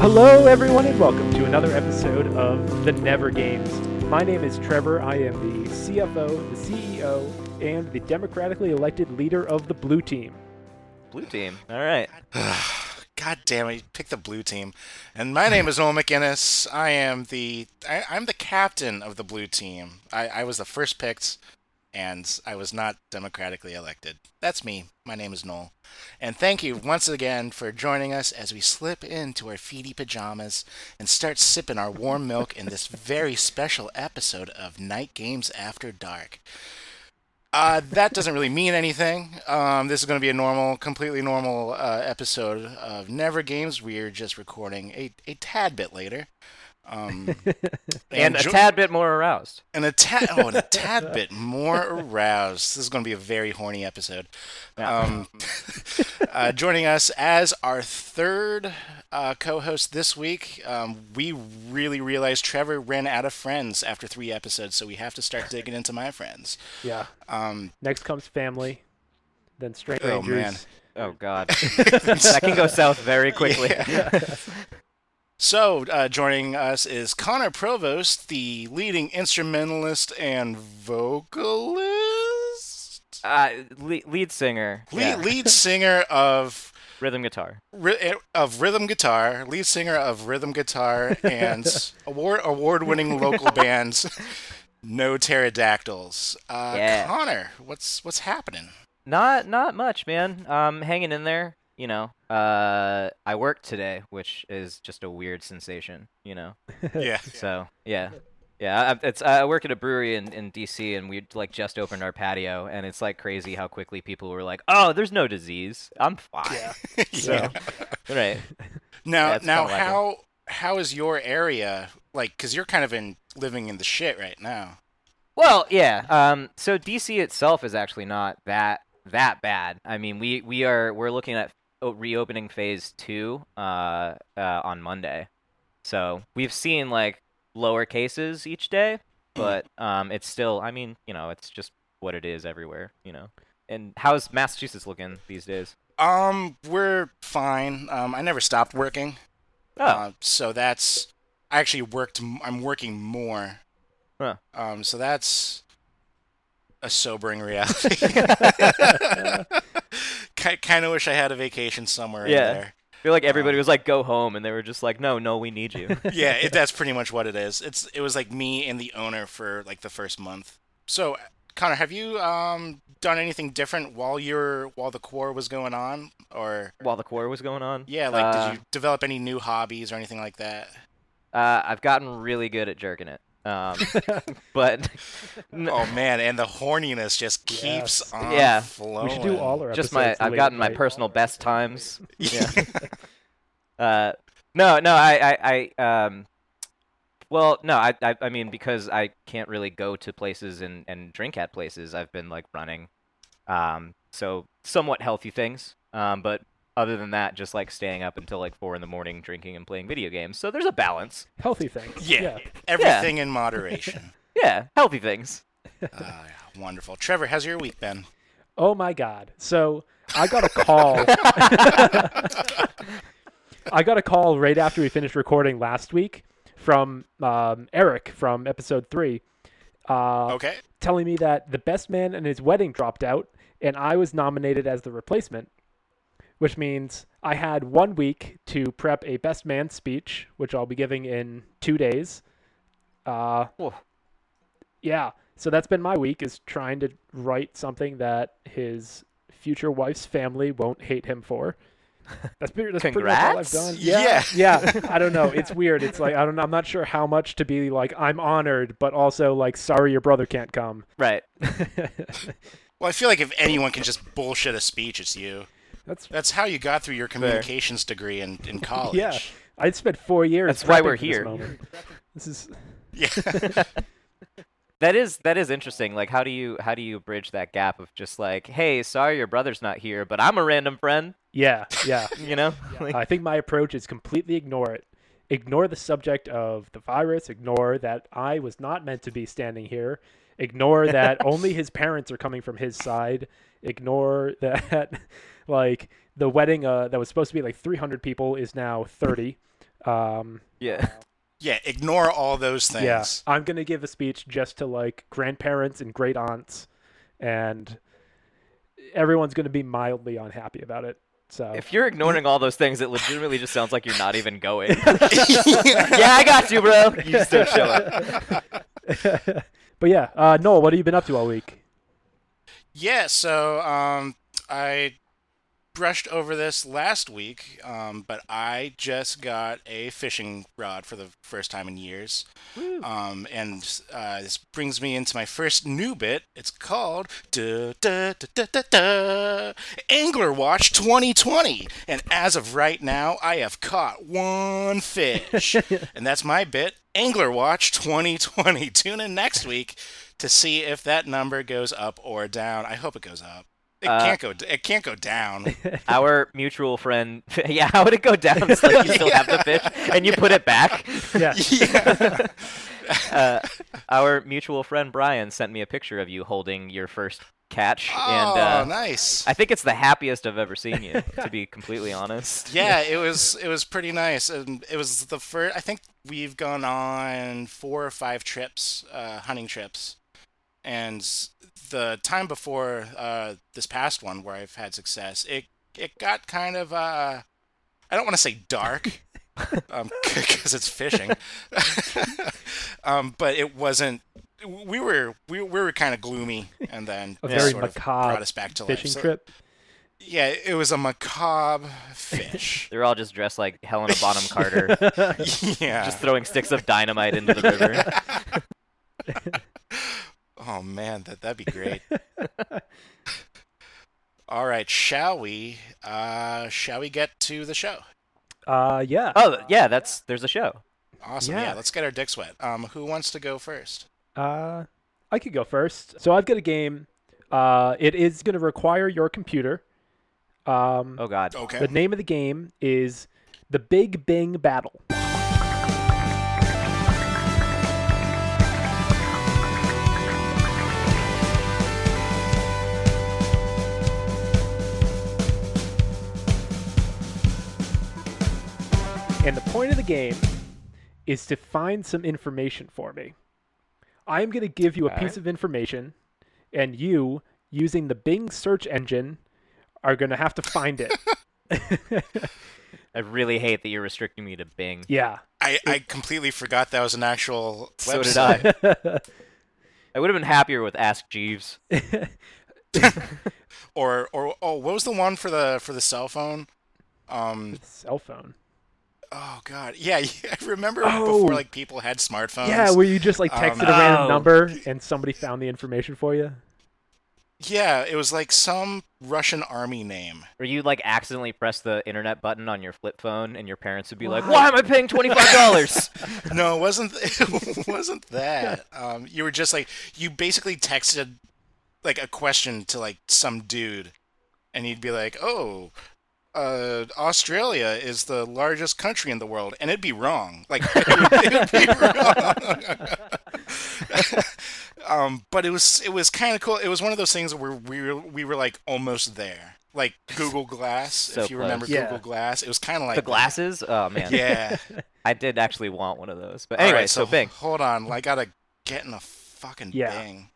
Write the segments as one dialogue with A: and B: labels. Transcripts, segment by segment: A: Hello, everyone, and welcome to another episode of The Never Games. My name is Trevor. I am the CFO, the CEO, and the democratically elected leader of the blue team.
B: Blue team. All right.
C: God damn it! You picked the blue team. And my name is Noel McInnes. I am the I, I'm the captain of the blue team. I, I was the first picked, and I was not democratically elected. That's me. My name is Noel, and thank you once again for joining us as we slip into our feety pajamas and start sipping our warm milk in this very special episode of Night Games After Dark. Uh, that doesn't really mean anything. Um, this is going to be a normal, completely normal uh, episode of Never Games. We are just recording a, a tad bit later. Um,
B: And a
C: jo-
B: tad bit more aroused.
C: and a tad, oh, and a tad bit more aroused. This is going to be a very horny episode. Um, uh, joining us as our third uh, co-host this week, um, we really realized Trevor ran out of friends after three episodes, so we have to start digging into my friends.
A: Yeah.
C: Um,
A: Next comes family, then Strange
C: Oh,
A: Rangers.
C: man.
B: Oh God. that can go south very quickly.
C: So, uh, joining us is Connor Provost, the leading instrumentalist and vocalist,
B: Uh, le- lead singer.
C: Le-
B: Yeah.
C: lead singer of
B: Rhythm guitar.
C: ry- eh, of rhythm guitar, lead singer of rhythm guitar, and award award-winning local bands, No Pterodactyls. Uh,
B: Yeah.
C: Connor, what's what's happening?
B: Not not much, man. Um, hanging in there. You know. Uh, I worked today, which is just a weird sensation. You know.
C: Yeah,
B: So yeah, yeah. I, it's I work at a brewery in, in D.C. and we like just opened our patio, and it's like crazy how quickly people were like, "Oh, there's no disease. I'm fine." So,
C: Yeah.
B: right.
C: Now,
B: Yeah, it's
C: now,
B: kinda wacky.
C: how how is your area like? Because you're kind of in living in the shit right now.
B: Well, yeah. Um, so DC itself is actually not that that bad. I mean, we we are we're looking at o- reopening phase two uh, uh, on Monday, so we've seen like lower cases each day, but um, it's still. I mean, you know, it's just what it is everywhere. You know. And how's Massachusetts looking these days?
C: Um, we're fine. Um, I never stopped working.
B: Oh,
C: Uh, so that's I actually worked. m- I'm working more.
B: Huh.
C: Um, so that's a sobering reality. kind of wish I had a vacation somewhere. in
B: Yeah.
C: there.
B: I feel like everybody was like, "Go home," and they were just like, "No, no, we need you."
C: yeah, it, that's pretty much what it is. It's it was like me and the owner for like the first month. So, Connor, have you um done anything different while you're while the core was going on, or
B: While the core was going on.
C: yeah, like
B: Uh,
C: did you develop any new hobbies or anything like that?
B: Uh, I've gotten really good at jerking it. Um, but n-
C: Oh man, and the horniness just keeps
A: Yes.
C: on
B: Yeah.
C: flowing.
A: We should do all our
B: just my
A: episodes
B: I've
A: late
B: gotten my
A: night.
B: personal best times. Uh, no, no, I, I, I um, well, no, I, I, I mean, because I can't really go to places and and drink at places. I've been like running, um, so somewhat healthy things. Um, but other than that, just like staying up until like four in the morning, drinking and playing video games. So there's a balance.
A: Healthy things.
C: Yeah. Everything in moderation.
B: Yeah, healthy things.
C: Ah, wonderful. Trevor, how's your week been?
A: Oh my god. So I got a call. I got a call right after we finished recording last week from um, Eric from episode three, uh,
C: Okay.
A: telling me that the best man and his wedding dropped out, and I was nominated as the replacement, which means I had one week to prep a best man speech, which I'll be giving in two days. Uh,
B: Whew.
A: yeah. So that's been my week is trying to write something that his future wife's family won't hate him for. That's, pretty, that's pretty much all I've
B: Congrats.
A: done. Yeah, yeah. I don't know. It's weird. It's like I don't. know. I'm not sure how much to be like. I'm honored, but also like sorry your brother can't come.
B: Right.
C: Well, I feel like if anyone can just bullshit a speech, it's you.
A: That's
C: That's how you got through your communications degree in, in college.
A: yeah. I spent four years.
B: That's why we're
A: prepping for this
B: here.
A: moment. This, is
C: Yeah.
B: That is that is interesting. Like, how do you how do you bridge that gap of just like, hey, sorry your brother's not here, but I'm a random friend,
A: yeah, yeah.
B: you know? Like,
A: I think my approach is completely ignore it. Ignore the subject of the virus. Ignore that I was not meant to be standing here. Ignore that only his parents are coming from his side. Ignore that, like, the wedding uh, that was supposed to be like 300 people is now 30. Um,
B: Yeah.
C: Yeah, ignore all those things.
A: yeah, I'm gonna give a speech just to like grandparents and great aunts, and everyone's gonna be mildly unhappy about it. So
B: If you're ignoring all those things, it legitimately just sounds like you're not even going. yeah, I got you, bro. You just don't show up.
A: but yeah, uh, Noel, what have you been up to all week?
C: Yeah, so um, I brushed over this last week, um, but I just got a fishing rod for the first time in years. Um, and uh, this brings me into my first new bit. It's called duh, duh, duh, duh, duh, duh, Angler Watch 2020. And as of right now, I have caught one fish. and that's my bit, Angler Watch 2020. Tune in next week to see if that number goes up or down. I hope it goes up. It
B: Uh,
C: can't go. d- It can't go down.
B: Our mutual friend. Yeah, how would it go down? It's like you still have the fish and you put it back.
A: Yeah,
C: yeah.
B: Uh, our mutual friend Brian sent me a picture of you holding your first catch, and uh,
C: oh, nice.
B: I think it's the happiest I've ever seen you. To be completely honest.
C: yeah, it was it was pretty nice. Um, it was the first. I think we've gone on four or five trips, uh, hunting trips, and the time before uh, this past one where I've had success, it it got kind of uh, I don't want to say dark, um, because it's fishing, um, but it wasn't. We were we, we were kind of gloomy, and then
A: a
C: this
A: very
C: sort of
A: macabre
C: brought us back to life.
A: fishing
C: So-
A: trip.
C: Yeah, it was a macabre fish.
B: They're all just dressed like Helena Bonham Carter,
C: yeah.
B: just throwing sticks of dynamite into the river.
C: oh man, that that'd be great. All right, shall we? Uh, shall we get to the show?
A: Uh, yeah.
B: Oh yeah, that's there's a show.
C: Awesome. Yeah.
A: Yeah.
C: let's get our dicks wet. Um, who wants to go first?
A: Uh, I could go first. So I've got a game. Uh, it is going to require your computer.
C: Mm.
A: Um,
B: Oh god.
C: Okay.
A: The name of the game is The Big Bang Battle. And the point of the game is to find some information for me. I am going to give you a
B: Alright.
A: piece of information, and you, using the Bing search engine, are going to have to find it.
B: I really hate that you're restricting me to Bing.
A: Yeah.
C: I, I completely forgot that was an actual
B: So did
C: website.
B: I. I would have been happier with Ask Jeeves.
C: Or or oh, what was the one for the for the cell phone? Um.
A: Cell phone.
C: Oh God. Yeah. yeah, I remember
A: Oh.
C: before like people had smartphones.
A: Yeah, where you just like texted a
B: Oh.
A: random number and somebody found the information for you.
C: Yeah. It was like some Russian army name.
B: Or you like accidentally press the internet button on your flip phone and your parents would be like,
A: What?
B: Why am I paying twenty five dollars?
C: No, it wasn't. It wasn't that. Um, you were just like you basically texted like a question to like some dude, and he'd be like, "Oh, uh, Australia is the largest country in the world," and it'd be wrong. Like it would, it would be wrong. um, but it was it was kind of cool. It was one of those things where we were we were like almost there. Like Google Glass,
B: So
C: if you
B: close.
C: remember
A: Yeah.
C: Google Glass, it was kind of like
B: the glasses? Oh man.
C: Yeah.
B: I did actually want one of those. But
C: All
B: anyway,
C: right,
B: so,
C: h-
B: Bing.
C: Hold on, I gotta get in a fucking
A: Yeah.
C: Bing.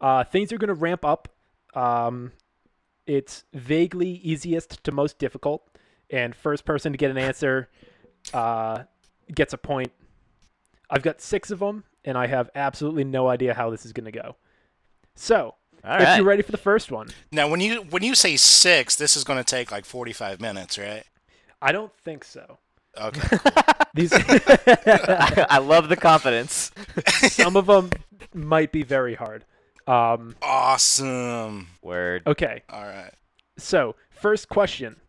A: Uh, things are going to ramp up. Um, it's vaguely easiest to most difficult, and first person to get an answer uh, gets a point. I've got six of them, and I have absolutely no idea how this is going to go. So,
B: All
A: if
B: right.
A: you're ready for the first one,
C: Now, when you when you say six, this is gonna take like forty-five minutes, right?
A: I don't think so.
C: Okay.
A: These
B: I, I love the confidence.
A: some of them might be very hard. Um,
C: awesome.
B: Word.
A: okay,
C: All right.
A: so first question.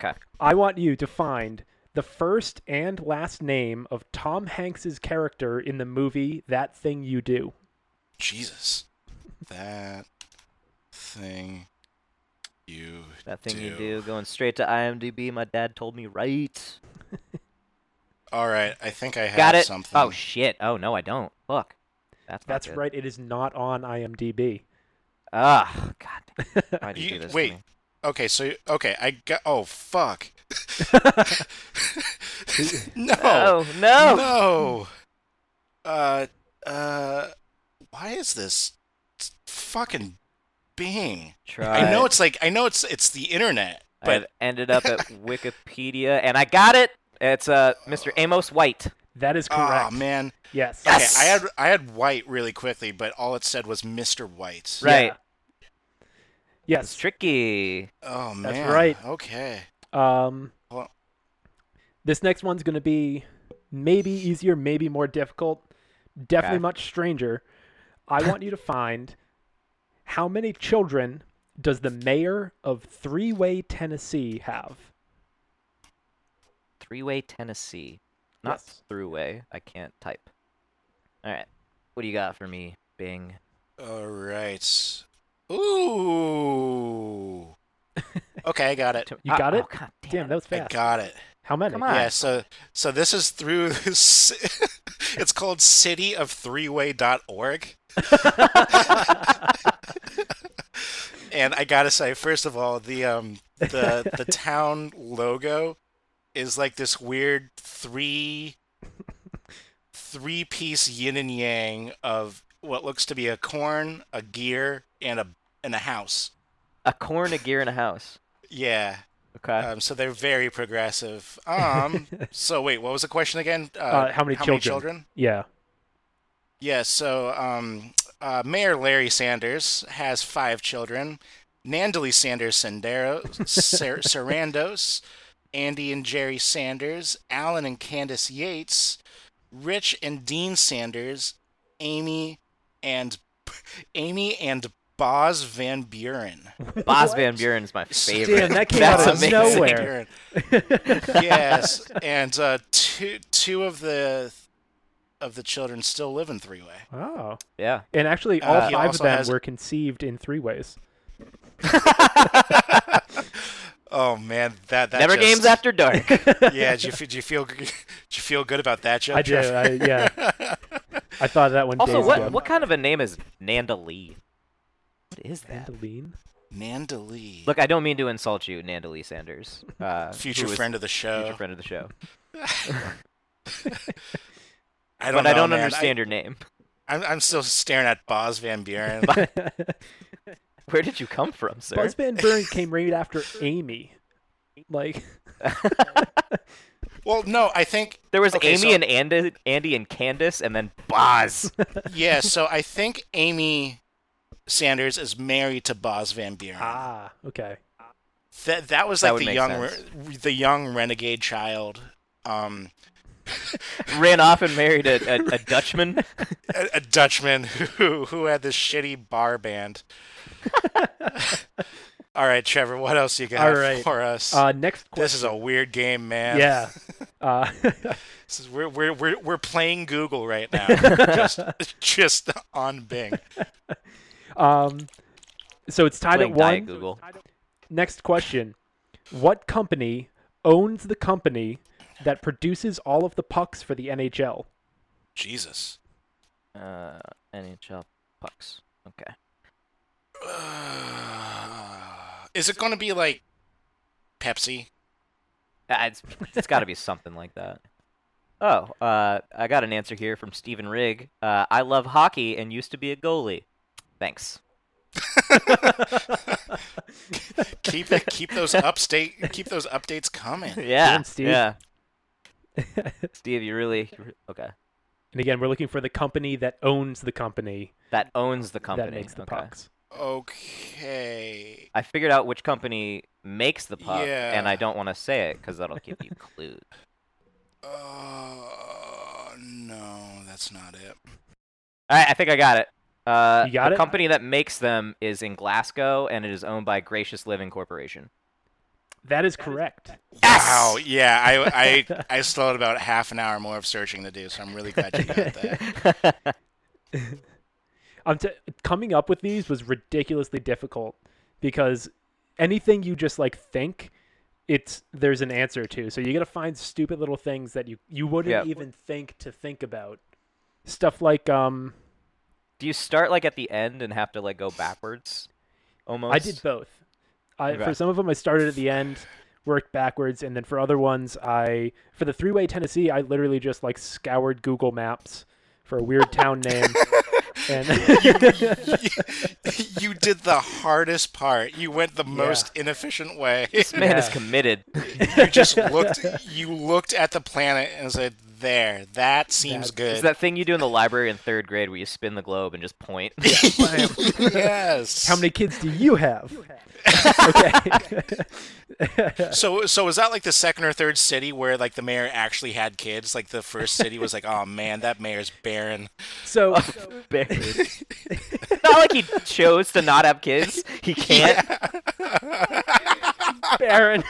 B: Okay.
A: I want you to find the first and last name of Tom Hanks's character in the movie That Thing You Do.
C: Jesus, that thing you
B: That thing you
C: do.
B: do, going straight to IMDb, my dad told me right.
C: All right, I think I have
B: Got it.
C: something.
B: Oh shit. Oh no, I don't. Fuck. That's not
A: That's
B: good.
A: right. It is not on IMDb.
B: Ah, god. Why did you,
C: You-
B: do this? to
C: wait.
B: me?
C: okay, so okay, I got. Oh fuck. no.
B: Oh no!
A: Oh.
C: No. Uh, uh, why is this fucking Bing?
B: Try.
C: I know it's like I know it's it's the internet,
B: I've
C: but
B: ended up at Wikipedia, and I got it. It's uh, Mr. Amos White.
A: That is
C: oh
A: correct.
C: man.
A: Yes.
B: Yeah.
C: Okay,
B: Yes!
C: I had I had white really quickly, but all it said was Mr. White.
B: Right. It's
A: Yes.
B: tricky.
C: Oh man.
A: That's right.
C: Okay.
A: Um,
C: Well-
A: this next one's going to be maybe easier, maybe more difficult, definitely
B: Okay.
A: much stranger. I want you to find how many children does the mayor of Three Way, Tennessee have?
B: Three-way Tennessee, not
A: Yes.
B: throughway. I can't type. All right. What do you got for me, Bing?
C: All right. Ooh. Okay, I got it.
A: You got
B: oh,
A: it?
B: God damn.
A: Damn, that was
C: I
A: fast.
C: got it.
A: How many?
B: Come on.
C: Yeah, so so this is through it's called cityofthree-way.org. and I gotta say, first of all, the um the the town logo is like this weird three three piece yin and yang of what looks to be a corn, a gear, and a and a house.
B: A corn, a gear, and a house.
C: Yeah.
B: Okay.
C: Um, so they're very progressive. Um, so wait, what was the question again? Uh,
A: how many children? Yeah.
C: Yeah. So um, uh, Mayor Larry Sanders has five children: Nandali Sanders Sandero, Ser- Sarandos, Andy and Jerry Sanders, Alan and Candace Yates, Rich and Dean Sanders, Amy and Amy and Boz Van Buren.
B: Boz
A: What?
B: Van Buren's my
C: Damn,
B: favorite.
A: that came
B: That's
A: out of
B: amazing.
A: nowhere.
C: yes, and uh, two two of the of the children still live in three way.
A: Oh.
B: Yeah.
A: And actually, all
C: Uh, he
A: five of
C: also
A: them
C: has-
A: were conceived in three ways.
C: Oh man, that that
B: Never
C: just-
B: games after dark.
C: Yeah, did you, fe- did you feel did you feel good about that joke?
A: I did.
C: Jeff?
A: I, yeah. I thought of that one.
B: also,
A: days
B: what
A: ago.
B: what kind of a name is Nanda Lee? What is that?
A: Mandoline?
C: Nandalee,
B: Look, I don't mean to insult you, Nanda Lee Sanders. Uh,
C: future
B: who is
C: friend of the show.
B: Future friend of the show.
C: I don't
B: But I
C: know,
B: don't
C: man.
B: understand your name.
C: I, am I'm still staring at Boz Van Buren.
B: Where did you come from, sir?
A: Buzz Van Buren came right after Amy. Like,
C: well, no, I think
B: There was
C: Okay,
B: Amy
C: so-
B: and Andy, Andy and Candace, and then Boz.
C: yeah. So I think Amy Sanders is married to Boz Van Buren.
A: ah, okay.
C: That that was
B: That
C: like
B: would
C: the
B: make
C: young re- the young renegade child. Um,
B: Ran off and married a, a, a Dutchman.
C: a, a Dutchman who who had this shitty bar band. All right, Trevor, what else you got
A: All right.
C: for us?
A: Uh, next
C: this
A: question.
C: is a weird game, man.
A: Yeah. Uh,
C: This is- we're, we're, we're, we're playing Google right now, just, just on Bing.
A: um, so it's tied
B: Playing
A: at one.
B: Diet Google.
A: Next question: What company owns the company that produces all of the pucks for the NHL?
C: Jesus.
B: Uh, NHL pucks. Okay.
C: Uh, is it going to be like Pepsi?
B: Uh, It's, it's got to be something like that. Oh, uh, I got an answer here from Stephen Rigg. Uh, I love hockey and used to be a goalie. Thanks.
C: Keep it, keep those upstate keep those updates coming.
B: Yeah.
A: Damn, Steve.
B: Yeah. Steve, you really you re- okay.
A: And again, we're looking for the company that owns the company,
B: That owns the company.
A: that makes the
B: okay.
A: pucks.
C: Okay.
B: I figured out which company makes the puck, and I
C: Yeah.
B: don't want to say it because that'll give you clues.
C: Oh no, that's not it.
B: All right, I think I got it. Uh,
A: You got
B: the
A: it?
B: company that makes them is in Glasgow, and it is owned by Gracious Living Corporation.
A: That is correct.
B: Yes!
C: Wow. Yeah, I I I still had about half an hour more of searching to do, so I'm really glad you got that.
A: I'm t- coming up with these was ridiculously difficult because anything you just like think it's there's an answer to. So you got to find stupid little things that you you wouldn't
B: Yeah.
A: even think to think about. Stuff like um
B: Do you start like at the end and have to like go backwards? Almost.
A: I did both. I
B: Okay.
A: for some of them I started at the end worked backwards, and then for other ones, I for the three way Tennessee, I literally just like scoured Google Maps for a weird town name. And
C: you did the hardest part. You went the most inefficient way.
B: This man is
A: Yeah.
B: committed.
C: you just looked. You looked at the planet and said, "There, that seems
A: That-
C: good."
B: It's that thing you do in the library in third grade where you spin the globe and just point.
C: yes.
A: how many kids do you have? okay.
C: So, so is that like the second or third city where like the mayor actually had kids? Like the first city was like, "Oh man, that mayor's barren."
A: So
B: Barely. Not like he chose to not have kids. He can't.
A: Baron.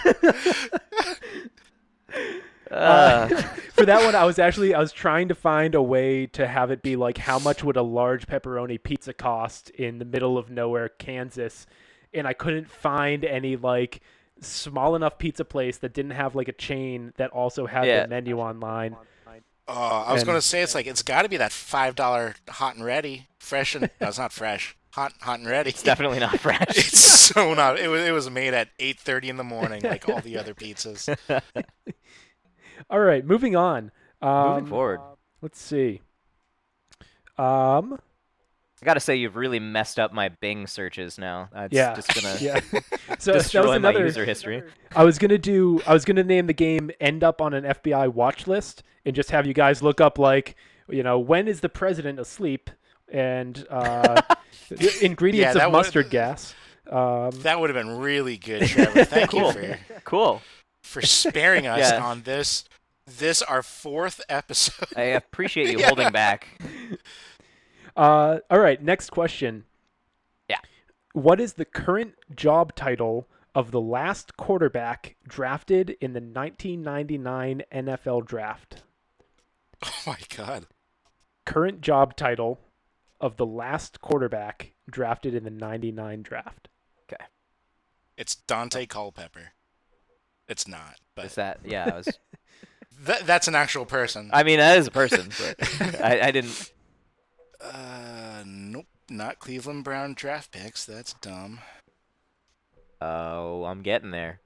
B: Uh,
A: for that one, I was actually I was trying to find a way to have it be like how much would a large pepperoni pizza cost in the middle of nowhere Kansas, and I couldn't find any like small enough pizza place that didn't have like a chain that also had
B: Yeah.
A: the menu online.
C: Oh, I was
A: And-
C: gonna say it's like it's got to be that five dollar hot and ready, fresh and no, it's not fresh, hot, hot and ready.
B: it's definitely not fresh.
C: It's so not. It was it was made at eight thirty in the morning, like all the other pizzas.
A: All right, moving on. Um,
B: Moving forward.
A: Let's see. Um.
B: I gotta say, you've really messed up my Bing searches now. Uh, It's
A: Yeah.
B: just gonna
A: Yeah. So that was
B: destroy my
A: another.
B: user history.
A: I was gonna do. I was gonna name the game "End Up on an FBI Watch List" and just have you guys look up like, you know, when is the president asleep and uh, the ingredients
C: that
A: of
C: would-
A: mustard gas. Um,
C: That would have been really good, Trevor. Thank
B: Cool.
C: you for
B: Cool.
C: for sparing us
B: Yeah.
C: on this this our fourth episode.
B: I appreciate you
C: Yeah.
B: holding back.
A: uh, all right, next question.
B: Yeah.
A: What is the current job title of the last quarterback drafted in the 1999 NFL Draft?
C: Oh my god.
A: Current job title of the last quarterback drafted in the 99 draft.
C: It's Dante Culpepper. It's not,
B: Is
C: but
B: that? Yeah. I, was,
C: th- that's an actual person.
B: I mean, that is a person, but I, I didn't.
C: Uh, nope, not Cleveland Brown draft picks. That's dumb.
B: Oh, I'm getting there.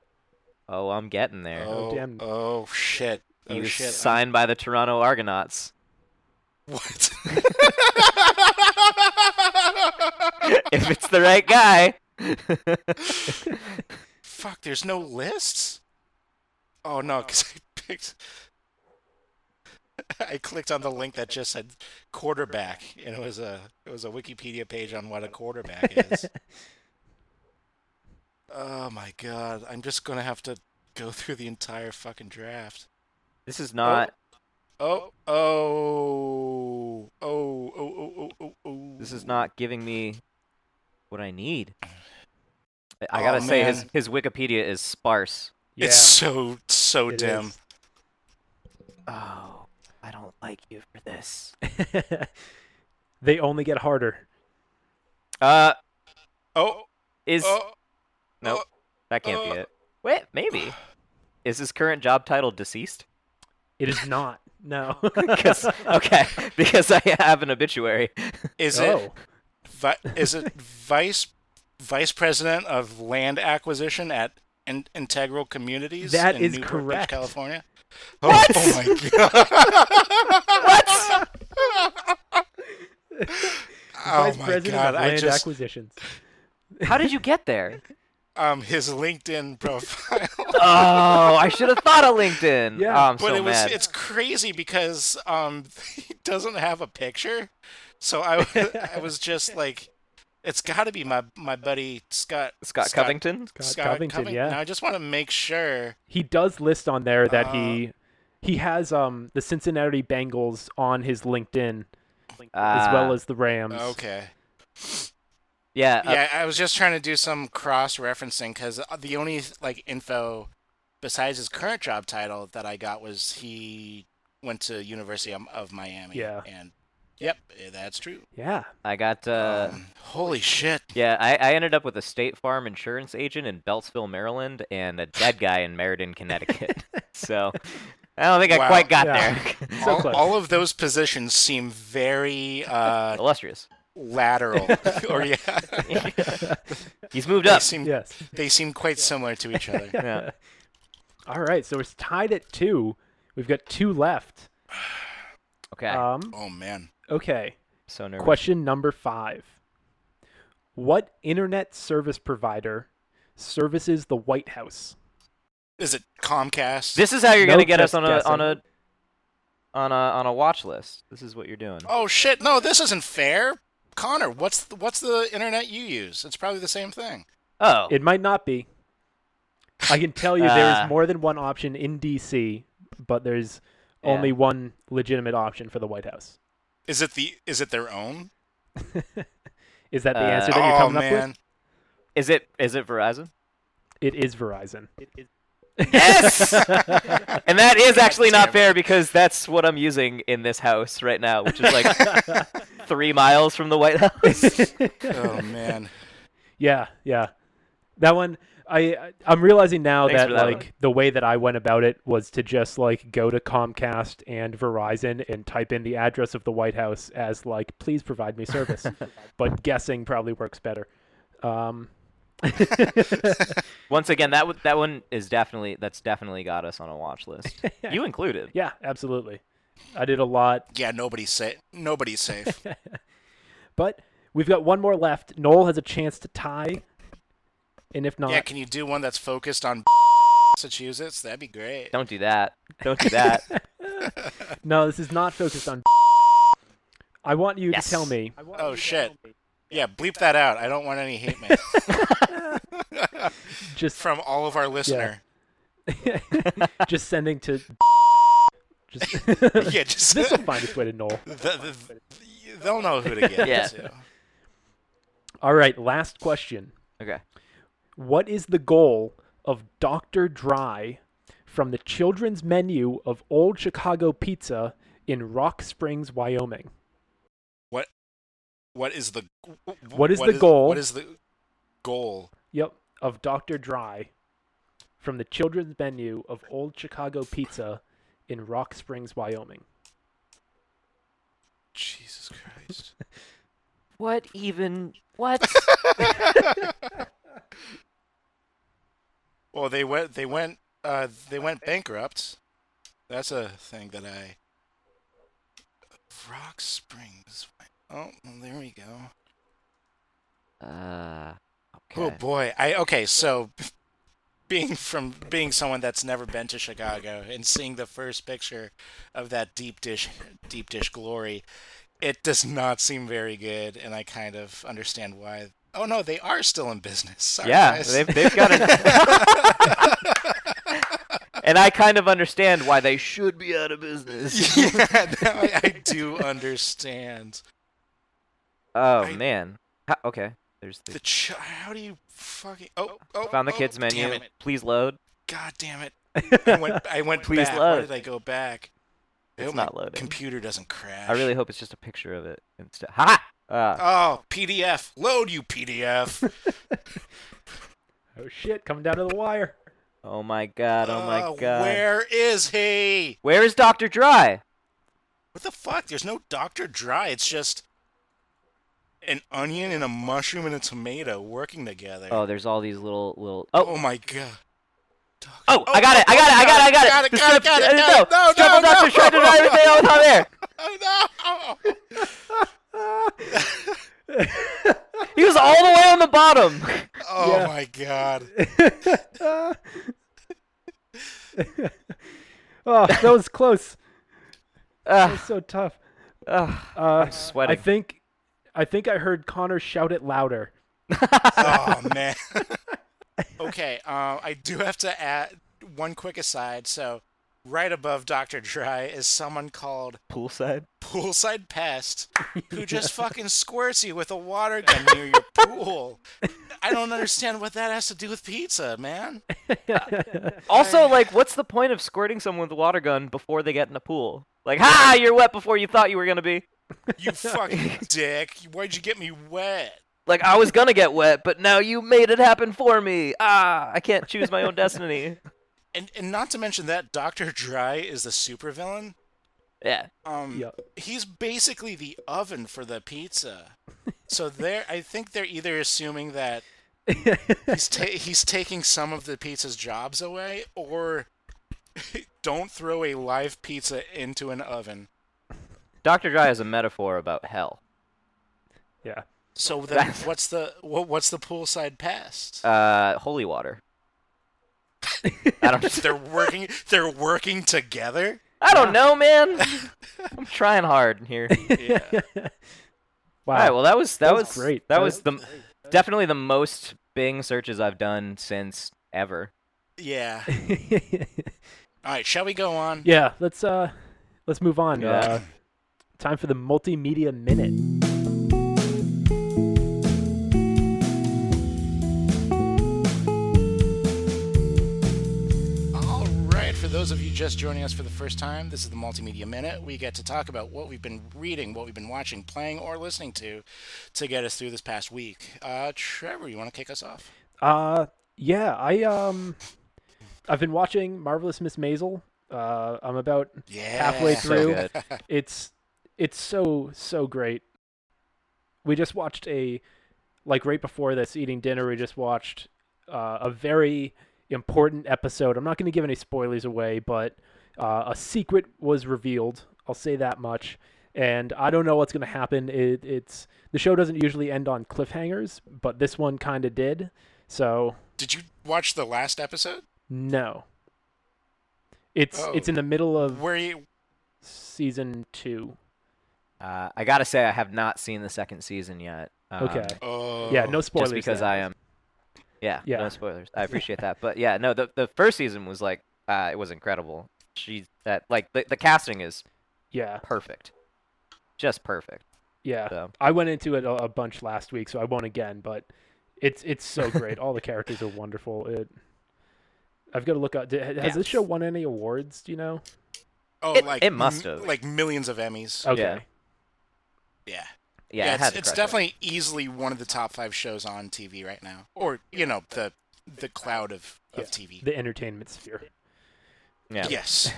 B: Oh, I'm getting there.
A: Oh, damn.
C: oh shit.
B: he
C: oh
B: was
C: shit. I'm-
B: signed by the Toronto Argonauts.
C: What?
B: if it's the right guy.
C: Fuck, there's no lists? Oh no, because I picked. I clicked on the link that just said quarterback, and it was a it was a Wikipedia page on what a quarterback is. oh my god, I'm just gonna have to go through the entire fucking draft.
B: this is not.
C: Oh oh oh oh oh oh oh. oh.
B: This is not giving me what I need. I- I
C: Aw,
B: gotta say, his
C: man.
B: his Wikipedia is sparse.
C: It's so so
A: It
C: dim.
A: is.
B: Oh, I don't like you for this.
A: they only get harder.
B: Uh,
C: Oh
B: is
C: oh
B: nope,
C: oh.
B: that can't be
C: uh,
B: it. Wait, maybe. Is his current job title deceased?
A: It is not. No.
B: 'Cause- okay, because I have an obituary.
C: is it?
A: oh,
C: vi- is it vice vice president of land acquisition at in- Integral Communities?
A: That
C: in
A: is
C: Newport Beach,
A: correct.
C: California. Oh, what? oh my god!
B: What?
C: oh
A: Vice
C: my
A: President
C: god!
A: of
C: I
A: Land
C: just
A: Acquisitions.
B: How did you get there?
C: um his LinkedIn profile.
B: Oh, I should have thought of LinkedIn.
A: Yeah.
B: Oh, I'm
C: but
B: so
C: it was
B: mad.
C: it's crazy because um he doesn't have a picture, so I w- I was just like, it's got to be my my buddy Scott
B: Scott, Covington.
A: Scott
C: Scott
A: Covington, yeah.
C: Now I just want to make sure.
A: He does list on there that
C: Uh,
A: he he has um the Cincinnati Bengals on his LinkedIn as
B: Ah,
A: well as the Rams.
C: Okay.
B: yeah. uh,
C: yeah, I was just trying to do some cross referencing because the only like info besides his current job title that I got was he went to University of, of Miami.
A: Yeah.
C: And yep, eh, that's true.
A: Yeah.
B: I got. Uh,
C: Um, holy shit!
B: yeah, I, I ended up with a State Farm insurance agent in Beltsville, Maryland, and a dead guy in Meriden, Connecticut. so I don't think I
C: Wow.
B: quite got
A: Yeah.
B: there.
A: So
C: all,
A: close.
C: all of those positions seem very uh,
B: Illustrious.
C: lateral, or yeah,
B: He's moved
C: they
B: up.
C: seem
A: Yes.
C: they seem quite similar to each other.
B: Yeah.
A: All right, so it's tied at two. We've got two left.
B: Okay.
A: Um,
C: Oh man.
A: okay.
B: so nervous.
A: Question number five. What internet service provider services the White House?
C: Is it Comcast?
B: This is how you're
A: No
B: gonna get us
A: just
B: on a,
A: guessing.
B: on a on a on a watch list. This is what you're doing.
C: oh shit! No, this isn't fair. Connor, what's the, what's the internet you use? It's probably the same thing.
B: Oh,
A: It might not be. I can tell you there
B: Ah.
A: is more than one option in DC, but there's
B: Yeah.
A: only one legitimate option for the White House.
C: Is it the is it their own?
A: Is that the
B: Uh,
A: answer that you're
C: Oh
A: coming up
C: man.
A: with?
B: is it is it Verizon?
A: It is Verizon.
B: Yes. and that is actually
C: Damn
B: not
C: it.
B: fair because that's what I'm using in this house right now, which is like three miles from the White House.
C: oh man.
A: Yeah, yeah. That one I I- I'm realizing now
B: Thanks
A: that,
B: for that one.
A: like the way that I went about it was to just like go to Comcast and Verizon and type in the address of the White House as like please provide me service. but guessing probably works better. Um
B: Once again, that w- that one is definitely that's definitely got us on a watch list. you included.
A: yeah, absolutely. I did a lot,
C: Yeah, nobody's safe. Nobody's safe.
A: but we've got one more left. Noel has a chance to tie. And if not,
C: yeah, can you do one that's focused on Massachusetts? That'd be great.
B: Don't do that. Don't do that.
A: no, this is not focused on I want you
B: Yes.
A: to tell me
C: Oh shit. Yeah, bleep that out. I don't want any hate mail
A: just
C: from all of our listener.
A: just sending to just
C: Yeah, just
A: this will find its way to Noel.
C: the, the, they'll know who to get
B: Yeah.
C: it to.
A: All right, last question.
B: Okay.
A: What is the goal of Dr. Dry from the children's menu of Old Chicago Pizza in Rock Springs, Wyoming?
C: What what is the wh-
A: What is the goal?
C: What is the goal?
A: Yep, of Dr. Dry from the children's menu of Old Chicago Pizza in Rock Springs, Wyoming.
C: Jesus Christ.
B: What even? What?
C: Well, they went they went uh, they went bankrupt. That's a thing that I Rock Springs. Oh, well, there we go.
B: uh, okay.
C: Oh boy. I okay, so being from being someone that's never been to Chicago and seeing the first picture of that deep dish deep dish glory, it does not seem very good and I kind of understand why. Oh no, they are still in business. Sorry,
B: yeah,
C: guys.
B: they've they've got it. and I kind of understand why they should be out of business.
C: yeah, now I, I do understand.
B: Oh
C: I-
B: man. Ho- okay. There's the,
C: The ch- how do you fucking oh oh
B: found the
C: oh,
B: kids menu.
C: Damn it.
B: Please load.
C: God damn it! I went I went
B: Please
C: back. Why
B: load.
C: did I go back? I
B: It's
C: hope my
B: not loading.
C: Computer doesn't crash.
B: I really hope it's just a picture of it instead. Ha! Uh,
C: Oh PDF, load you PDF.
A: Oh shit, coming down to the wire.
B: oh my god. Oh my
C: Uh,
B: god.
C: Where is he?
B: Where is Doctor Dry?
C: What the fuck? There's no Doctor Dry. It's just an onion and a mushroom and a tomato working together.
B: Oh, there's all these little little. Oh.
C: Oh my god. Doc-
B: Oh, I got it! I got it! I got it! I got it!
C: Got it! Got it! Got it! Got it! No!
B: Triple
C: no,
B: Doctor
C: no.
B: Shredder Diamond Day all the time there!
C: Oh no!
A: Ah.
B: He was all the way on the bottom!
C: Oh
A: Yeah.
C: my god.
A: oh, Oh, that was close. That
B: Uh,
A: was so tough.
B: uh,
A: Uh,
B: I'm
A: I
B: sweating.
A: think, I think I heard Connor shout it louder.
C: oh man. okay, uh, I do have to add one quick aside. So, right above Doctor Dry is someone called
B: Poolside?
C: Poolside Pest, who just fucking squirts you with a water gun near your pool. I don't understand what that has to do with pizza, man.
B: Also, like, what's the point of squirting someone with a water gun before they get in a pool? Like, ha! You're wet before you thought you were gonna be.
C: You fucking dick. Why'd you get me wet?
B: Like, I was gonna get wet, but now you made it happen for me. Ah, I can't choose my own destiny.
C: And and not to mention that Doctor Dry is the supervillain.
B: Yeah.
C: Um,
A: Yep.
C: he's basically the oven for the pizza. So they're, I think they're either assuming that he's ta- he's taking some of the pizza's jobs away, or Don't throw a live pizza into an oven.
B: Dr. Dry is a metaphor about hell.
A: Yeah.
C: So then, what's the what, what's the poolside past?
B: Uh, holy water. I don't.
C: they're working. They're working together.
B: I don't know, man. I'm trying hard here.
C: Yeah.
A: Wow.
B: All right. Well, that was that,
A: That was
B: was,
A: great.
B: That
A: That
B: was the definitely the most Bing searches I've done since ever.
C: yeah. All right. Shall we go on?
A: yeah. Let's uh, let's move on.
B: Yeah.
A: Uh, time for the multimedia minute.
C: All right, for those of you just joining us for the first time, this is the Multimedia Minute. We get to talk about what we've been reading, what we've been watching, playing, or listening to to get us through this past week. Uh, Trevor, you want to kick us off?
A: Uh, yeah. I um, I've been watching Marvelous Miss Maisel. Uh, I'm about
C: Yeah.
A: Halfway
B: So
A: Through.
B: good.
A: it's it's so so great. We just watched a like right before this eating dinner. We just watched uh, a very important episode. I'm not going to give any spoilers away, but uh, a secret was revealed. I'll say that much. And I don't know what's going to happen. It, it's the show doesn't usually end on cliffhangers, but this one kind of did. So
C: Did you watch the last episode?
A: no, it's
C: Oh.
A: it's in the middle of
C: Where you?
A: season two.
B: Uh, I gotta say, I have not seen the second season yet. Um,
A: Okay.
C: Oh.
A: yeah, no spoilers.
B: Just because
A: there.
B: I am. Yeah,
A: Yeah.
B: No spoilers. I appreciate that. But yeah, no. The the first season was like uh, it was incredible. She that like the, the casting is
A: yeah.
B: perfect, just perfect.
A: Yeah,
B: So.
A: I went into it a, a bunch last week, so I won't again. But it's it's so great. All the characters are wonderful. It. I've got to look up. Has
B: Yeah.
A: this show won any awards? Do you know?
C: Oh,
B: It-
C: like
B: it must
C: m-
B: have.
C: like millions of Emmys.
A: Okay.
B: Yeah.
C: Yeah.
B: Yeah, it had
C: it's,
B: to
C: it's
B: crush it.
C: definitely easily one of the top five shows on TV right now, or you know the the cloud of,
A: Yeah.
C: of TV.
A: The entertainment sphere.
B: Yeah.
C: Yes.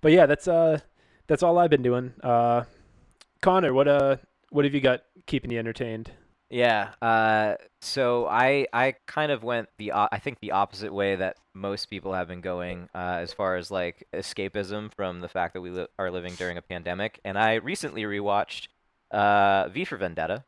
A: But yeah, that's uh, that's all I've been doing. Uh, Connor, what uh, what have you got keeping you entertained?
B: Yeah. Uh, so I I kind of went the o- I think the opposite way that most people have been going uh, as far as like escapism from the fact that we li- are living during a pandemic. And I recently rewatched uh, V for Vendetta.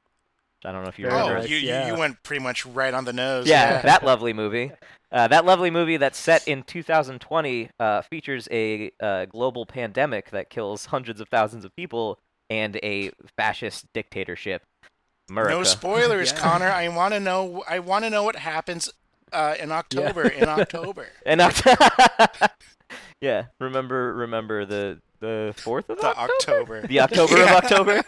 B: I don't know if you
A: Very
B: remember.
C: Oh,
A: nice,
C: you, you-
A: yeah.
C: you went pretty much right on the nose.
B: yeah, that lovely movie. Uh, that lovely movie that's set in 2020 uh, features a uh, global pandemic that kills hundreds of thousands of people and a fascist dictatorship.
C: No
B: America.
C: spoilers,
A: Yeah.
C: Connor. I want to know. I want to know what happens uh, in October. In October,
B: And yeah, remember, remember the the fourth of
C: the
B: October?
C: October.
B: the October of
C: Yeah.
B: October.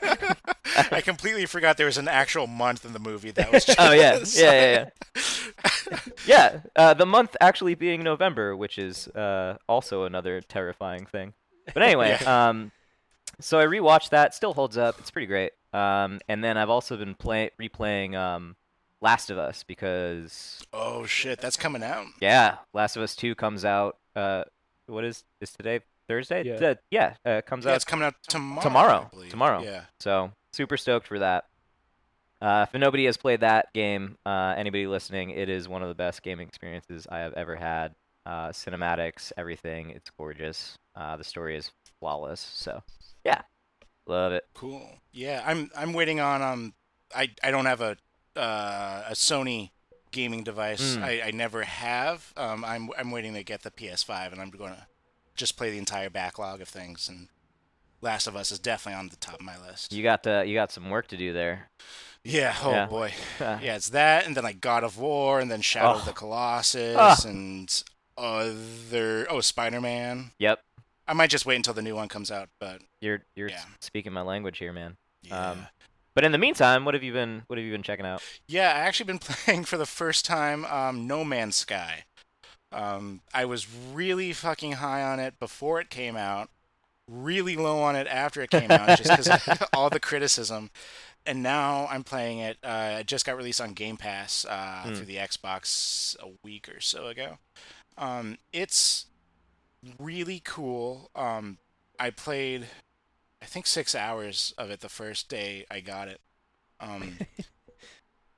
C: I completely forgot there was an actual month in the movie. That was. Just,
B: Oh yeah, yeah, yeah, yeah. yeah, uh, the month actually being November, which is uh, also another terrifying thing. But anyway, um, so I rewatched that. Still holds up. It's pretty great. Um, and then I've also been play- replaying um, Last of Us because
C: Oh shit, that's coming out.
B: Yeah, Last of Us Two comes out. Uh, what is is today? Thursday?
A: Yeah.
B: Th- yeah, uh, comes
C: Yeah,
B: out
C: it's coming out tomorrow.
B: tomorrow,
C: I believe.
B: tomorrow.
C: Yeah.
B: So super stoked for that. Uh, if nobody has played that game, uh, anybody listening, it is one of the best gaming experiences I have ever had. Uh, cinematics, everything, it's gorgeous. Uh, the story is flawless. So yeah, love it.
C: Cool. Yeah, I'm I'm waiting on um I I don't have a uh, a Sony gaming device.
B: Mm.
C: I, I never have. Um I'm I'm waiting to get the PS5 and I'm going to just play the entire backlog of things and Last of Us is definitely on the top of my list.
B: You got uh, you got some work to do there.
C: yeah, oh
B: Yeah.
C: boy. Yeah, it's that and then like God of War and then Shadow of
B: Oh.
C: the Colossus
B: Ah.
C: and other oh Spider-Man.
B: Yep,
C: I might just wait until the new one comes out, but
B: you're you're
C: Yeah.
B: speaking my language here, man.
C: yeah.
B: Um, But in the meantime, what have you been what have you been checking out?
C: Yeah, I actually been playing for the first time um, No Man's Sky. Um, I was really fucking high on it before it came out, really low on it after it came out, just because all the criticism. And now I'm playing it. Uh, it just got released on Game Pass uh,
B: Hmm.
C: through the Xbox a week or so ago. Um, it's really cool. Um, I played, I think, six hours of it the first day I got it. Um,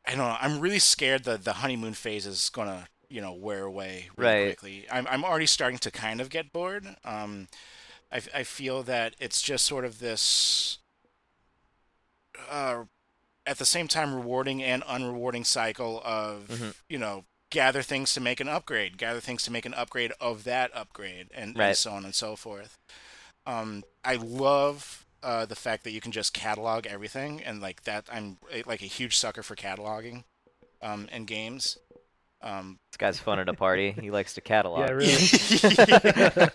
C: I don't know. I'm really scared that the honeymoon phase is gonna you know wear away really
B: Right.
C: quickly. I'm I'm already starting to kind of get bored. Um, I f- I feel that it's just sort of this. Uh, at the same time, rewarding and unrewarding cycle of
B: Mhm.
C: you know gather things to make an upgrade, gather things to make an upgrade of that upgrade, and, and
B: Right.
C: so on and so forth. Um, I love uh, the fact that you can just catalog everything, and like that, I'm eh, like a huge sucker for cataloging um, in games. Um,
B: This guy's fun at a party. He likes to catalog.
A: Yeah, really.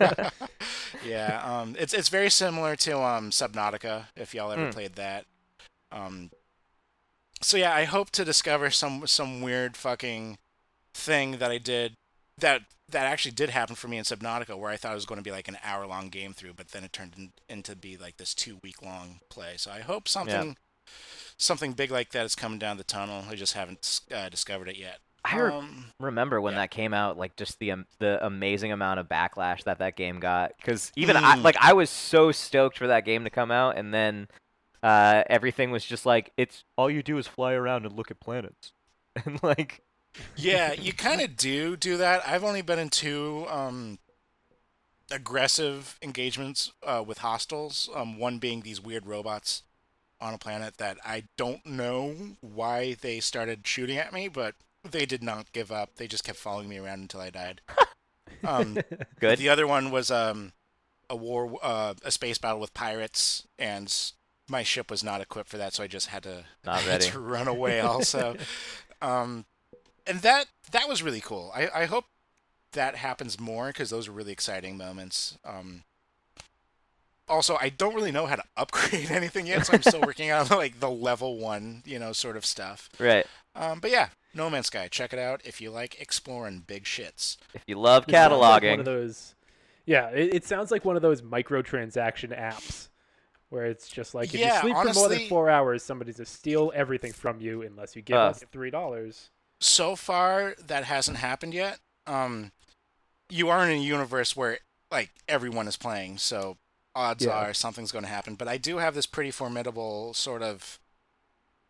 C: yeah, um, it's it's very similar to um, Subnautica if y'all ever
B: Mm.
C: played that. Um, so yeah, I hope to discover some some weird fucking thing that I did that that actually did happen for me in Subnautica, where I thought it was going to be like an hour long game through, but then it turned in, into be like this two week long play. So I hope something something big like that is coming down the tunnel. I just haven't uh, discovered it yet.
B: I re-
C: Um,
B: remember when
C: Yeah.
B: that came out, like just the um, the amazing amount of backlash that that game got. Because even I,
C: Mm.
B: like I was so stoked for that game to come out, and then uh, everything was just like, it's all you do is fly around and look at planets, and like,
C: yeah, you kind of do do that. I've only been in two um, aggressive engagements uh, with hostiles. Um, one being these weird robots on a planet that I don't know why they started shooting at me, but they did not give up. They just kept following me around until I died. Um,
B: good.
C: the other one was um, a war, uh, a space battle with pirates, and my ship was not equipped for that, so I just had to
B: Not
C: I had
B: ready.
C: to run away. Also, um, and that that was really cool. I, I hope that happens more because those are really exciting moments. Um, also, I don't really know how to upgrade anything yet, so I'm still working on like the level one, you know, sort of stuff.
B: Right.
C: Um, but yeah, No Man's Sky, check it out if you like exploring big shits.
B: If you love
A: It sounds like
B: cataloging,
A: one of those. Yeah, it, it sounds like one of those microtransaction apps where it's just like if
C: Yeah,
A: you sleep for more than
C: honestly-
A: four hours, somebody's gonna steal everything from you unless you give
B: Uh.
A: us three dollars.
C: so far that hasn't happened yet. Um, you are in a universe where like everyone is playing, so odds
A: Yeah.
C: are something's going to happen. But I do have this pretty formidable sort of,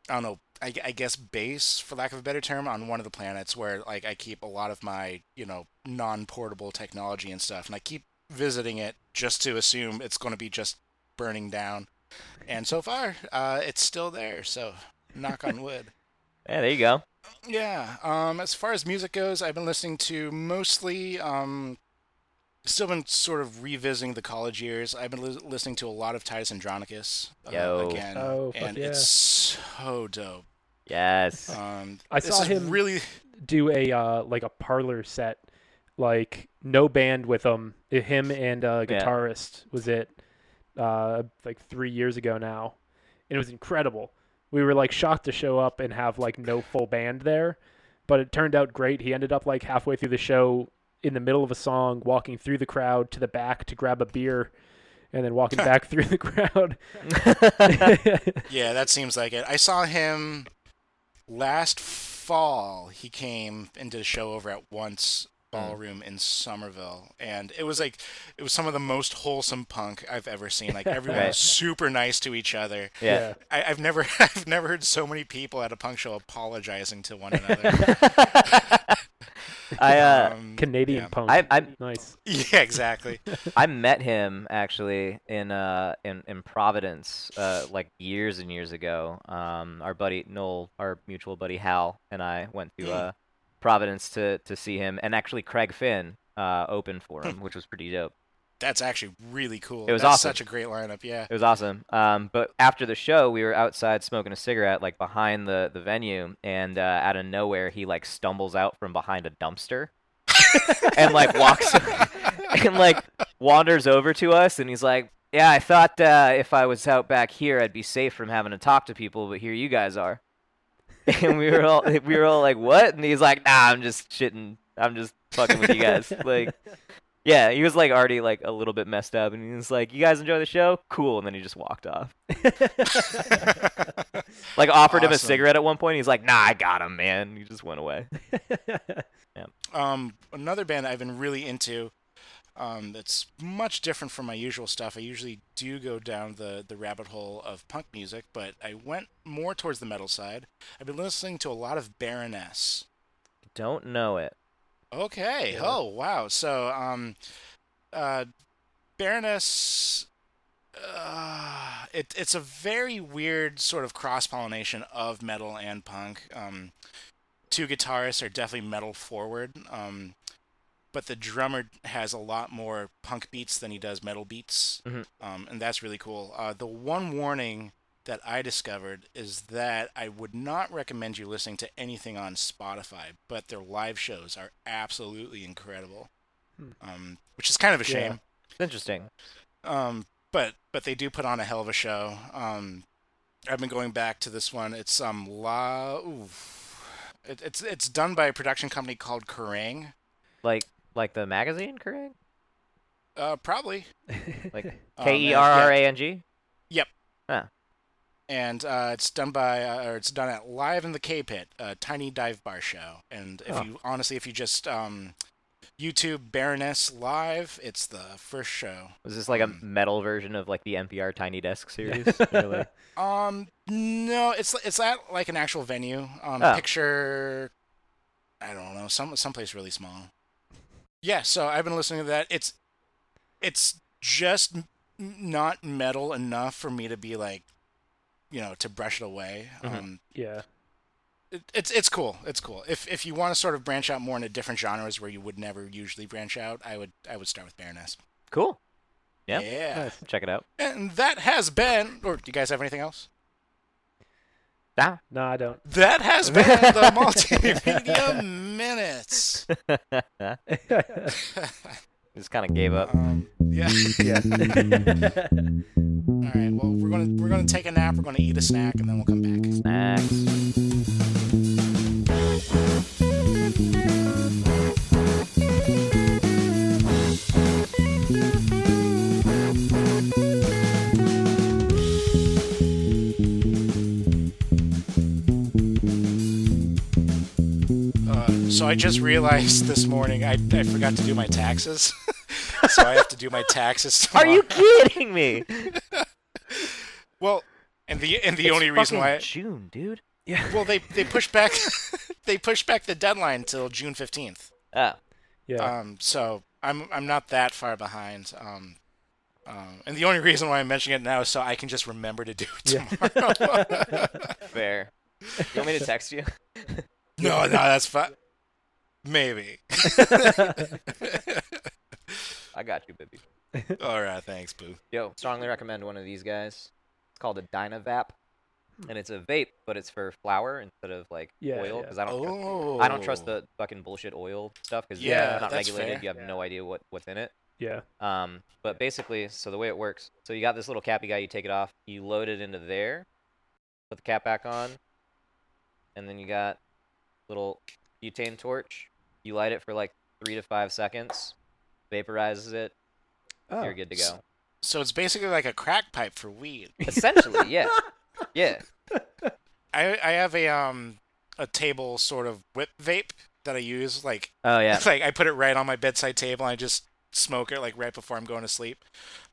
C: I don't know, I, I guess base for lack of a better term on one of the planets where like I keep a lot of my you know non-portable technology and stuff, and I keep visiting it just to assume it's going to be just burning down. And so far, uh, it's still there. So knock on wood.
B: yeah, there you go.
C: Yeah. Um, as far as music goes, I've been listening to mostly. Um, still been sort of revisiting the college years. I've been lis- listening to a lot of Titus Andronicus uh,
B: Yo.
C: again,
A: Oh, fuck
C: and
A: yeah.
C: it's so dope.
B: Yes.
C: Um,
A: I
C: this
A: saw
C: is
A: him-
C: really.
A: Do a uh, like a parlor set, like no band with him. Him and a
B: Yeah.
A: guitarist was it, uh, like three years ago now, and it was incredible. We were like shocked to show up and have like no full band there, but it turned out great. He ended up like halfway through the show in the middle of a song, walking through the crowd to the back to grab a beer, and then walking back through the crowd.
C: Yeah, that seems like it. I saw him last fall. He came and did a show over at Once
B: Hmm.
C: Ballroom in Somerville, and it was like it was some of the most wholesome punk I've ever seen. Like everyone
B: Right.
C: was super nice to each other.
B: yeah.
C: I, I've never I've never heard so many people at a punk show apologizing to one another.
B: I uh,
C: Um,
A: Canadian
C: yeah.
A: punk.
B: I I
A: nice.
C: yeah, exactly.
B: I met him actually in uh in, in Providence uh like years and years ago. Um, our buddy Noel, our mutual buddy Hal, and I went to
C: Mm.
B: uh Providence to to see him, and actually Craig Finn uh opened for him, which was pretty dope.
C: That's actually really cool.
B: It was
C: That's
B: awesome.
C: such a great lineup. Yeah.
B: It was awesome. Um, but after the show, we were outside smoking a cigarette, like behind the the venue, and uh, out of nowhere, he like stumbles out from behind a dumpster, and like walks, and like wanders over to us, and he's like, "Yeah, I thought uh, if I was out back here, I'd be safe from having to talk to people, but here you guys are." and we were all we were all like, "What?" And he's like, "Nah, I'm just shitting. I'm just fucking with you guys." Like. Yeah, he was like already like a little bit messed up, and he was like, "You guys enjoy the show? Cool." And then he just walked off. Like offered him a
C: Awesome.
B: cigarette at one point. He's like, "Nah, I got him, man." He just went away.
C: um, another band I've been really into. Um, that's much different from my usual stuff. I usually do go down the, the rabbit hole of punk music, but I went more towards the metal side. I've been listening to a lot of Baroness.
B: Don't know it.
C: Okay.
A: Yeah.
C: Oh wow. So um, uh, Baroness. Uh, it, it's a very weird sort of cross pollination of metal and punk. Um, two guitarists are definitely metal forward, um, but the drummer has a lot more punk beats than he does metal beats,
A: Mm-hmm.
B: Mhm.
C: um, and that's really cool. Uh, the one warning that I discovered is that I would not recommend you listening to anything on Spotify, but their live shows are absolutely incredible,
A: Hmm.
C: um, which is kind of a
A: Yeah.
C: shame.
B: It's interesting.
C: Um, but but they do put on a hell of a show. Um, I've been going back to this one. It's um La. Ooh. It, it's it's done by a production company called Kerrang.
B: Like like the magazine, correct?
C: Uh, probably.
B: Like-
C: Um,
B: K e r r
C: and-
B: a n g.
C: And uh, it's done by uh, or it's done at Live in the K Pit, a tiny dive bar show. And if
B: Huh.
C: you honestly, if you just um, YouTube Baroness Live, it's the first show.
B: Was this like a
C: Mm.
B: metal version of like the NPR Tiny Desk series? You know, like-
C: Um, no, it's it's at like an actual venue. Um,
B: Oh.
C: picture, I don't know, some someplace really small. Yeah, so I've been listening to that. It's it's just m- not metal enough for me to be like, you know, to brush it away.
B: Mhm.
C: Um,
A: yeah.
C: it, it's it's cool. It's cool. If if you want to sort of branch out more into different genres where you would never usually branch out, I would I would start with Baroness.
B: cool. Yeah.
C: Yeah.
A: Nice.
B: Check it out.
C: And that has been. Or do you guys have anything else?
B: Ah.
A: No, I don't.
C: That has been the Multimedia Minutes.
B: Just kind of gave up.
C: um, yeah.
A: yeah.
C: All right. Well, we're gonna we're gonna take a nap. We're gonna eat a snack, and then we'll come back.
B: Snacks.
C: Uh, so I just realized this morning I, I forgot to do my taxes, so I have to do my taxes.
B: Are
C: Tomorrow.
B: you kidding me?
C: Well, and the and the
B: It's
C: only reason
B: fucking
C: why
B: June, dude.
A: yeah.
C: well they they push back they push back the deadline till June fifteenth.
B: Oh,
A: Yeah.
C: Um, so I'm I'm not that far behind. Um, um, and the only reason why I'm mentioning it now is so I can just remember to do it
A: Yeah.
C: tomorrow.
B: fair. You want me to text you?
C: no, no, that's fine. Maybe.
B: I got you, baby.
C: All right, thanks, Boo.
B: Yo, strongly recommend one of these guys. It's called a Dynavap, and it's a vape, but it's for flour instead of like
A: Yeah,
B: oil.
A: yeah.
B: Because I don't, trust,
C: Oh,
B: I don't trust the fucking bullshit oil stuff because
A: Yeah,
B: it's not
C: that's
B: regulated.
C: fair.
B: You have no idea what, what's in it.
A: yeah.
B: Um, but basically, so the way it works, so you got this little cappy guy. You take it off, you load it into there, put the cap back on, and then you got little butane torch. You light it for like three to five seconds, vaporizes it.
A: Oh.
B: You're good to
C: s-
B: go.
C: So it's basically like a crack pipe for weed.
B: Essentially, yeah, yeah.
C: I I have a um a table sort of whip vape that I use like
B: Oh yeah.
C: like I put it right on my bedside table and I just smoke it like right before I'm going to sleep.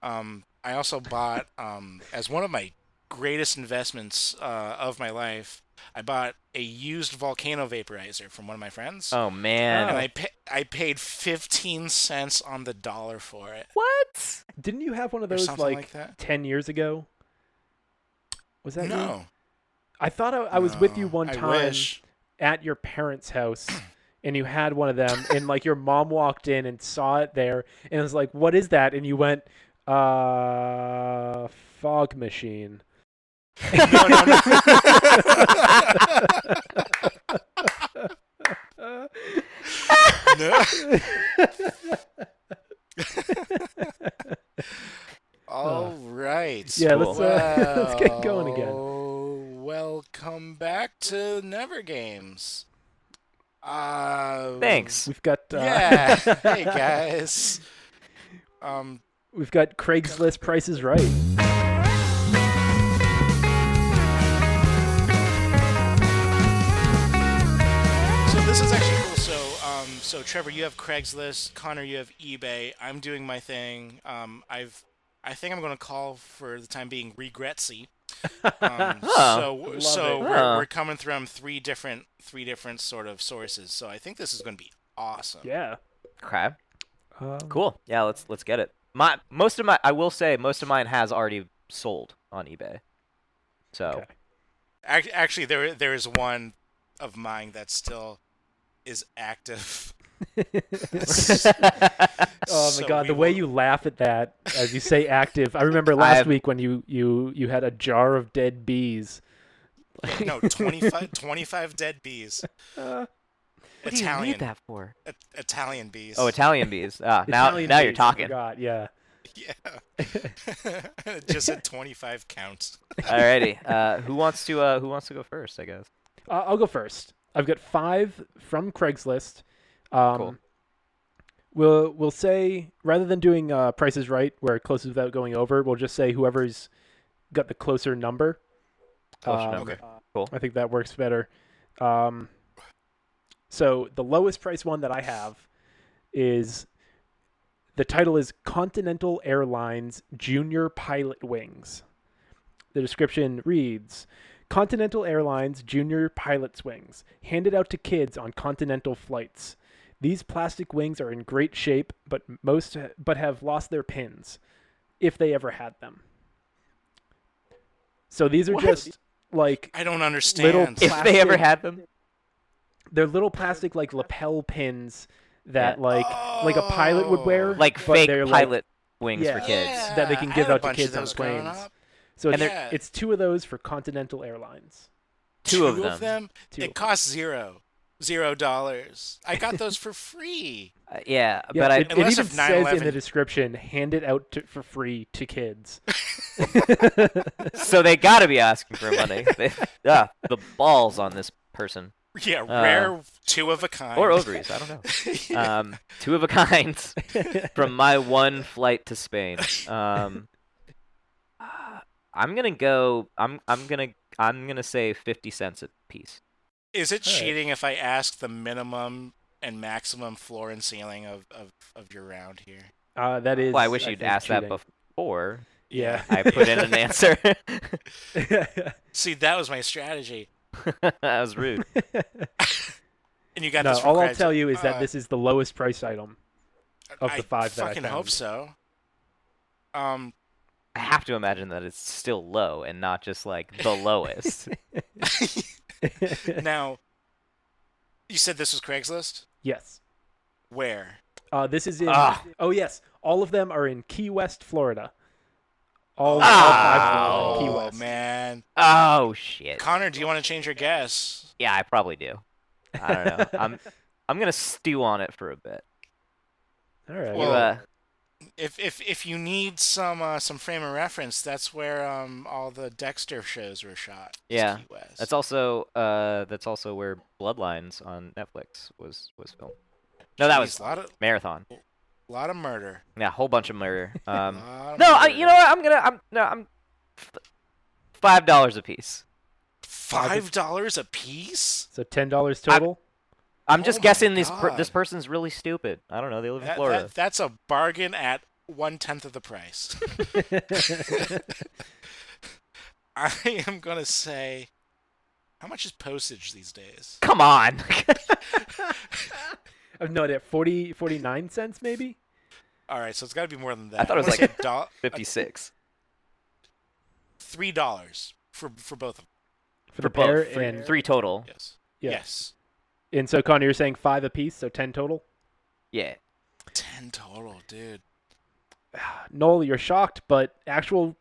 C: Um, I also bought um, as one of my greatest investments uh, of my life. I bought a used volcano vaporizer from one of my friends,
B: Oh man.
C: and I pa- I paid fifteen cents on the dollar for it
B: What?
A: Didn't you have one of
C: or
A: those
C: something
A: like,
C: like, that.
A: ten years ago? Was that you?
C: No,
A: I thought I, I was with you
C: no,
A: one
C: I
A: time
C: wish.
A: at your parents' house, and you had one of them, and like your mom walked in and saw it there, and was like, "What is that?" And you went, "Uh, fog machine."
C: no, no, no.
A: Uh,
C: No. All right.
A: Yeah,
B: let's,
A: uh, let's get going again.
C: again. Welcome back to Never Games. Uh,
B: Thanks.
A: we've got uh,
C: Yeah. hey guys. Um.
A: we've got Craigslist prices right.
C: So this is actually cool. So, um, so Trevor, you have Craigslist. Connor, you have eBay. I'm doing my thing. Um, I've, I think I'm going to call for the time being Regretsy. Um,
B: Oh.
C: so,
A: Love
C: so
A: it.
C: we're,
B: Oh.
C: we're coming from three different, three different sort of sources. So I think this is going to be awesome.
A: Yeah.
B: Okay.
A: Um,
B: Cool. Yeah, let's let's get it. My most of my I will say most of mine has already sold on eBay. So
A: Okay.
C: Ac- Actually, there there is one of mine that still is active.
A: Oh my god, the way you laugh at that as you say active. I remember last
B: have-
A: week when you you you had a jar of dead bees.
C: no 25, 25 dead bees.
A: Uh,
B: what do you
C: Italian
B: need that for?
C: I- Italian bees.
B: Oh, Italian bees. Ah, now
A: Italian
B: now you're
A: bees, I
B: talking.
A: forgot, yeah.
C: yeah. It Just a twenty five count.
B: Alrighty. Uh, who wants to uh, who wants to go first? I guess.
A: Uh, I'll go first. I've got five from Craigslist. Um,
B: Cool.
A: We'll we'll say rather than doing uh, prices right where closest without going over, we'll just say whoever's got the closer number.
B: Closer
A: Um,
B: number.
C: Okay.
B: Cool.
A: I think that works better. Um, so the lowest price one that I have is the title is Continental Airlines Junior Pilot Wings. The description reads Continental Airlines Junior Pilot's Wings, handed out to kids on continental flights. These plastic wings are in great shape, but most but have lost their pins, if they ever had them. So these are
B: What?
A: just like
C: I don't understand.
A: pla-
B: If they ever
A: Plastic.
B: had them.
A: they're little plastic like lapel pins that
B: Yeah. Oh.
A: like like a pilot would wear,
B: Like
A: but
B: fake
A: they're,
B: pilot
A: like-
B: wings for
A: Yeah.
B: kids.
A: that they can
C: Yeah,
A: give
C: I had a
A: out to
C: bunch of
A: kids on
C: those growing
A: planes.
C: up.
A: so
B: and
A: it's,
C: they're-
A: it's two of those for Continental Airlines.
B: Two
C: Two
B: of
C: of
B: them.
C: them.
A: Two.
C: It costs zero. Zero dollars. I got those for free.
B: Uh, yeah,
A: Yeah,
B: but I
A: it, it even
C: Unless if
A: says in the
C: 9/11
A: description, hand it out to, for free to kids.
B: so they gotta be asking for money. They, ah, the balls on this person
C: Yeah, rare two of a kind.
B: Uh. or ovaries. I don't know. Um, two of a kind from my one flight to Spain. Um, uh, I'm gonna go. I'm I'm gonna I'm gonna say fifty cents a piece.
C: Is it
A: All right.
C: cheating if I ask the minimum and maximum floor and ceiling of, of, of your round here?
A: Uh, that is.
B: Well, I wish you'd
A: think,
B: asked that
A: cheating.
B: before
A: Yeah.
B: I put in an answer.
C: See, that was my strategy.
B: that was rude.
C: And you got
A: no,
C: this. from
A: all I'll
C: Craigslist.
A: tell you is that
C: Uh,
A: this is the lowest price item. of the five that I
C: I fucking hope
A: found.
C: so. Um,
B: I have to imagine that it's still low and not just like the lowest.
C: now, you said this was Craigslist.
A: yes.
C: Where?
A: Uh, this is in.
B: Ah.
A: Oh yes, all of them are in Key West, Florida. All, all Oh, five of them are in Key
C: Oh,
A: West.
C: man,
B: oh shit.
C: Connor, do you want to change your guess?
B: Yeah, I probably do. I don't know. I'm I'm gonna stew on it for a bit.
A: All right.
B: You,
C: Well,
B: uh,
C: If if if you need some uh, some frame of reference, that's where um all the Dexter shows were shot. is
B: Yeah,
C: Key West.
B: that's also uh that's also where Bloodlines on Netflix was was filmed. No, that was
C: Jeez, a lot of
B: Marathon.
C: lot of murder.
B: Yeah, a whole bunch of murder. Um,
C: Lot of
B: no, I, you
C: murder.
B: know what? I'm gonna I'm no I'm f- five dollars a piece.
C: Five dollars a piece?
A: So ten dollars total.
B: I'm just
C: Oh my
B: guessing this per- this
C: God.
B: person's really stupid. I don't know. They live in
C: That-
B: Florida.
C: that- that's a bargain at one tenth of the price. I am gonna say, how much is postage these days?
B: Come on.
A: I've no idea. 40, 49 cents maybe.
C: All right, so it's got to be more than that.
B: thought it was
C: I'm gonna
B: like
C: say doll-
B: Fifty six.
C: three dollars for for both of
A: for
B: For
A: the pair
B: both. For
A: and
B: three total.
C: them. Yes.
A: yeah.
C: Yes.
A: And so Connor, you're saying five apiece, so ten total.
B: Yeah.
C: Ten total, dude.
A: Noel, you're shocked, but actual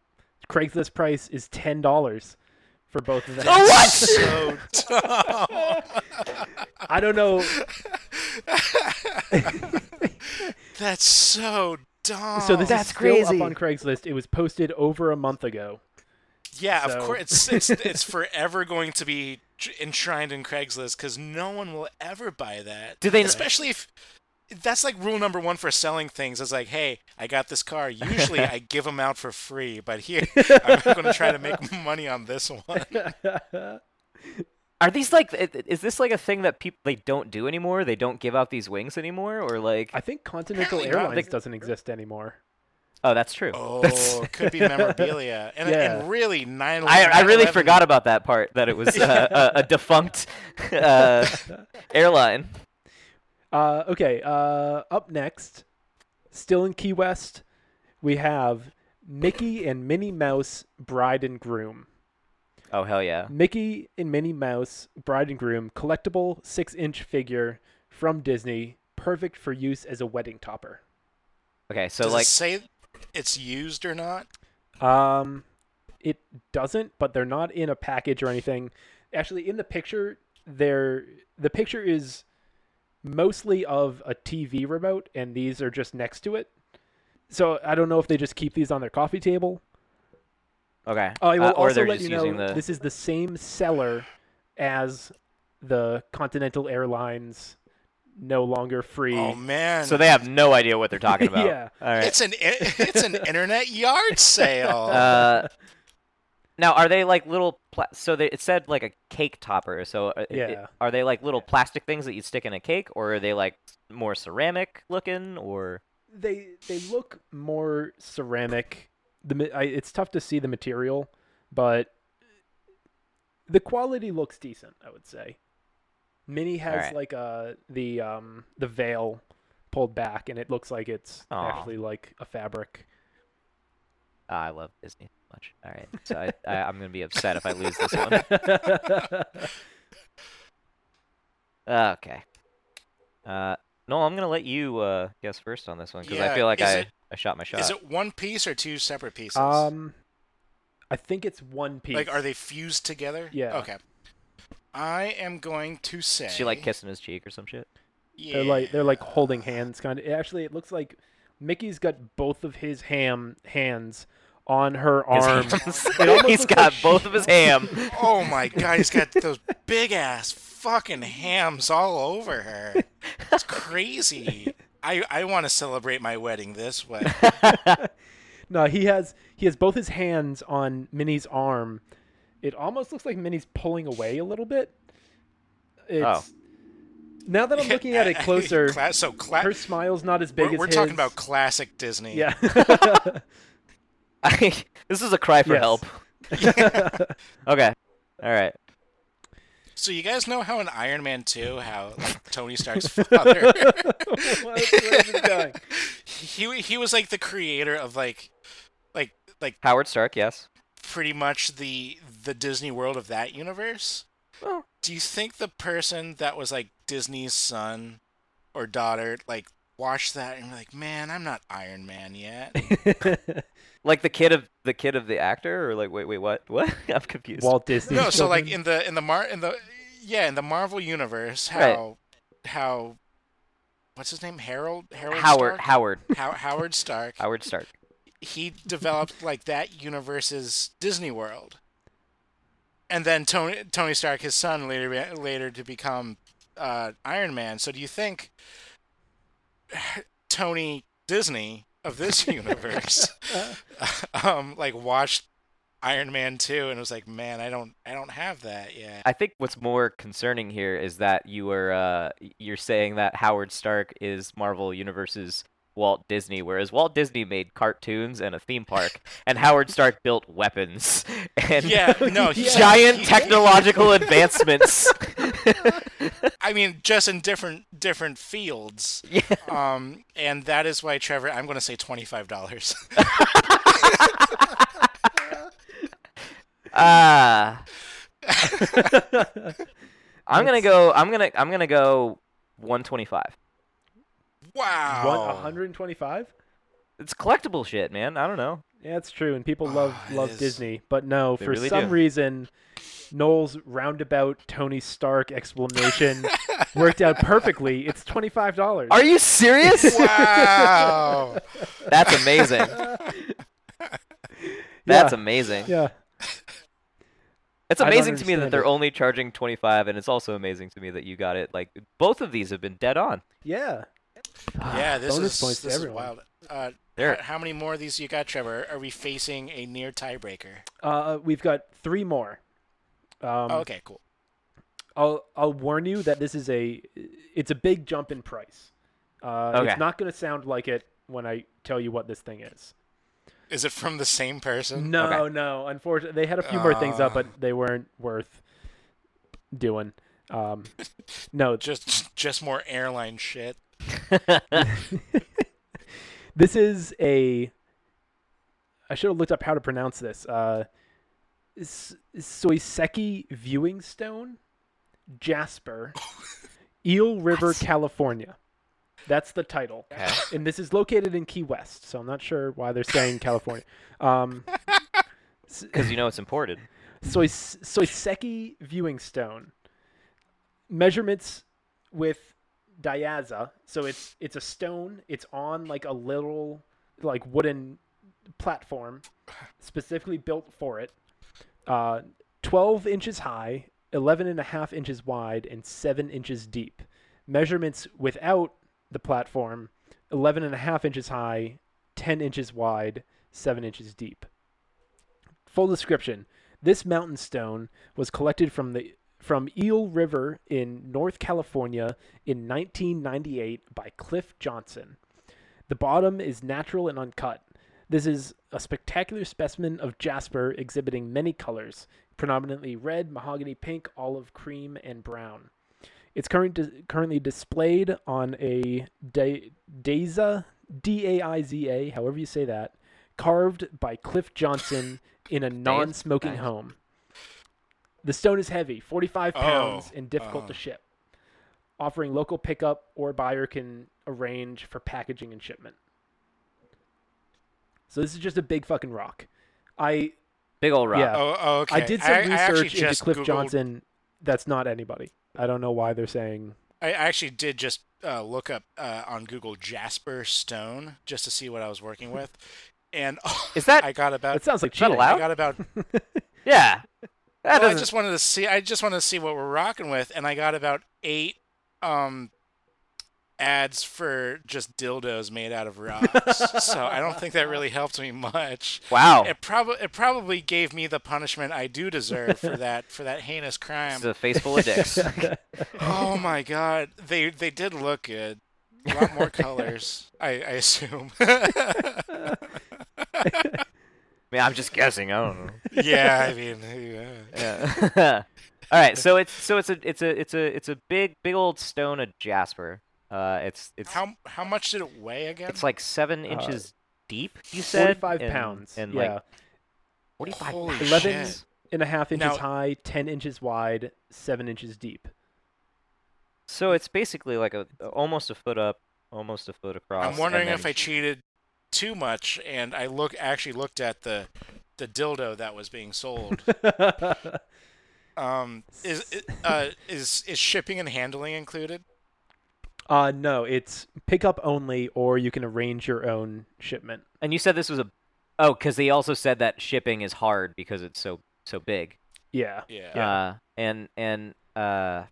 A: Craigslist price is ten dollars for both of them.
B: Oh, what?
C: So dumb.
A: I don't know.
C: That's so dumb.
A: So this
B: That's
A: is still
B: crazy.
A: up on Craigslist. It was posted over a month ago.
C: yeah,
A: so-
C: of course, it's, it's it's forever going to be tr- enshrined in Craigslist because no one will ever buy that.
B: Do they-
C: Especially if that's like rule number one for selling things. It's like, hey, I got this car. Usually I give them out for free, but here I'm going to try to make money on this one.
B: Are these like i- i- is this like a thing that people they don't do anymore? They don't give out these wings anymore, or like
A: I think Continental
C: Apparently not.
A: Airlines
C: They-
A: doesn't exist anymore.
B: oh that's true. That's-
C: Oh, could be memorabilia, and,
A: Yeah.
C: and really nine.
B: I, I really forgot about that part that it was uh, a, a defunct uh, airline.
A: Uh, okay. Uh, up next, still in Key West, we have Mickey and Minnie Mouse, Bride and Groom.
B: Oh hell yeah!
A: Mickey and Minnie Mouse, Bride and Groom, collectible six-inch figure from Disney, perfect for use as a wedding topper.
B: Okay, so
C: Does it
B: like
C: say it's used or not?
A: Um, it doesn't, but they're not in a package or anything. Actually, in the picture, they're the picture is mostly of a TV remote, and these are just next to it. So I don't know if they just keep these on their coffee table.
B: okay,
A: Oh, I will
B: Uh, or
A: also
B: they're
A: let
B: just
A: you
B: using
A: know
B: the
A: this is the same seller as the Continental Airlines, no longer free.
C: Oh man.
B: so they have no idea what they're talking about.
A: Yeah.
B: All right.
C: It's an it's an internet yard sale.
A: Oh.
B: Uh, now are they like little pla- so they, it said like a cake topper so uh, it- it-
A: Yeah.
B: are they like little plastic things that you stick in a cake or are they like more ceramic looking or
A: they they look more ceramic. The ma- I, it's tough to see the material, but the quality looks decent. I would say. Minnie has
B: Alright.
A: like uh the um the veil pulled back, and it looks like it's
B: Aw.
A: actually like a fabric.
B: Ah, i love disney so much all right so I, I, i'm gonna be upset if i lose this one Ah, okay uh, no i'm gonna let you uh, guess first on this one because
C: Yeah,
B: i feel like
C: is
B: I,
C: it-
B: I shot my shot
C: Is it one piece or two separate pieces?
A: um, I think it's one piece.
C: like are they fused together?
A: Yeah.
C: Okay. I am going to say.
B: Is she like kissing his cheek or some shit
C: Yeah.
A: They're like they're like holding hands, kind of. Actually, it looks like Mickey's got both of his ham hands on her
B: His
A: arm.
B: hams.
A: It almost
B: he's
A: looks
B: got
A: like she-
B: both of his ham
C: Oh my god, he's got those big ass fucking hams all over her. It's crazy. I I want to celebrate my wedding this way.
A: No, he has he has both his hands on Minnie's arm. It almost looks like Minnie's pulling away a little bit. It's, Now that I'm looking at it closer,
C: Oh. Cla- so cla-
A: her smile's not as big
C: we're,
A: as
C: we're
A: his.
C: talking about classic Disney.
A: yeah.
B: I, this is a cry for
A: Yes.
B: help okay all right
C: So you guys know how in Iron Man 2, how like Tony Stark's father,
A: What- where's it going?
C: he he was like the creator of like like like
B: Howard Stark, yes.
C: pretty much the the Disney world of that universe.
B: Oh.
C: Do you think the person that was like Disney's son or daughter like watched that and were like, man, I'm not Iron Man yet?
B: Like the kid of the kid of the actor, or like wait, wait, what? What? I'm confused.
A: Walt Disney.
C: no, so like
A: children.
C: in the in the Mar in the yeah in the Marvel universe, how
B: Right.
C: how what's his name Harold Harold
B: Howard,
C: Stark?
B: Howard,
C: How- Howard Stark.
B: Howard Stark.
C: he developed like that universe's Disney World, and then Tony Tony Stark, his son, later later to become uh, Iron Man. So do you think Tony Disney of this universe, um, like watched Iron Man two and was like, man, I don't I don't have that yet.
B: I think what's more concerning here is that you were uh, you're saying that Howard Stark is Marvel Universe's Walt Disney, whereas Walt Disney made cartoons and a theme park, and Howard Stark built weapons and
C: yeah, no, he-
B: giant
C: he-
B: technological advancements.
C: I mean, just in different different fields.
B: Yeah.
C: Um, and that is why Trevor, I'm going to say twenty five dollars.
B: Ah. I'm gonna go. I'm gonna. I'm gonna go 125.
C: Wow.
A: One- 125?
B: It's collectible shit, man. I don't know.
A: Yeah, it's true, and people love
C: Ah, it
A: love
C: is.
A: Disney, but no,
B: They
A: for
B: really
A: some
B: do.
A: reason, Noel's roundabout Tony Stark explanation worked out perfectly. It's twenty five dollars.
B: Are you serious?
C: Wow.
B: That's amazing. That's amazing.
A: yeah.
B: It's
A: I don't
B: amazing to me that
A: understand
B: they're
A: it.
B: only charging 25, and it's also amazing to me that you got it. Like both of these have been dead on.
A: Yeah.
C: yeah, this
A: Bonus
C: is
A: points to
C: this is
A: everyone.
C: wild. Uh,
B: There.
C: h- How many more of these you got, Trevor? Are we facing a near tiebreaker?
A: Uh, we've got three more. Um,
C: Oh, okay, cool.
A: I'll I'll warn you that this is a it's a big jump in price. Uh,
B: Okay.
A: It's not going to sound like it when I tell you what this thing is.
C: Is it from the same person?
A: No, no. Unfortunately, they had a few more things up, but they weren't worth doing. Um, no,
C: Just just more airline shit.
A: this is a. I should have looked up how to pronounce this. Uh, S- Soiseki Viewing Stone, Jasper, Eel River, California. That's the title,
B: Okay.
A: and this is located in Key West. So I'm not sure why they're saying California. Um, s-
B: Because you know it's imported.
A: Sois- Soiseki viewing stone measurements with diaza. So it's it's a stone. It's on like a little like wooden platform specifically built for it. Uh, 12 inches high, 11 and a half inches wide, and 7 inches deep. Measurements without the platform 11 and a half inches high, 10 inches wide, 7 inches deep. Full description. This mountain stone was collected from the from Eel River in North California in 1998 by Cliff Johnson. The bottom is natural and uncut. This is a spectacular specimen of jasper exhibiting many colors, predominantly red, mahogany pink, olive cream, and brown. It's current currently displayed on a da- Daiza, D A I Z A, however you say that, carved by Cliff Johnson in a non smoking
B: Nice.
A: home. The stone is heavy, 45 pounds,
C: Oh,
A: and difficult
C: oh.
A: to ship. Offering local pickup or buyer can arrange for packaging and shipment. So this is just a big fucking rock. I
B: Big old rock.
A: Yeah.
C: Oh, oh, okay.
A: Uh, I did some
C: I actually
A: research into
C: just
A: Cliff
C: Googled-
A: Johnson. That's not anybody. I don't know why they're saying
C: I actually did just uh, look up uh, on Google Jasper Stone just to see what I was working with, and
B: Is that-
C: I got about
A: that sounds like
B: Is that
A: cheating.
C: I
B: allowed?
C: got about.
B: Yeah. That
C: well, I
B: doesn't-
C: just wanted to see. I just wanted to see what we're rocking with, and I got about eight um ads for just dildos made out of rocks. so I don't think that really helped me much.
B: Wow.
C: It probably it probably gave me the punishment I do deserve for that for that heinous crime.
B: It's a face full of dicks.
C: Oh my god, they they did look good. A lot more colors, I, I assume.
B: I mean, I'm just guessing. I don't know.
C: yeah, I mean, yeah.
B: Yeah. All right. So it's so it's a it's a it's a it's a big big old stone of jasper. Uh, it's it's
C: how how much did it weigh again?
B: it's like seven
A: Uh,
B: inches deep. You said
A: 45
B: and-
A: pounds.
B: and
A: yeah.
B: like forty five.
C: Holy
A: Eleven
C: shit.
A: and a half inches
C: Now-
A: high, 10 inches wide, 7 inches deep.
B: So it's basically like a almost a foot up, almost a foot across.
C: I'm
B: and
C: wondering
B: then-
C: if I cheated too much, and I look actually looked at the the dildo that was being sold. Um, is
A: S-
C: uh is is shipping and handling included?
A: uh no, it's pickup only or you can arrange your own shipment.
B: And you said this was a oh, because they also said that shipping is hard because it's so so big.
A: Yeah.
C: Yeah.
B: Uh, and and uh,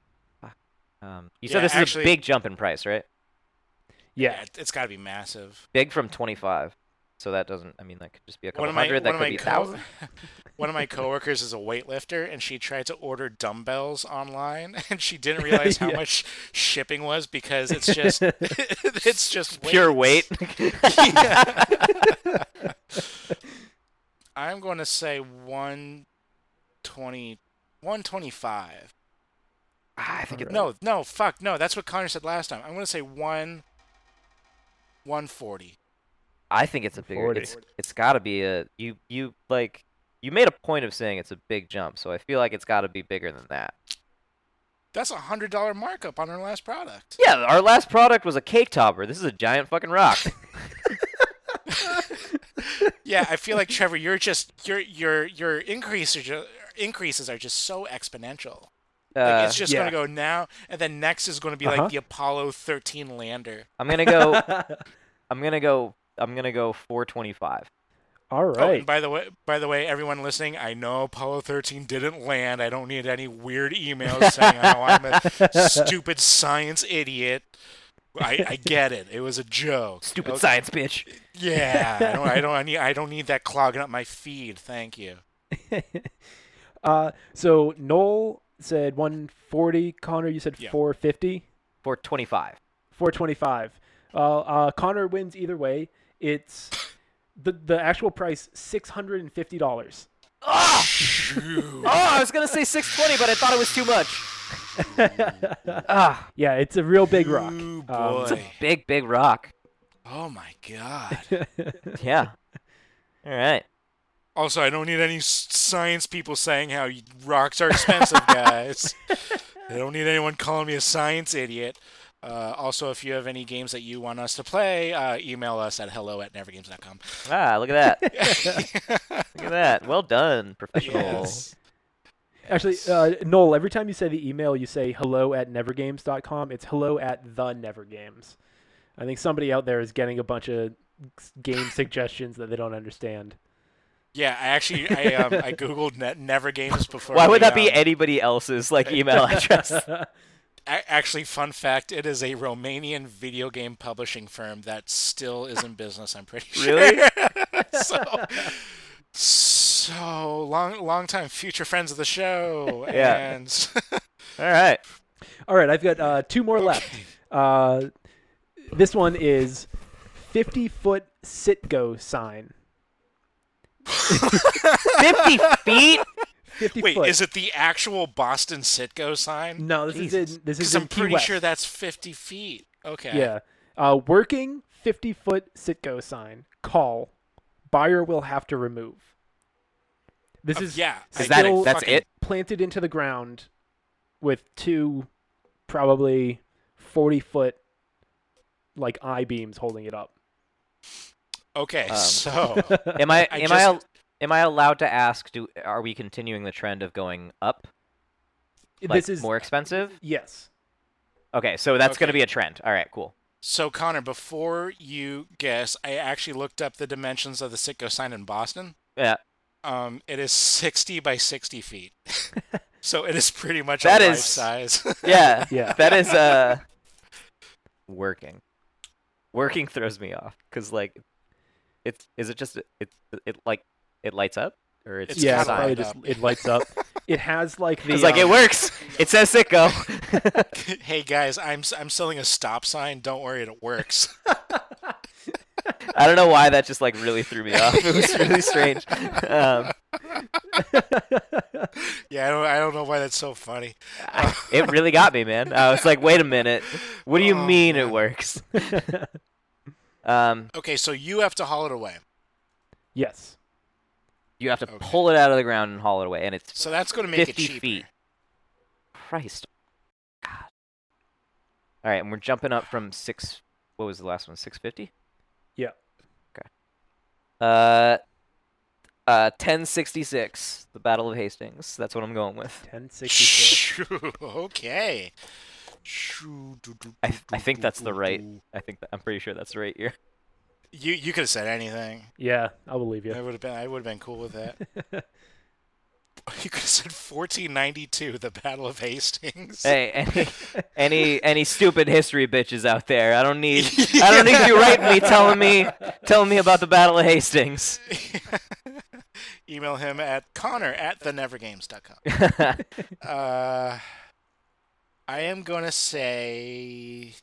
B: fuck, um, you
C: Yeah,
B: said this
C: actually-
B: is a big jump in price, right?
A: Yeah.
C: it- it's got to be massive.
B: Big from twenty five. So that doesn't. I mean, that could just be a couple
C: one of my
B: hundred.
C: one
B: That
C: of
B: could
C: my
B: be a
C: co-
B: thousand.
C: one of my coworkers is a weightlifter, and she tried to order dumbbells online, and she didn't realize how
A: Yeah.
C: much shipping was because it's just it's just
B: Pure weight.
C: weights. I'm going to say 120, 125.
B: Ah, I think it,
C: No, no, fuck, no. That's what Connor said last time. I'm going to say one. 140.
B: I think it's a bigger.
A: 40.
B: It's it's got to be a you you like you made a point of saying it's a big jump, so I feel like it's got to be bigger than that.
C: That's a hundred dollar markup on our last product.
B: Yeah, our last product was a cake topper. This is a giant fucking rock. Uh,
C: Yeah, I feel like Trevor, you're just your your your increases are ju- increases are just so exponential.
B: Uh,
C: Like, it's just
A: yeah.
C: gonna go now, and then next is gonna be
A: Uh-huh.
C: like the Apollo 13 lander.
B: I'm gonna go. I'm gonna go. I'm gonna go 425.
A: All
C: Oh,
A: right.
C: and by the way, by the way, everyone listening, I know Apollo 13 didn't land. I don't need any weird emails saying how I'm a stupid science idiot. I, I get it. It was a joke.
B: Stupid
C: Okay.
B: science bitch.
C: Yeah, I don't. I don't. I need. I don't need that clogging up my feed. Thank you.
A: uh so Noel said 140, Connor you said
C: Yeah.
A: 450.
B: 425.
A: 425. Uh, uh, Connor wins either way. It's the the actual price six hundred and fifty dollars.
B: Oh!
C: Shoo.
B: oh, I was gonna say 620, but I thought it was too much. Ah,
A: yeah, it's a real big rock.
C: Ooh,
A: Um,
C: boy.
B: big big rock.
C: oh my god.
B: Yeah. All right.
C: Also, I don't need any s- science people saying how y- rocks are expensive, guys. I don't need anyone calling me a science idiot. Uh, also, if you have any games that you want us to play, uh, email us at hello at nevergames.com.
B: Ah, look at that. Look at that. Well done, professional.
C: Yes.
A: Actually, uh, Noel, every time you say the email, you say hello at nevergames.com. It's hello at the nevergames. I think somebody out there is getting a bunch of s- game suggestions that they don't understand.
C: Yeah, I actually I, um, I googled net never games before.
B: Why would
C: we,
B: that be
C: um,
B: anybody else's like email address?
C: a- actually, fun fact: it is a Romanian video game publishing firm that still is in business. I'm pretty sure.
B: Really?
C: so, so long, long time future friends of the show.
B: Yeah.
C: And
B: All right.
A: All right, I've got uh, two more left. Uh, this one is 50 foot Sitgo sign.
B: 50 feet?
A: 50
C: wait,
A: foot.
C: is it the actual Boston Sitco sign?
A: no, this
B: Jesus.
A: is in, this
C: Because
A: is in
C: I'm
A: Key
C: pretty
A: West.
C: sure that's 50 feet. Okay.
A: Yeah. Uh, working 50 foot Sitgo sign. Call. Buyer will have to remove. This
C: Uh,
A: is
C: yeah. I
B: Is that
A: still
B: it? That's
C: fucking-
B: it?
A: planted into the ground with two probably 40 foot like I beams holding it up.
C: Okay.
B: Um,
C: So
B: Am I,
C: I
B: am I al- am I allowed to ask do are we continuing the trend of going up? Like
A: this is
B: more expensive?
A: yes.
B: Okay, so that's going to
C: Okay.
B: be a trend. All right, cool.
C: So Connor, before you guess, I actually looked up the dimensions of the Sitco sign in Boston.
B: Yeah.
C: Um, it is 60 by 60 feet. so it is pretty much
B: That
C: a life
B: is-
C: size.
B: Yeah.
A: Yeah.
B: that is uh working. Working throws me off cuz like it's is it just it's it like it lights up or it's
C: It's
A: yeah,
B: just
A: it
C: kinda
A: probably
C: lighted
A: just
C: up.
A: it lights up. it has like the
B: It's like it
A: um,
B: works. It says sicko.
C: hey guys, I'm s- I'm selling a stop sign. Don't worry, it works.
B: I don't know why that just like really threw me off. It was really strange. Um,
C: yeah, I don't I don't know why that's so funny.
B: I- it really got me, man. I was like, wait a minute. What do you
C: Oh,
B: mean it
C: man.
B: works? um,
C: Okay, so you have to haul it away.
A: Yes.
B: you have to
C: Okay.
B: pull it out of the ground and haul it away, and it's
C: So that's going to make it
B: 50
C: cheaper.
B: feet. Christ. God. All right, and we're jumping up from six. What was the last one? Six fifty.
A: Yeah.
B: Uh, uh, ten sixty six. The Battle of Hastings. That's what I'm going with.
A: 1066.
C: okay.
B: I, I think that's the right. I think that, I'm pretty sure that's the right year.
C: You you could have said anything.
A: yeah, I believe you.
C: I would have been I would have been cool with that. you could have said 1492, the Battle of Hastings.
B: Hey, any, any any stupid history bitches out there? I don't need I don't need you writing me telling me telling me about the Battle of Hastings.
C: Email him at Connor at thenevergames.com.
B: okay,
C: Uh, I am gonna say,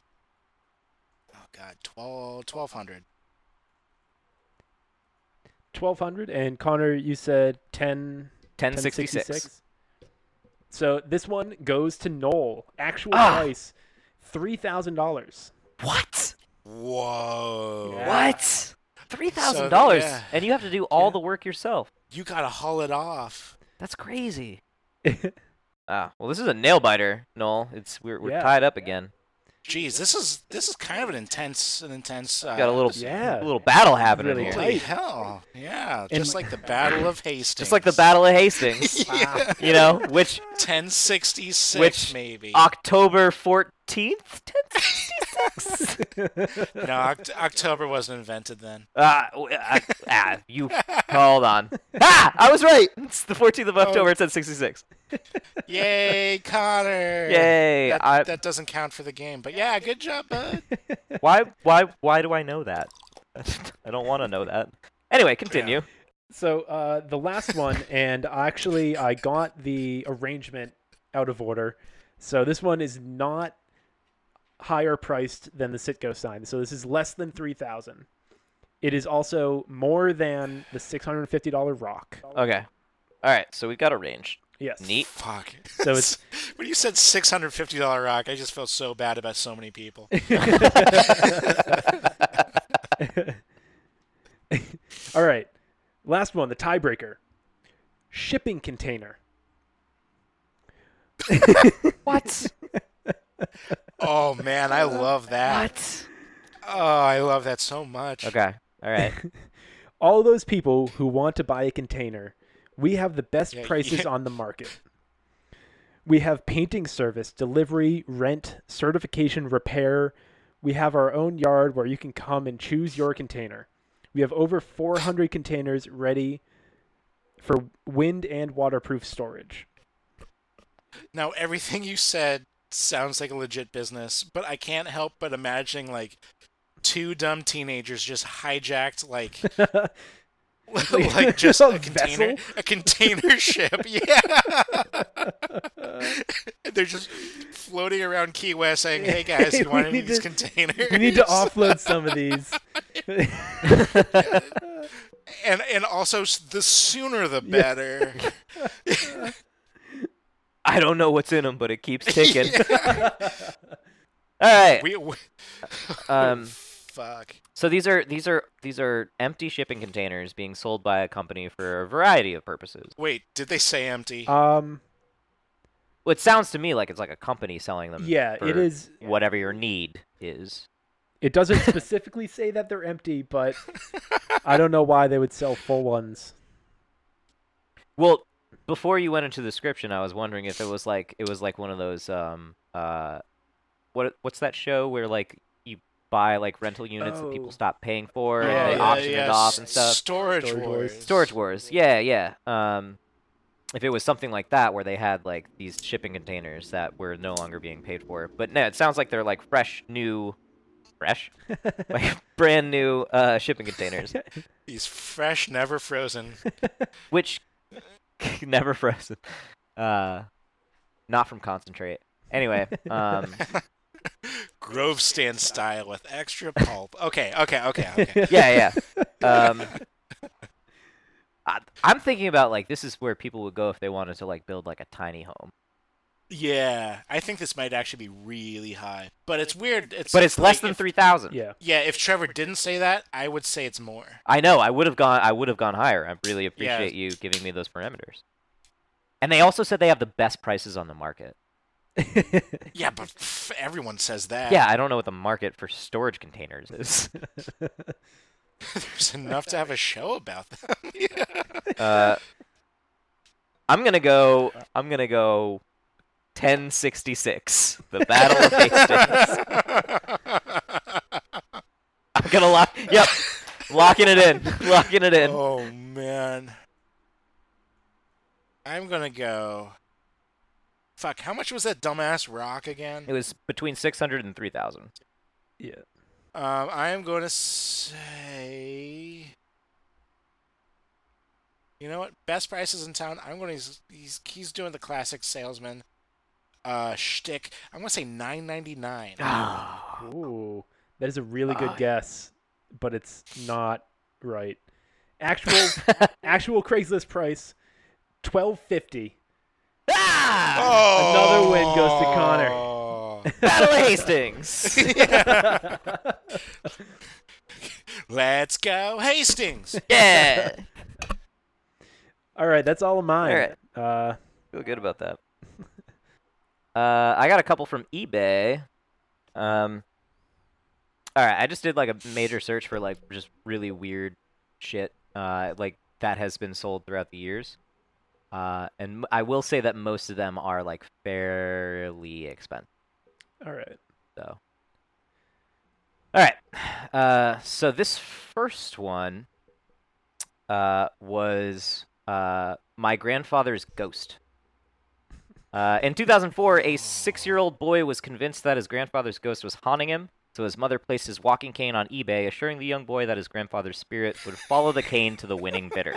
C: oh god, 12, 1200.
A: 1200 and Connor you said 10
B: 1066.
A: So this one goes to Noel. Actual
B: Ah.
A: price three thousand dollars.
B: What?
C: Whoa!
A: Yeah.
B: What? Three thousand
C: So,
B: dollars,
C: yeah.
B: and you have to do all
A: Yeah.
B: the work yourself.
C: You gotta haul it off.
B: That's crazy. Ah, well, this is a nail biter, Noel. It's we're we're
A: Yeah.
B: tied up again.
C: Jeez, this is this is kind of an intense, an intense. Uh,
B: We got a little
A: Yeah.
B: a little battle happening
A: Really
B: here,
A: tight.
C: Holy hell! Yeah,
A: And-
C: just like the Battle of Hastings.
B: just like the Battle of Hastings.
A: Wow.
B: you know, which
C: 1066,
B: Which-
C: maybe.
B: October fourteenth, ten sixty six.
C: no, Oct- October wasn't invented then.
B: Ah, w- ah, ah, you hold on. Ah, I was right. It's the fourteenth
A: Oh.
B: of October. It's at sixty six.
C: Yay, Connor!
B: Yay!
C: That,
B: I,
C: that doesn't count for the game, but yeah, good job, bud.
B: Why? Why? Why do I know that? I don't want to know that. Anyway, continue.
A: So uh, the last one, and actually I got the arrangement out of order. So this one is not higher priced than the Sitco sign. So this is less than three thousand. It is also more than the six hundred and fifty dollar rock.
B: Okay. All right. So we've got a range.
A: Yes.
B: Neat.
C: Fuck.
A: So it's
C: When you said six hundred fifty dollar rock, I just felt so bad about so many people.
A: All right. Last one, the tiebreaker. Shipping container.
B: What?
C: Oh man, I love that.
B: What?
C: Oh, I love that so much.
B: Okay. All right.
A: All those people who want to buy a container, we have the best
C: Yeah,
A: prices
C: yeah.
A: on the market. We have painting service, delivery, rent, certification, repair. We have our own yard where you can come and choose your container. We have over 400 containers ready for wind and waterproof storage.
C: Now everything you said sounds like a legit business, but I can't help but imagining like two dumb teenagers just hijacked like like just
A: a
C: a container a container ship. Yeah. They're just floating around Key West saying, "Hey guys,
A: Hey,
C: you want
A: we
C: any of
A: need
C: these
A: to-
C: containers?"
A: We need to offload some of these.
C: and and also s- the sooner the better.
B: I don't know what's in them, but it keeps ticking. All right.
C: we, we
B: Um,
C: fuck.
B: so these are these are these are empty shipping containers being sold by a company for a variety of purposes.
C: Wait, did they say
B: Oh,
C: empty?
A: um,
B: Well, it sounds to me like it's like a company selling them.
A: yeah, it
B: for
A: is.
B: Whatever your need is.
A: It doesn't specifically say that they're empty, but I don't know why they would sell full ones.
B: Well, before you went into the description, I was wondering if it was like it was like one of those um uh, what what's that show where like you buy like rental units that
A: Oh.
B: people stop paying for
A: Oh,
B: and they
A: yeah,
B: auction it
C: yeah,
B: off
C: s-
B: and stuff.
C: Storage,
A: Storage
C: wars.
A: Wars.
B: Storage Wars. Yeah, yeah. Um, if it was something like that where they had like these shipping containers that were no longer being paid for, but no, it sounds like they're like fresh, new, fresh, like brand new uh, shipping containers,
C: These fresh, never frozen.
B: which never frozen, uh, not from concentrate. Anyway, um,
C: Grove stand style with extra pulp. Okay, okay, okay, okay.
B: yeah, yeah. Um, I, I'm thinking about like this is where people would go if they wanted to like build like a tiny home.
C: Yeah, I think this might actually be really high, but it's weird. It's
B: But it's less
C: like,
B: than
C: if-
B: three thousand.
A: Yeah.
C: Yeah, if Trevor didn't say that, I would say it's more.
B: I know. I would have gone. I would have gone higher. I really appreciate you giving me those parameters. And they also said they have the best prices on the market.
C: Yeah, but pff, everyone says that.
B: Yeah, I don't know what the market for storage containers is.
C: there's enough to have a show about them. Yeah.
B: Uh, I'm gonna go. I'm gonna go. 1066, the Battle of Hastings. I'm gonna lock. Yep, locking it in. Locking it in.
C: oh man, I'm gonna go. Fuck, how much was that dumbass rock again?
B: It was between 600 and 3,000.
A: Yeah.
C: Um, I am going to say. You know what? Best prices in town. I'm going to. He's he's doing the classic salesman, uh, shtick. I'm going to say nine ninety nine.
A: Ooh, that is a really good
B: Ah.
A: guess, but it's not right. Actual actual Craigslist price, twelve fifty.
B: ah!
A: Another win goes to Connor.
C: Connor.
B: Battle of Hastings.
C: Let's go Hastings.
B: yeah.
A: All right, that's all of mine.
B: right.
A: Uh,
B: Feel good about that. uh, I got a couple from eBay. Um, all right, I just did like a major search for like just really weird shit, uh, like that has been sold throughout the years. Uh, and m- I will say that most of them are like fairly expensive.
A: all right.
B: So, all right. Uh, so this first one uh, was uh, my grandfather's ghost. Uh, in 2004, a six-year-old boy was convinced that his grandfather's ghost was haunting him, so his mother placed his walking cane on eBay, assuring the young boy that his grandfather's spirit would follow the cane to the winning bidder.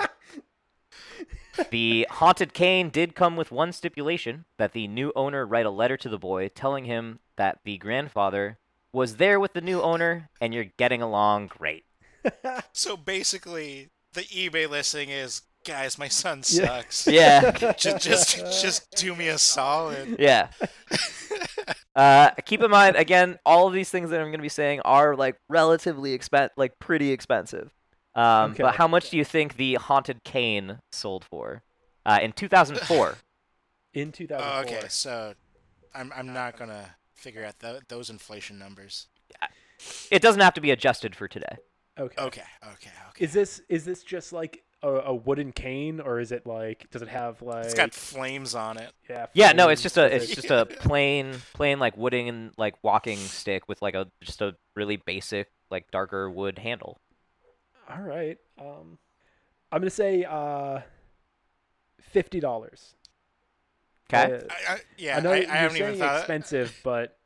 B: The haunted cane did come with one stipulation that the new owner write a letter to the boy telling him that the grandfather was there with the new owner and you're getting along great.
C: So basically, the eBay listing is guys, my son
A: Yeah.
C: sucks.
B: Yeah.
C: just, just, just do me a solid.
B: yeah. Uh, keep in mind again, all of these things that I'm going to be saying are like relatively expen like pretty expensive. Um,
A: Okay.
B: But how much do you think the haunted cane sold for uh, in 2004?
A: in
C: Oh,
A: 2004.
C: okay, so I'm, I'm not gonna figure out tho- those inflation numbers.
B: it doesn't have to be adjusted for today.
A: okay.
C: Okay, okay, okay.
A: Is this is this just like a, a wooden cane, or is it like does it have like
C: It's got flames on it.
A: yeah?
B: Yeah, no,
C: Um,
A: flames?
B: it's just a
A: Does
B: it's
A: it-
B: just a plain plain like wooden like walking stick with like a just a really basic like darker wood handle.
A: all right. Um, I'm gonna say uh, fifty dollars.
B: Okay.
C: I, I, yeah,
A: Uh, I know
C: I, I
A: you're
C: haven't
A: saying
C: even thought.
A: expensive, but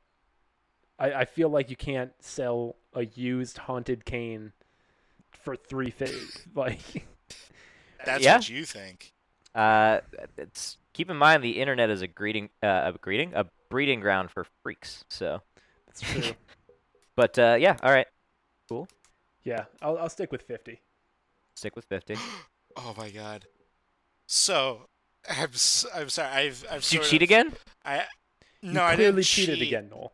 A: I, I feel like you can't sell a used haunted cane for three fifty. like,
C: That's
B: Yeah.
C: what you think.
B: Uh, it's keep in mind the internet is a greeting uh, a greeting a breeding ground for freaks. So,
A: that's true.
B: but uh, yeah, all right,
A: yeah, I'll I'll stick with fifty.
B: stick with fifty.
C: Oh my god. So, I'm s- I'm sorry. I've I've
B: Did you
C: sort
B: cheat
C: of-
B: again?
C: I
A: You
C: no, I
A: clearly
C: didn't
A: cheated
C: cheat.
A: again, Noel.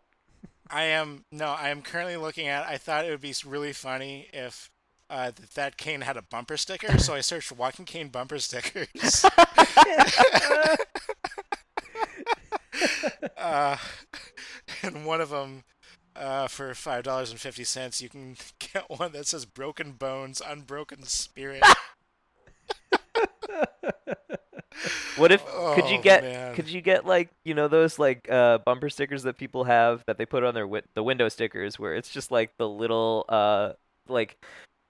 C: I am no, I am currently looking at. I thought it would be s- really funny if uh, th- that cane had a bumper sticker, so I searched walking cane bumper stickers. uh, and one of them, uh, for five dollars and fifty cents, you can get one that says "Broken Bones, Unbroken Spirit."
B: What if could you
C: Oh,
B: get
C: man.
B: could you get like you know those like uh, bumper stickers that people have that they put on their wi- the window stickers where it's just like the little uh like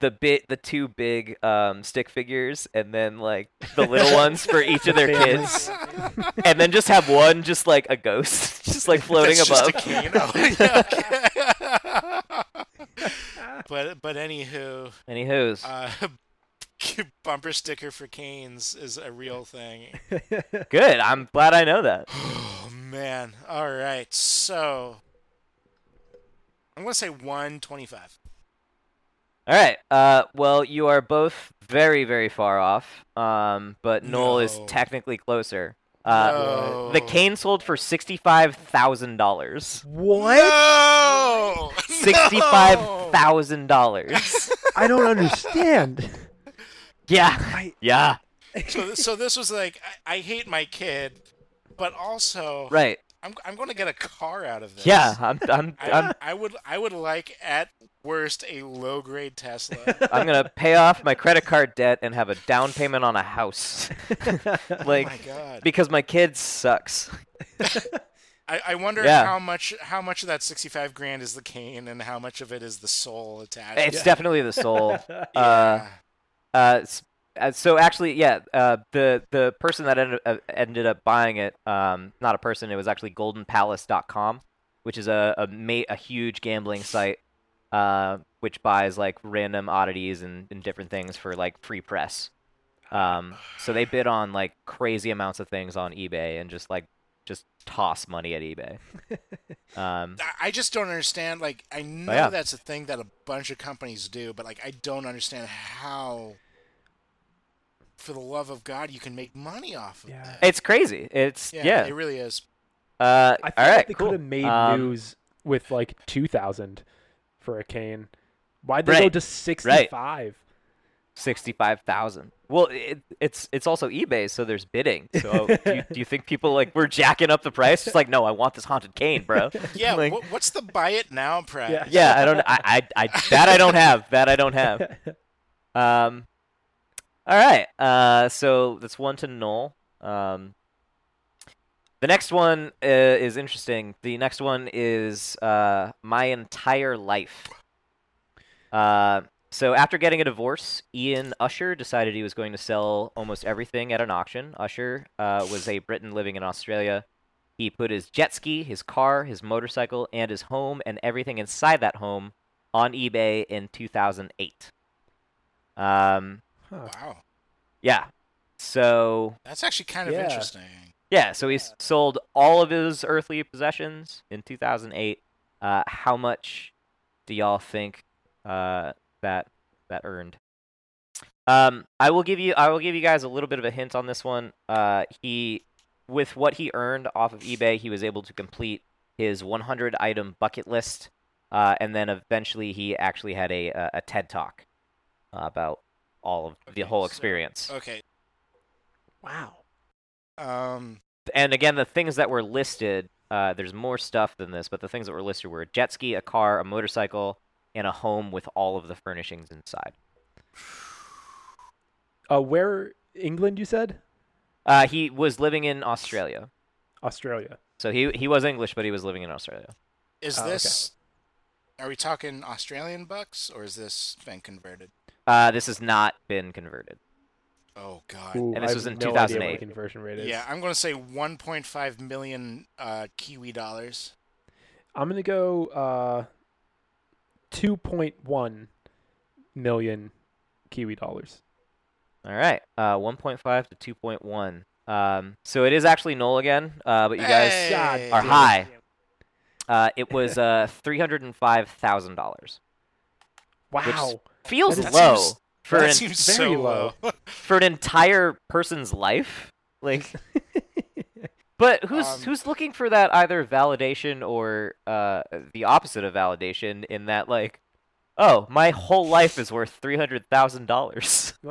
B: the bit the two big um stick figures and then like the little ones for each of their
A: Families.
B: kids and then just have one just like a ghost just like floating
C: That's
B: above.
C: Just a cane. Oh, yeah, okay. but but anywho,
B: Anywho's
C: uh, bumper sticker for canes is a real thing.
B: good. I'm glad I know that.
C: Oh man! All right, so I'm gonna say one twenty-five.
B: All right. Uh, well, you are both very, very far off. Um, but Noel is
C: No.
B: technically closer. Uh, The cane sold for sixty-five thousand dollars.
A: What?
C: No!
B: Sixty-five
C: No!
B: thousand dollars.
A: I don't understand.
B: Yeah.
A: I
B: Yeah.
C: So, so this was like, I, I hate my kid, but also
B: Right.
C: I'm I'm gonna get a car out of this.
B: Yeah. I'm. I'm. I'm.
C: I, I would I would like at worst a low grade Tesla.
B: I'm gonna pay off my credit card debt and have a down payment on a house.
C: oh my
B: like,
C: god!
B: because my kid sucks.
C: I, I wonder
B: Yeah.
C: how much how much of that sixty five grand is the cane and how much of it is the soul attached.
B: It's
A: Yeah.
B: definitely the soul. Uh, Uh, s- uh, so actually, yeah, uh, the the person that ended, uh, ended up buying it, um, not a person, it was actually GoldenPalace.com, which is a a, ma- a huge gambling site, uh, which buys like random oddities and, and different things for like free press. Um, so they bid on like crazy amounts of things on eBay and just like just toss money at eBay. Um,
C: I- I just don't understand. Like, I know
B: yeah.
C: that's a thing that a bunch of companies do, but like, I don't understand how, for the love of God, you can make money off of
A: yeah.
C: that.
B: it's crazy. It's yeah.
C: it really is.
B: Uh,
A: I think
B: all right,
A: they
B: cool.
A: could have made
B: Um,
A: news with like two thousand for a cane. Why'd they go
B: Right,
A: to sixty-five?
B: sixty-five thousand. Well, it, it's it's also eBay, so there's bidding. So do, you, do you think people like were jacking up the price? It's like, no, I want this haunted cane, bro.
C: Yeah.
B: Like-
C: what, what's the buy it now price?
A: Yeah.
B: yeah, I don't, I, I, I, that I don't have. That I don't have. Um, all right. Uh, so that's one to null. Um, the next one uh, is interesting. The next one is uh, my entire life. Uh, so after getting a divorce, Ian Usher decided he was going to sell almost everything at an auction. Usher uh, was a Briton living in Australia. He put his jet ski, his car, his motorcycle, and his home, and everything inside that home, on eBay in 2008. Um,
A: Huh.
C: Wow,
B: yeah. So
C: that's actually kind of
A: Yeah.
C: interesting.
B: yeah, so he s- sold all of his earthly possessions in 2008. Uh, how much do y'all think uh, that that earned? Um, I will give you I will give you guys a little bit of a hint on this one. Uh, he with what he earned off of eBay, he was able to complete his 100 item bucket list, uh, and then eventually he actually had a a, a TED talk about all of the
C: Okay,
B: whole
C: so-
B: experience.
C: Okay.
A: Wow.
C: Um.
B: and again, the things that were listed, uh, there's more stuff than this, but the things that were listed were a jet ski, a car, a motorcycle, and a home with all of the furnishings inside.
A: Uh, where England? You said
B: Uh, he was living in Australia,
A: Australia.
B: so he he was English, but he was living in Australia.
C: Is
A: Oh, okay.
C: this? Are we talking Australian bucks or is this been converted?
B: Uh, this has not been converted.
C: Oh God.
A: Ooh,
B: And this
A: I
B: was
A: have
B: in
A: no idea what the
B: 2008.
A: conversion rate is.
C: Yeah, I'm gonna say 1.5 million uh, Kiwi dollars.
A: I'm gonna go uh, 2.1 million Kiwi dollars.
B: All right, uh, 1.5 to 2.1. Um, so it is actually null again, uh, but you guys,
C: Hey!
A: God
B: are
A: damn it.
B: high. uh, it was uh, three hundred and five thousand dollars.
A: Wow.
B: Feels
A: That
B: low
C: seems-
B: for
C: that
B: an
C: seems
A: very
C: so
A: low.
C: low.
B: for an entire person's life. Like, but who's
C: Um,
B: who's looking for that either validation or uh, the opposite of validation in that like, oh, my whole life is worth three hundred thousand dollars.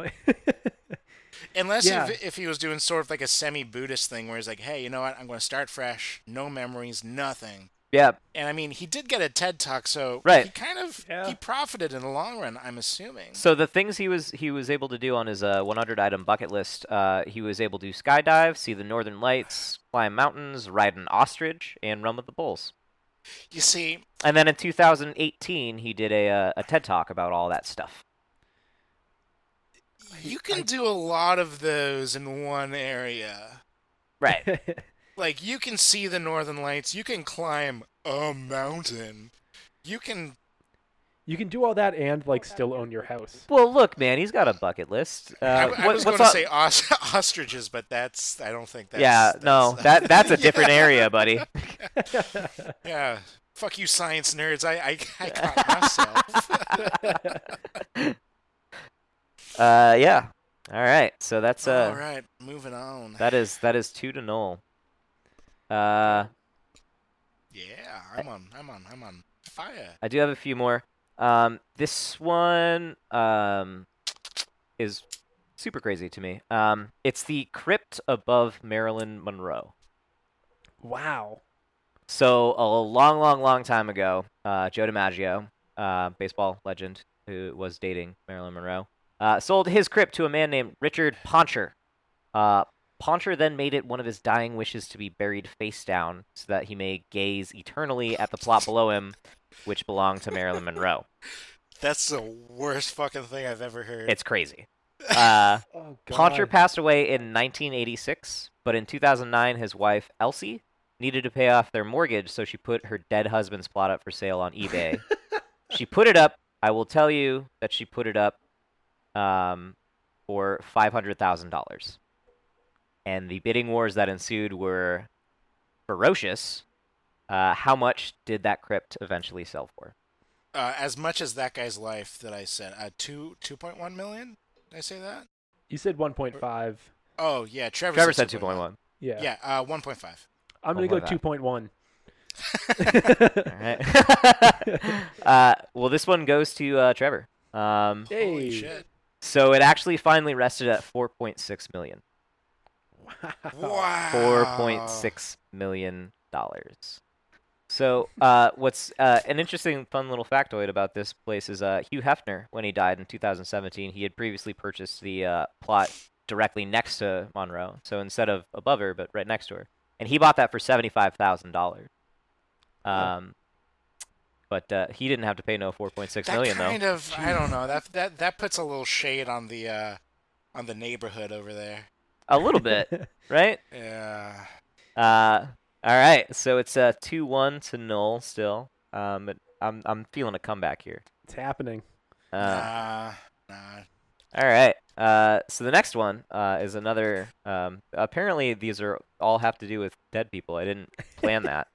C: Unless
A: Yeah.
C: if, if he was doing sort of like a semi-Buddhist thing, where he's like, "Hey, you know what? I'm going to start fresh, no memories, nothing."
B: Yeah,
C: And I mean, he did get a TED talk, so
B: Right.
C: he kind of
A: Yeah.
C: he profited in the long run. I'm assuming.
B: So the things he was he was able to do on his uh, 100 item bucket list, uh, he was able to skydive, see the northern lights, climb mountains, ride an ostrich, and run with the bulls.
C: you see,
B: And then in 2018, he did a uh, a TED talk about all that stuff.
C: you can do a lot of those in one area.
B: Right.
C: Like you can see the northern lights, you can climb a mountain, you can
A: you can do all that and like still own your house.
B: well, look, man, he's got a bucket list. Uh,
C: I, I
B: what- what's
C: was going to
B: on-
C: say os- ostriches, but that's I don't think that's.
B: yeah,
C: that's,
B: no, that that's a different
C: Yeah,
B: area, buddy.
C: Yeah, fuck you, science nerds. I I, I caught myself.
B: Uh, yeah. All right. So that's uh,
C: All right, moving on.
B: that is that is two to null. Uh.
C: yeah, I'm on. I'm on. I'm on fire.
B: I do have a few more. Um, this one um, is super crazy to me. Um, it's the crypt above Marilyn Monroe.
A: Wow.
B: So a long, long, long time ago, uh, Joe DiMaggio, uh, baseball legend who was dating Marilyn Monroe, uh, sold his crypt to a man named Richard Poncher. Uh, Poncher then made it one of his dying wishes to be buried face down, so that he may gaze eternally at the plot below him, which belonged to Marilyn Monroe.
C: That's the worst fucking thing I've ever heard.
B: It's crazy. Uh,
A: Oh god.
B: Poncher passed away in 1986, but in 2009, his wife Elsie needed to pay off their mortgage, so she put her dead husband's plot up for sale on eBay. she put it up. I will tell you that she put it up um, for five hundred thousand dollars, and the bidding wars that ensued were ferocious. Uh, how much did that crypt eventually sell for?
C: uh, as much as that guy's life that I said. Uh, two two point one million. Did I say that?
A: You said 1.5.
C: Oh yeah, Trevor.
B: Trevor said two point one.
A: Yeah.
C: Yeah, uh, one point five.
A: I'm gonna go
B: Something
A: 2.1.
B: All right. uh, well, this one goes to uh, Trevor. Um,
A: Hey.
C: Holy shit!
B: so it actually finally rested at 4.6 million.
A: Wow.
C: Wow.
B: 4.6 million dollars. So, uh, what's uh, an interesting, fun little factoid about this place is uh, Hugh Hefner, when he died in 2017, he had previously purchased the uh, plot directly next to Monroe. So instead of above her, but right next to her, and he bought that for seventy-five thousand dollars.
A: Yeah.
B: Um, but uh, he didn't have to pay no 4.6
C: That
B: million though.
C: kind of I don't know. That that that puts a little shade on the uh, on the neighborhood over there.
B: A little bit, right?
C: Yeah.
B: Uh, all right. So it's uh two one to null still. Um, but I'm I'm feeling a comeback here.
A: it's happening.
B: Uh,
C: Nah, nah.
B: all right. Uh, so the next one uh is another. Um, apparently these are all have to do with dead people. I didn't plan that.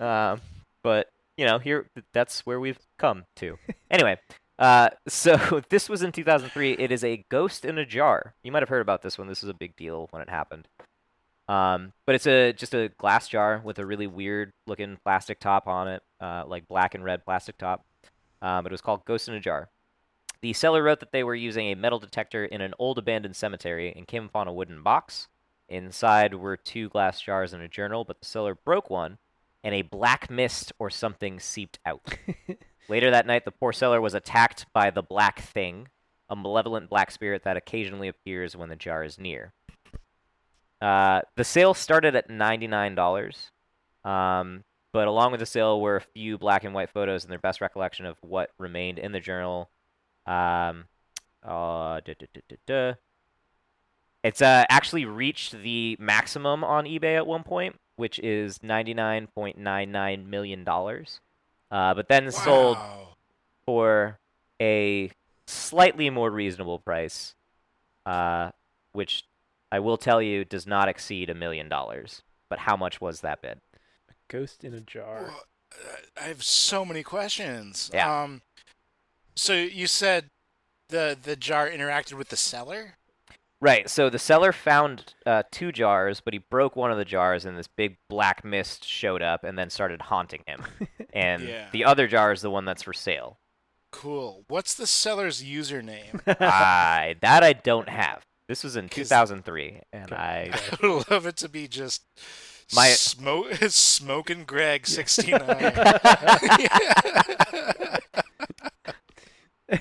B: Um, but you know here that's where we've come to. Anyway, Uh, so this was in 2003. It is a ghost in a jar. You might have heard about this one. This was a big deal when it happened. Um, but it's a just a glass jar with a really weird looking plastic top on it, uh, like black and red plastic top. Um, but it was called Ghost in a Jar. The seller wrote that they were using a metal detector in an old abandoned cemetery and came upon a wooden box. Inside were two glass jars and a journal, but the seller broke one, and a black mist or something seeped out. Later that night, the poor seller was attacked by the Black Thing, a malevolent black spirit that occasionally appears when the jar is near. Uh, the sale started at $99, um, but along with the sale were a few black and white photos and their best recollection of what remained in the journal. Um, uh, duh, duh, duh, duh, duh. It's uh, actually reached the maximum on eBay at one point, which is $99.99 million. Uh, but then sold
C: Wow.
B: for a slightly more reasonable price, uh, which I will tell you does not exceed a million dollars. But how much was that bid?
A: Ghost in a jar.
C: Well, uh, I have so many questions.
B: Yeah.
C: Um, so you said the the jar interacted with the seller.
B: Right. So the seller found uh, two jars, but he broke one of the jars, and this big black mist showed up and then started haunting him. and
C: Yeah.
B: the other jar is the one that's for sale.
C: Cool. What's the seller's username?
B: I that I don't have. This was in
C: 'Cause-
B: 2003, and I
C: I would love it to be just
B: My-
C: smoke smoking Greg sixty nine.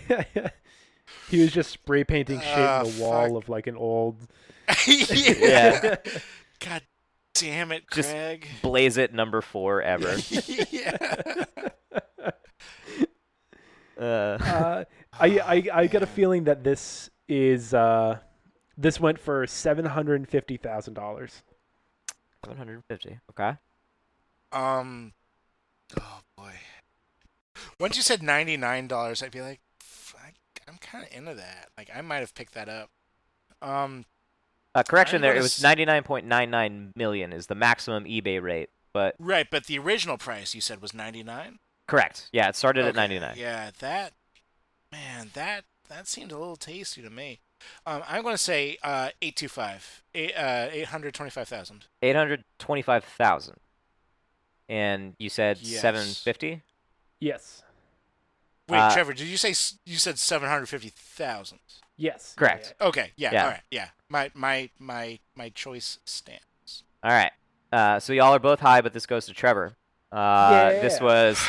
A: he was just spray painting shit
C: Ah,
A: in the wall of like an old.
B: Yeah.
C: God damn it,
B: Just-
C: Greg.
B: blaze it number four ever.
C: yeah.
B: Uh,
A: Uh, I, I I get a
C: Man.
A: feeling that this is uh, this went for seven hundred and fifty thousand dollars.
B: 750. Okay.
C: Um. Oh boy. Once you said ninety nine dollars, I'd be like, "F- I, am kind of into that. Like, I might have picked that up. Um.
B: Uh, correction there. It was
C: was-
B: 99.99 million is the maximum eBay rate, but
C: Right, but the original price you said was ninety nine.
B: correct. Yeah, it started at
C: Okay,
B: 99.
C: Yeah, that. Man, that that seemed a little tasty to me. Um, I'm gonna say uh, eight two five, eight uh, eight hundred twenty five thousand.
B: 825,000. And you said
C: Yes.
B: 750?
A: Yes.
C: Wait,
B: Uh,
C: Trevor, did you say s- you said seven hundred fifty thousand?
A: Yes. Yeah,
B: Correct.
C: Okay, yeah,
B: Yeah.
C: all right, yeah. My my my my choice stands.
B: All right. Uh, so y'all are both high, but this goes to Trevor. Uh, This
A: Yeah.
B: was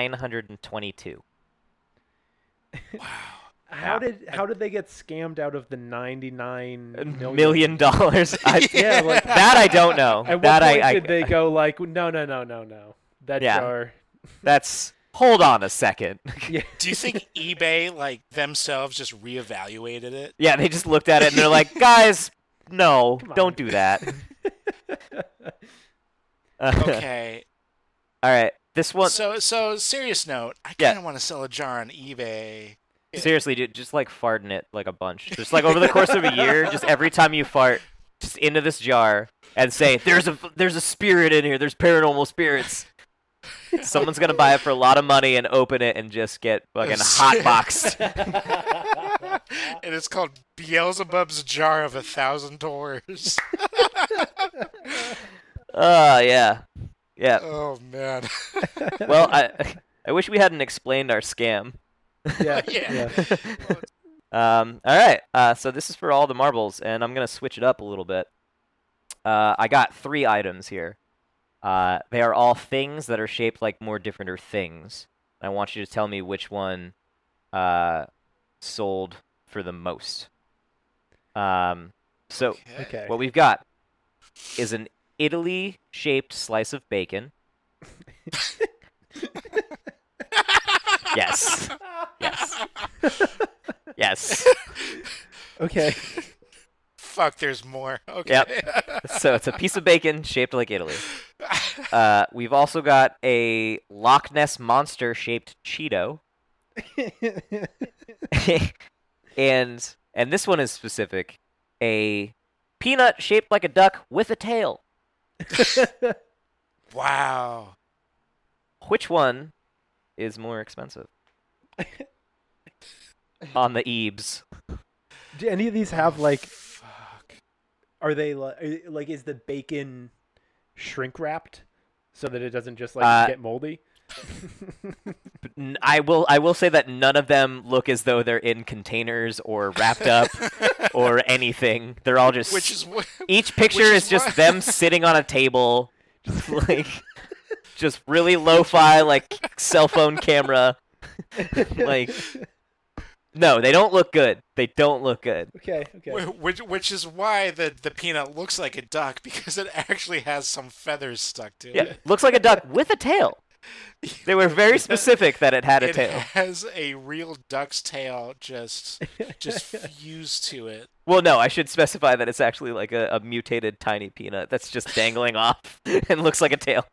B: 50,922.
C: Wow.
A: yeah. How
B: Yeah.
A: did how did they get scammed out of the ninety nine million?
B: Million dollars. I,
A: Yeah, like-
B: that I don't know.
A: At what
B: that
A: point
B: I, I
A: did they go like, no, no, no, no, no? That
B: Yeah.
A: jar.
B: That's hold on a second.
A: Yeah.
C: Do you think eBay like themselves just reevaluated it?
B: Yeah, they just looked at it and they're like, guys, no,
A: Come on."
B: don't do that. Uh,
C: Okay.
B: All right. This one,
C: so so serious note, I
B: Yeah.
C: kind of want to sell a jar on eBay.
B: seriously, dude, just like farting it like a bunch. Just like over the course of a year, just every time you fart, just into this jar and say, there's a, there's a spirit in here. There's paranormal spirits. Someone's gonna buy it for a lot of money and open it and just get fucking hotboxed.
C: and it's called Beelzebub's Jar of a Thousand Doors.
B: Oh yeah, yeah.
C: Oh man.
B: Well, I, I wish we hadn't explained our scam.
A: yeah.
C: yeah.
B: Um, all right. Uh, so this is for all the marbles, and I'm gonna switch it up a little bit. Uh, I got three items here. Uh, they are all things that are shaped like more different or things. I want you to tell me which one uh, sold for the most. Um, so
A: Okay.
B: what we've got is an Italy-shaped slice of bacon. yes. Yes. Yes.
A: okay.
C: Fuck, there's more. Okay.
B: so it's a piece of bacon shaped like Italy. Uh, we've also got a Loch Ness monster shaped Cheeto, and and this one is specific, a peanut shaped like a duck with a tail.
C: wow.
B: Which one is more expensive. On the Ebs.
A: Do any of these have like?
C: Fuck.
A: Are they li- like? Is the bacon shrink wrapped so that it doesn't just like
B: Uh,
A: get moldy?
B: N- I will I will say that none of them look as though they're in containers or wrapped up or anything. They're all just
C: Which is what.
B: each picture
C: which
B: is,
C: is
B: just
C: why-
B: them sitting on a table just like just really lo-fi like cell phone camera like no, they don't look good. They don't look good.
A: okay, okay.
C: Wh- Which, which is why the, the peanut looks like a duck because it actually has some feathers stuck to
B: Yeah,
C: it.
B: looks like a duck with a tail. They were very specific that it had a
C: it
B: tail.
C: has a real duck's tail just just fused to it.
B: Well, no, I should specify that it's actually like a, a mutated tiny peanut that's just dangling off and looks like a tail.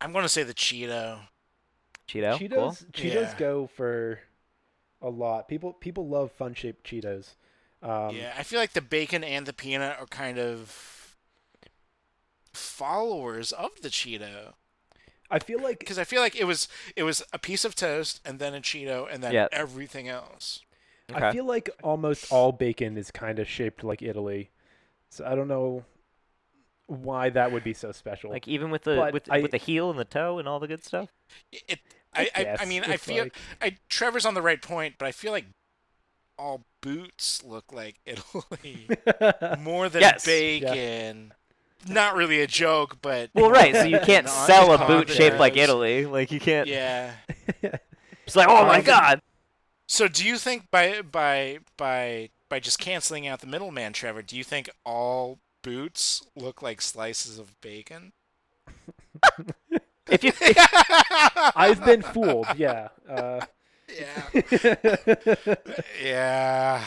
C: I'm gonna say the Cheeto.
B: Cheeto.
A: Cheetos
B: Cool.
A: Cheetos
C: Yeah.
A: go for a lot. People people love fun shaped Cheetos. Um,
C: yeah, I feel like the bacon and the peanut are kind of followers of the Cheeto
A: I feel like
C: because I feel like it was it was a piece of toast and then a Cheeto and then
B: Yeah.
C: everything else.
A: I
B: Okay.
A: feel like almost all bacon is kind of shaped like Italy. So I don't know why that would be so special.
B: Like even with the
A: But
B: with,
A: I-
B: with the heel and the toe and all the good stuff.
C: It, I, I, I
A: guess.
C: mean, I
A: It's
C: feel
A: like-
C: I Trevor's on the right point, but I feel like all boots look like Italy more than
B: Yes.
A: Yeah.
C: bacon. Not really a joke, but
B: Well, right. So you can't
C: No, I
B: sell a
C: just
B: boot shaped like
C: apologize.
B: Italy. Like you can't.
C: yeah.
B: It's like, oh my
C: Um,
B: god.
C: So do you think by by by by just canceling out the middleman, Trevor, do you think all boots look like slices of bacon?
B: If you
A: I've been fooled. Yeah. Uh,
C: yeah. Yeah.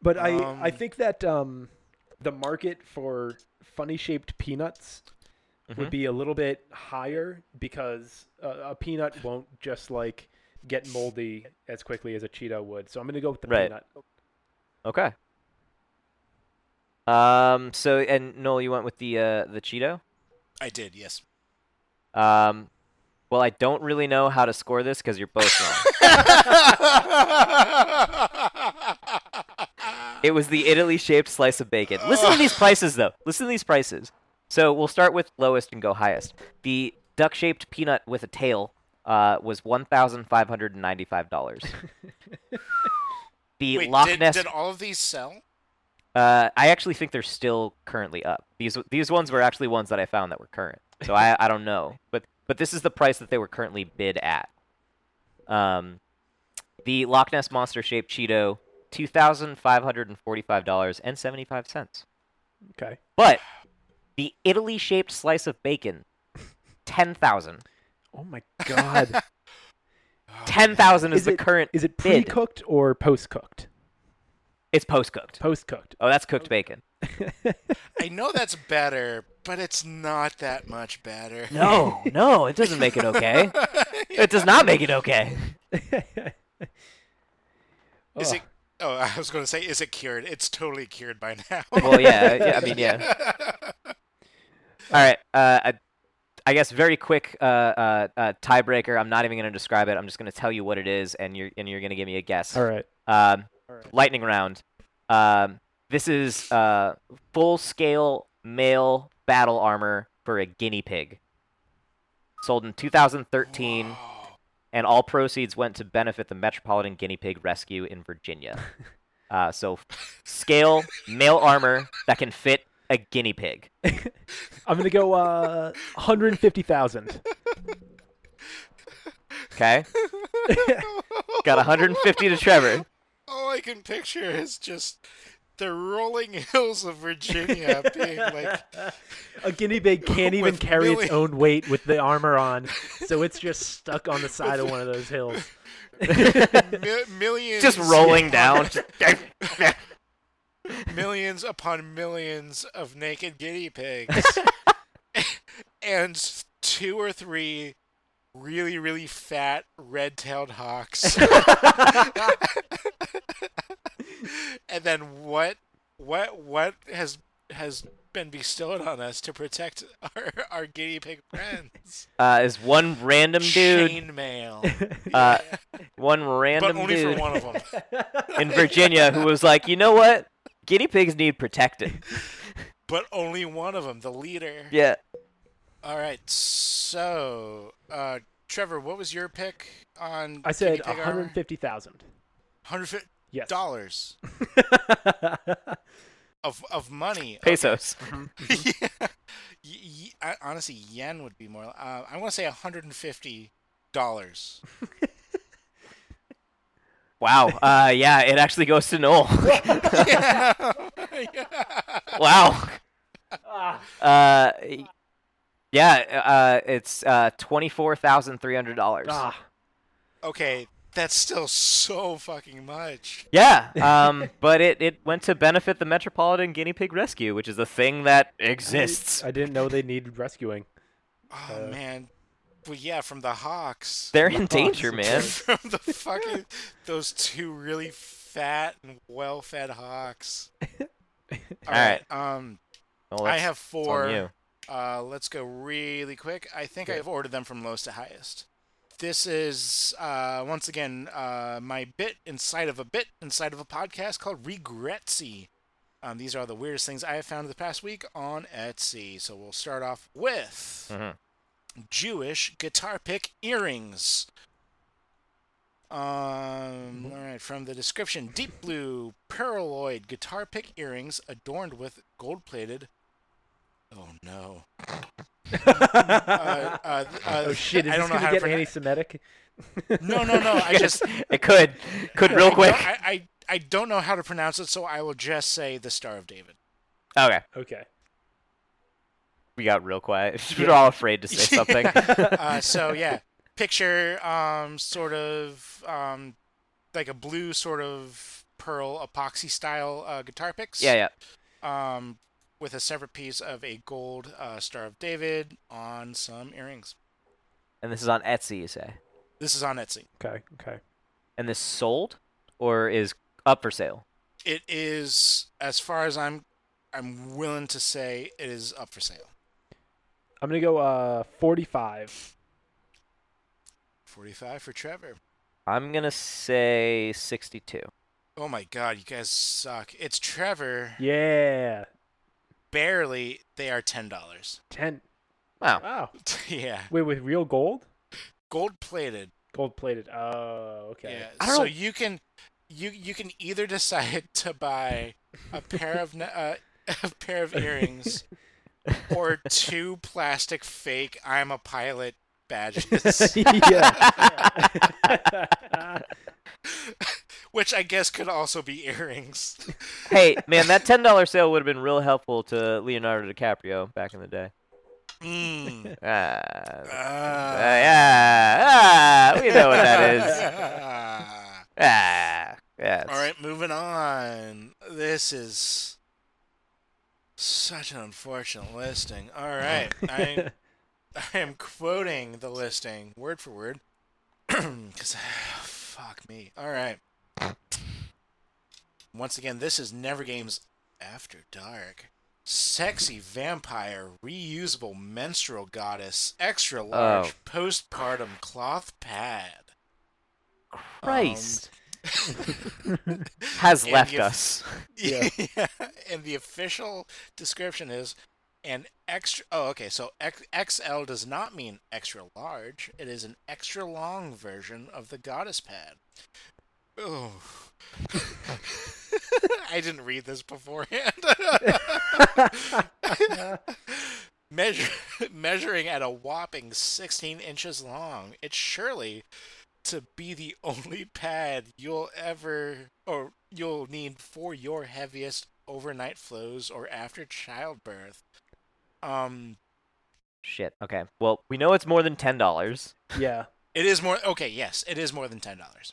A: but I I
C: Um,
A: think that um, the market for funny shaped peanuts would
B: Mhm.
A: be a little bit higher because uh, a peanut won't just like get moldy as quickly as a Cheeto would. So I'm gonna go with the
B: Right.
A: peanut.
B: okay. Um. So and Noel, you went with the uh the Cheeto.
C: I did, yes.
B: Um. Well, I don't really know how to score this because you're both wrong. It was the Italy shaped slice of bacon. Listen to these prices, though. Listen to these prices. So we'll start with lowest and go highest. The duck shaped peanut with a tail uh, was $1,595. the
C: Wait,
B: Loch
C: did,
B: Ness.
C: did all of these sell?
B: uh, I actually think they're still currently up. These w- these ones were actually ones that I found that were current. So I, I don't know. But but this is the price that they were currently bid at. Um, the Loch Ness monster shaped Cheeto, $2,545.75.
A: Okay.
B: But the Italy shaped slice of bacon, 10,000.
A: Oh my god.
B: 10,000 is,
A: Is
B: the
A: it-
B: current.
A: Is it pre
B: Bid.
A: cooked or post cooked?
B: It's post cooked.
A: Post cooked.
B: Oh, that's cooked bacon.
C: I know that's better, but it's not that much better.
B: No, no, it doesn't make it okay. It does not make it okay.
C: Is
A: Ugh.
C: it? Oh, I was going to say, is it cured? It's totally cured by now.
B: Well, yeah, yeah I mean, yeah. All right. Uh, I, I guess very quick uh, uh, uh, tiebreaker. I'm not even going to describe it. I'm just going to tell you what it is, and you're, and you're going to give me a guess.
A: All right.
B: Um,
A: All right.
B: lightning round. Um, this is uh, full scale male battle armor for a guinea pig. Sold in 2013,
C: Whoa.
B: and all proceeds went to benefit the Metropolitan Guinea Pig Rescue in Virginia. Uh, so, f- scale male armor that can fit a guinea pig.
A: I'm gonna go uh, 150,000.
B: Okay, got 150 to Trevor.
C: All I can picture is just the rolling hills of Virginia being like,
A: A guinea pig can't even
C: With
A: carry
C: Billy.
A: its own weight with the armor on, so it's just stuck on the side of one of those hills.
C: mi- millions.
B: Just rolling down.
C: millions upon millions of naked guinea pigs and two or three really really fat red-tailed hawks and then what what what has has been bestowed on us to protect our, our guinea pig friends.
B: Uh, is one random dude,
C: Chainmail.
B: uh,
C: Yeah.
B: one
C: but
B: random
C: only
B: dude
C: for one of them.
B: in Virginia who was like, you know what? Guinea pigs need protected.
C: But only one of them, the leader.
B: yeah.
C: All right. So, uh, Trevor, what was your pick on?
A: I said
C: guinea pig armor?
A: 150,000.
C: $150
A: Yes.
C: dollars of of money.
B: Pesos.
C: yeah. Y- y- I- honestly, yen would be more. Uh, I want to say 150 dollars.
B: Wow. Uh, yeah, it actually goes to Noel.
C: yeah.
B: wow.
A: Ah,
B: Uh, yeah, uh, it's uh, $24,300.
A: ah,
C: Okay, that's still so fucking much.
B: Yeah, um, but it, it went to benefit the Metropolitan Guinea Pig Rescue, which is a thing that exists.
A: I didn't know they needed rescuing.
C: Oh
A: Uh,
C: man. Well, yeah, from the Hawks.
B: They're in
A: Lots
B: danger,
A: of
B: man.
C: from the fucking those two really fat and well-fed hawks. All
B: right.
C: Um,
B: Well,
C: I
B: that's-
C: have
B: it's on
C: four.
B: you.
C: Uh, let's go really quick. I think
A: Okay.
C: I've ordered them from lowest to highest. This is uh, once again uh, my bit inside of a bit inside of a podcast called Regretsy. Um, these are the weirdest things I have found in the past week on Etsy. So we'll start off with
B: Mhm.
A: Mm-hmm.
C: Jewish guitar pick earrings. Um,
A: Mm-hmm.
C: all right, from the description, deep blue pearloid guitar pick earrings adorned with gold-plated. Oh no. uh, uh, uh,
A: Oh shit! Is this
C: I don't know
A: gonna
C: how
A: get
C: to pronounce-
A: anti-Semitic?
C: No, no, no. I just
B: it could, could real quick.
C: I, don't- I I- I don't know how to pronounce it, so I will just say the Star of David.
B: Okay,
A: Okay.
B: we got real quiet. We're all afraid to say something.
C: Uh, so yeah, picture um sort of um like a blue sort of pearl epoxy style uh, guitar picks.
B: yeah, yeah.
C: Um, with a separate piece of a gold uh, Star of David on some earrings.
B: And this is on Etsy, you say.
C: This is on Etsy.
A: Okay. Okay.
B: And this sold or is up for sale?
C: It is as far as I'm I'm willing to say it is up for sale.
A: I'm gonna go uh 45.
C: 45 for Trevor.
B: I'm gonna say 62.
C: Oh my god, you guys suck. It's Trevor.
A: Yeah.
C: Barely, they are $10.
A: 10.
B: Wow.
A: Wow.
C: yeah.
A: Wait, with real gold?
C: Gold plated.
A: Gold plated. Oh, okay.
C: Yeah.
B: I don't
C: So
B: know-
C: you can you you can either decide to buy a pair of ne- uh, a pair of earrings or two plastic fake I'm a pilot badges,
A: yeah.
C: which I guess could also be earrings.
B: hey, man, that $10 sale would have been real helpful to Leonardo DiCaprio back in the day.
C: Mm.
B: Ah.
C: Uh,
B: Uh, yeah, ah, we know what that is. Ah, yes.
C: All right, moving on. This is such an unfortunate listing. All right, I, I am quoting the listing word for word because fuck me. All right. Once again, this is Never Games After Dark. Sexy vampire, reusable menstrual goddess, extra large postpartum cloth pad.
B: Christ has
C: Um, and
B: left
C: you-
B: us.
A: Yeah.
C: yeah. And the official description is an extra. Oh, okay. So X- XL does not mean extra large. It is an extra long version of the goddess pad. Oh. I didn't read this beforehand. Measure, measuring at a whopping 16 inches long, it's surely to be the only pad you'll ever or you'll need for your heaviest overnight flows or after childbirth. Um
B: Shit. Okay. Well, we know it's more than ten dollars.
A: yeah.
C: it is more okay, yes, it is more than ten dollars.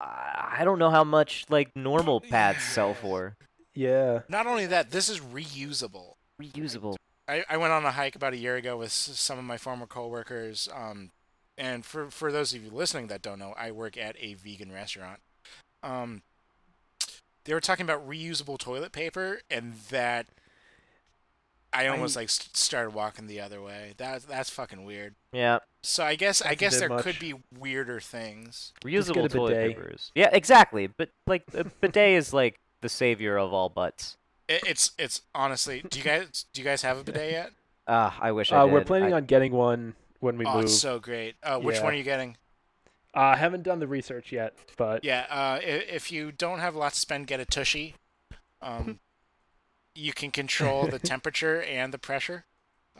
B: I I don't know how much like normal pads sell
C: Yeah.
B: for.
A: Yeah.
C: Not only that, this is reusable.
B: Reusable.
C: I, I went on a hike about a year ago with s- some of my former coworkers. Um, and for, for those of you listening that don't know, I work at a vegan restaurant. Um, They were talking about reusable toilet paper, and that I almost like s- started walking the other way. That that's fucking weird.
B: Yeah,
C: So I guess
A: That's
C: I
A: a
C: guess
A: bit
C: there
A: much.
C: could be weirder things.
A: get a
B: reusable toilet
A: bidet.
B: papers. Yeah, exactly. But like a bidet is like the savior of all butts.
C: It, it's it's honestly. Do you guys do you guys have a bidet yet?
B: Uh, I wish I
A: Uh,
B: did.
A: we're planning
B: I-
A: on getting one when we
C: oh,
A: move.
C: it's so great. Uh, which
A: Yeah.
C: one are you getting?
A: I haven't done the research yet, but
C: Yeah. Uh, i- if you don't have lots to spend, get a tushy. Um, you can control the temperature and the pressure,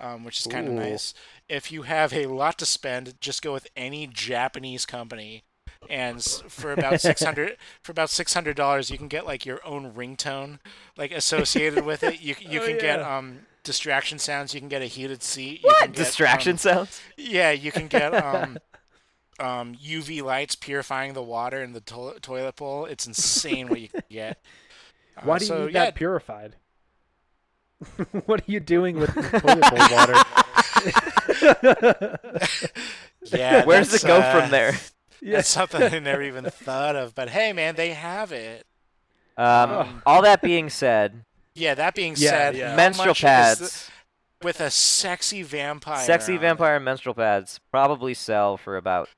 C: um, which is kind of
A: Ooh.
C: nice. If you have a lot to spend, just go with any Japanese company. And s- for about six hundred, for about six hundred dollars, you can get like your own ringtone, like associated with it. You c- you
A: Oh,
C: can get
A: yeah.
C: um distraction sounds. You can get a heated seat. You
B: what
C: can get, um,
B: distraction sounds?
C: yeah, you can get um, um, UV lights purifying the water in the toilet toilet bowl. It's insane what you can get. Uh,
A: why do you
C: so,
A: need
C: yeah,
A: that purified? what are you doing with the toilet bowl water?
C: yeah,
B: Where's the
C: that's,
B: go
C: uh,
B: from there?
A: yeah.
C: That's something I never even thought of. But hey, man, they have it.
B: Um, all that being said,
C: Yeah. That being
A: Yeah,
C: said,
A: yeah.
C: how
B: menstrual
C: much is
B: pads,
C: the- with a sexy vampire.
B: sexy
C: on it?
B: vampire menstrual pads probably sell for about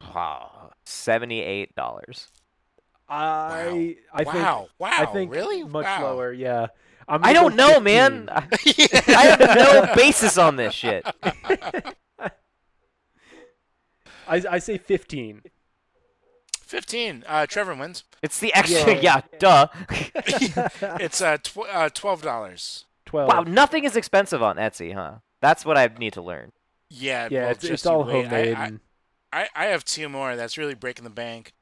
B: oh, seventy-eight dollars.
A: I I think
C: wow. wow.
A: I think
C: really
A: much
C: wow.
A: lower. Yeah, I'm
B: I
A: gonna go
B: don't know,
A: 15.
B: man. I I have no basis on this shit.
A: I, I say 15.
C: Fifteen. Uh, Trevor wins.
B: It's the extra,
A: Yeah.
B: yeah, duh.
C: It's uh, tw- uh twelve dollars.
A: 12.
B: wow, nothing is expensive on Etsy, huh? That's what I need to learn.
C: Yeah.
A: yeah,
C: well,
A: it's,
C: just
A: it's
C: you
A: all
C: wait. I-
A: homemade.
C: I,
A: and-
C: I, I have two more. That's really breaking the bank.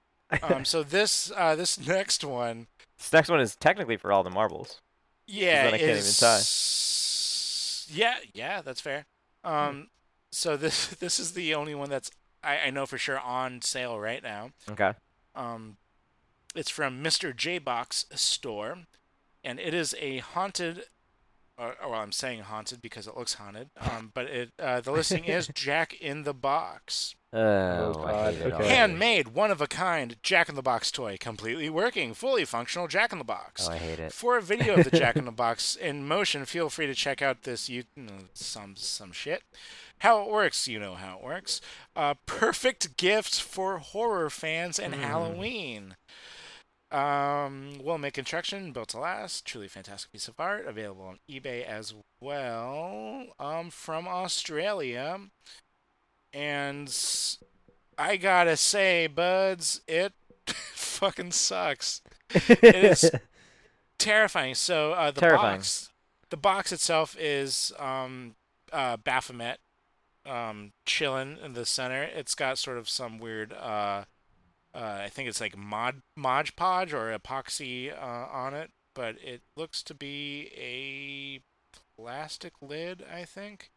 C: Um, so this uh, this next one,
B: This next one is technically for all the marbles.
C: yeah,
B: Then I can't even
C: is yeah, yeah, that's fair.
B: Hmm.
C: Um, so this this is the only one that's I, I know for sure on sale right now.
B: Okay.
C: Um, it's from Mr. J Box Store, and it is a haunted. Or, or well, I'm saying haunted because it looks haunted. Um, but it uh, the listing is Jack in the Box.
B: Oh, I
A: God,
B: hate it
A: okay.
B: already.
C: Handmade, one of a kind Jack in the Box toy, completely working, fully functional Jack in the Box.
B: Oh, I hate it.
C: For a video of the Jack in the Box in motion, feel free to check out this you know, some some shit. How it works, you know how it works. Uh, perfect gift for horror fans and Halloween. Um, well made construction, built to last, truly fantastic piece of art, available on eBay as well. Um, from Australia, and s- I gotta say, buds, it fucking sucks. It is terrifying. So uh, the
B: Terrifying.
C: box, the box itself is um, uh, Baphomet, um, chilling in the center. It's got sort of some weird, uh, uh, I think it's like mod Mod Podge or epoxy uh, on it, but it looks to be a plastic lid, I think.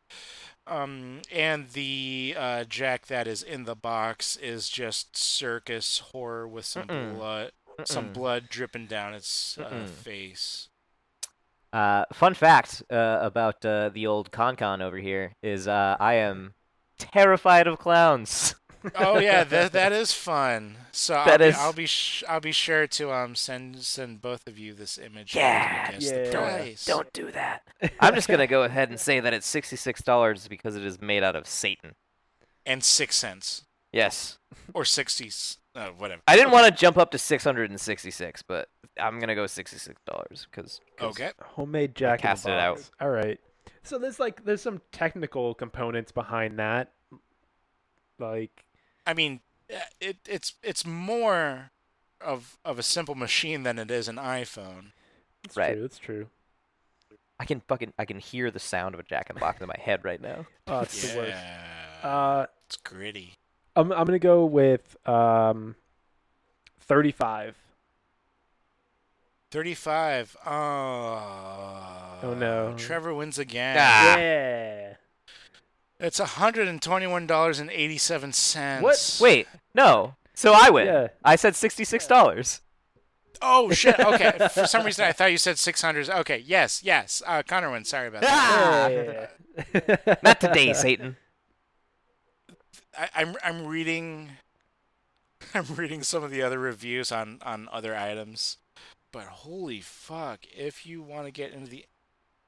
C: Um, and the uh, Jack that is in the box is just circus horror with some
B: Mm-mm.
C: blood, some
B: Mm-mm.
C: blood dripping down its uh,
B: Mm. Mm-mm.
C: face.
B: Uh, fun fact uh, about uh, the old Concon over here is uh, I am terrified of clowns.
C: Oh yeah, that that is fun. So I'll
B: That
C: be,
B: is-
C: I'll be sh- I'll be sure to um send send both of you this image.
B: Yeah,
C: because the
A: yeah.
B: Don't,
C: price-
B: don't do that. I'm just gonna go ahead and say that it's sixty-six dollars because it is made out of Satan.
C: and six cents
B: Yes,
C: or sixties, uh, whatever.
B: I didn't want to jump up to six hundred and sixty-six, but I'm gonna go sixty-six dollars because.
C: Okay.
A: homemade jack
B: cast
A: in
B: it
A: the
B: out.
A: box. All right. So there's like there's some technical components behind that. Like
C: I mean, uh, it it's it's more of of a simple machine than it is an iPhone.
A: it's
B: Right.
A: true, it's true.
B: I can fucking I can hear the sound of a jack in the box in my head right now.
A: Oh, it's the worst.
C: Yeah,
A: Uh
C: it's gritty.
A: I'm I'm going to go with um 35.
C: Thirty-five. Oh.
A: Oh, no.
C: Trevor wins again.
B: Ah.
A: Yeah.
C: It's hundred and twenty-one dollars and eighty-seven cents.
B: What? Wait, no. So I win.
A: Yeah.
B: I said sixty-six dollars.
C: Oh shit. Okay. For some reason, I thought you said six hundred. Okay. Yes. Yes. Uh, Connor wins. Sorry about that.
B: Ah!
A: Yeah.
B: Not today, Satan.
C: I, I'm I'm reading. I'm reading some of the other reviews on on other items, But holy fuck, if you want to get into the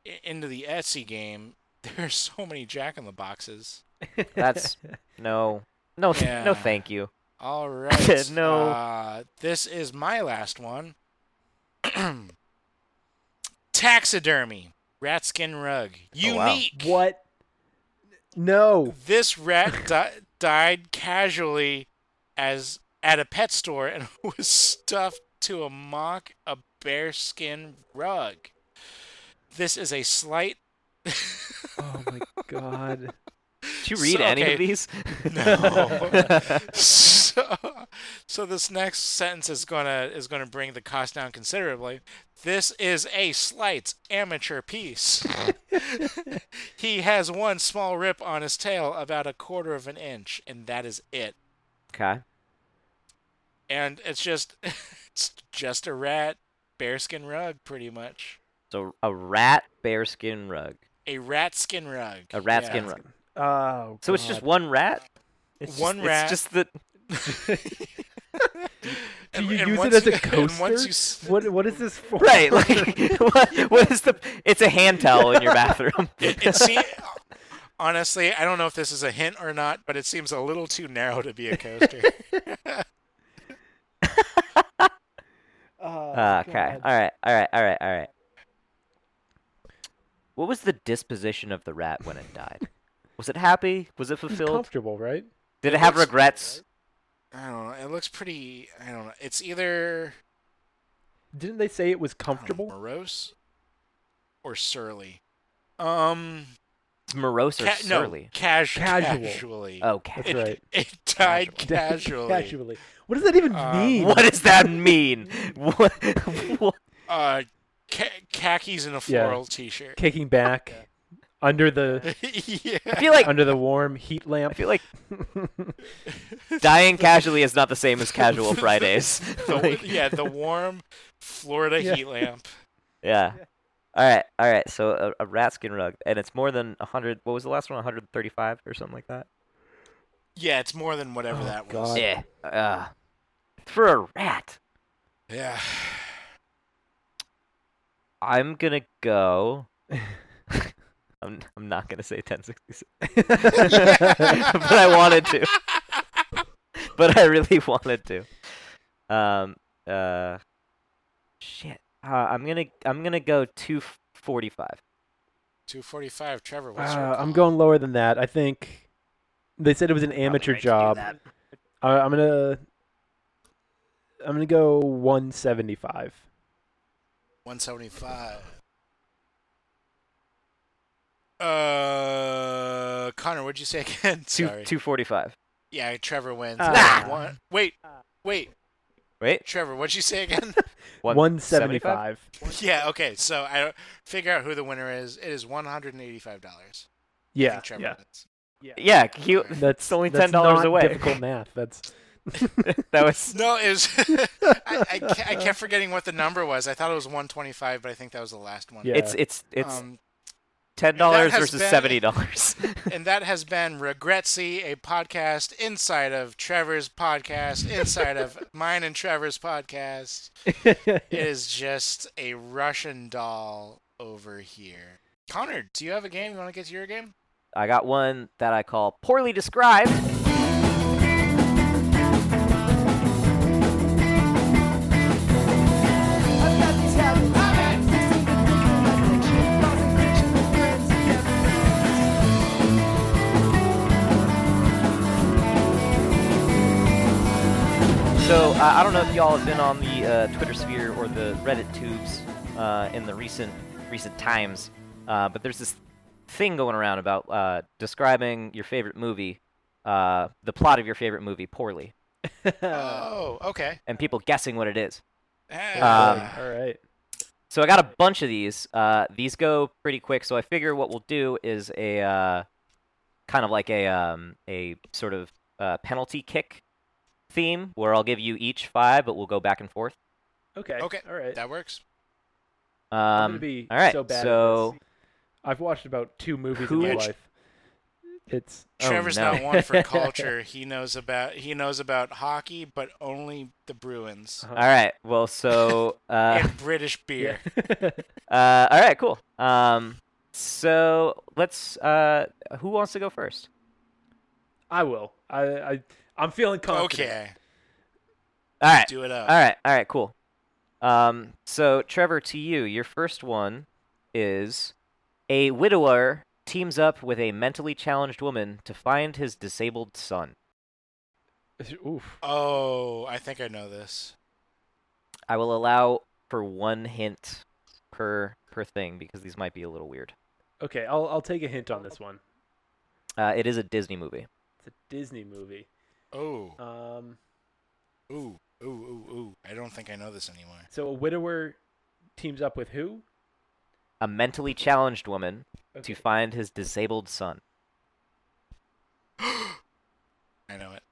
C: i- into the Etsy game, there's so many Jack in the Boxes.
B: That's- No, no, th-
C: Yeah.
B: no, thank you.
C: All right.
B: No.
C: Uh, this is my last one. Taxidermy rat skin rug.
B: Oh, wow.
C: Unique.
A: what? No.
C: This rat di- died casually as at a pet store and was stuffed to a mock a bearskin rug. This is a slight.
A: Oh my god.
B: Did you read
C: So-
B: any
C: okay.
B: of these?
C: No. so, so this next sentence is gonna is gonna bring the cost down considerably. This is a slight amateur piece. he has one small rip on his tail, about a quarter of an inch, and that is it.
B: okay.
C: And it's just it's just a rat bearskin rug, pretty much.
B: So a rat bearskin rug.
C: A rat skin rug.
B: A rat
C: yeah.
B: skin rug.
A: Oh.
B: So it's just one rat. It's
C: One
B: just,
C: rat.
B: It's just the
A: Do you use
C: and
A: it
C: once
A: as a
C: you- and
A: coaster?
C: once you s-
A: What What is this for?
B: right. Like what, what is the? It's a hand towel in your bathroom.
C: it seems honestly i don't know if this is a hint or not but it seems a little too narrow to be a coaster
A: Oh,
B: Ah, okay.
A: God.
B: All right. All right. All right. All right. What was the disposition of the rat when it died? Was it happy? Was it
A: It's
B: fulfilled?
A: comfortable, right?
B: Did it have
C: looks-
B: regrets?
C: i don't know it looks pretty i don't know it's either
A: Didn't they say it was
C: I don't know,
A: comfortable?
C: morose or surly um
B: Morose or
C: ca-
B: surly? Oh,
C: no casu-
A: Casual.
C: casually
B: Okay.
A: That's
C: it,
A: right.
C: it died
A: Casually.
C: casually,
A: What does that even
C: Um,
A: mean?
B: What does that mean? What? what?
C: uh ca- khakis and a
A: Yeah.
C: floral t-shirt
A: Kicking back under the
B: I
C: yeah
B: feel like
A: under the warm heat
B: I
A: lamp.
B: feel like dying casually is not the same as casual Fridays.
C: the,
B: Like,
C: yeah the warm florida
A: Yeah.
C: heat lamp
B: yeah. All right, all right. So a, a rat skin rug, and it's more than a hundred. What was the last one? One hundred thirty-five or something like that.
C: yeah it's more than whatever
A: Oh,
C: that was
A: God.
B: Yeah. Uh, for a rat,
C: yeah
B: I'm gonna go. I'm I'm not gonna say ten sixty-six, but I wanted to. but I really wanted to. Um. Uh. Shit. Uh, I'm gonna I'm gonna go two forty-five.
C: 245 trevor what's your
A: Uh, I'm
C: call?
A: going lower than that. I think they said it was an amateur job. I, I'm gonna I'm gonna go 175.
C: 175. Uh, Connor, what'd you say again?
B: Two
C: Sorry.
B: two forty-five.
C: Yeah, Trevor wins.
A: Ah.
C: One. Wait, wait,
B: Wait.
C: Trevor, what'd you say again?
B: 175?
A: 175.
C: yeah, okay. So I don't- figure out who the winner is. It is $185. I
A: Yeah,
C: think Trevor
A: yeah.
C: wins.
B: Yeah. Cute.
A: That's
B: only
A: that's
B: $10
A: not
B: away.
A: Difficult math. That's
B: That was.
C: No, it was. I, I, ke- I kept forgetting what the number was. I thought it was 125, but I think that was the last one.
A: Yeah.
B: It's it's it's
C: Um,
B: ten dollars
C: has
B: versus
C: been-
B: seventy dollars.
C: and that has been Regretsy, a podcast inside of Trevor's podcast, inside of mine and Trevor's podcast. It is just a Russian doll over here. Connor, do you have a game? You want to get to your game?
B: I got one that I call poorly described.
D: I've got these habits. I've got this addiction, addiction, lost addiction, with friends together.
B: So uh, I don't know if y'all have been on the uh, Twitter sphere or the Reddit tubes uh, in the recent recent times, uh, but there's this thing going around about uh, describing your favorite movie, uh, the plot of your favorite movie poorly, Uh,
C: oh, okay.
B: and people guessing what it is. um,
C: Ah.
A: all right.
B: So I got a bunch of these. Uh, these go pretty quick. So I figure what we'll do is a uh, kind of like a um, a sort of uh, penalty kick theme, where I'll give you each five, but we'll go back and forth.
A: Okay.
C: Okay.
A: All right.
C: that works.
B: Um,
A: I'm gonna be
B: all right.
A: so bad. at
B: so
A: this. I've watched about two movies
B: Who-
A: in my
B: Which-
A: life. It's
B: Oh,
C: Trevor's
B: no.
C: not one for culture. He knows about he knows about hockey, but only the Bruins
A: uh,
B: All right. Well, so uh,
C: and British beer.
A: yeah.
B: uh, all right, cool. Um, so let's. Uh, who wants to go first?
A: I will. I, I I'm feeling confident.
C: Okay,
B: All right.
C: do it up.
B: All right. All right. Cool. Um, so Trevor, to you, your first one is a widower teams up with a mentally challenged woman to find his disabled son.
A: Oof.
C: Oh, I think I know this.
B: I will allow for one hint per per thing because these might be a little weird.
A: Okay, I'll I'll take a hint on this one.
B: Uh, it is a Disney movie.
A: It's a Disney movie.
C: Oh,
A: Um,
C: ooh, ooh, ooh, ooh. I don't think I know this anymore.
A: so a widower teams up with who?
B: A mentally challenged woman
A: Okay.
B: to find his disabled son.
C: I know it.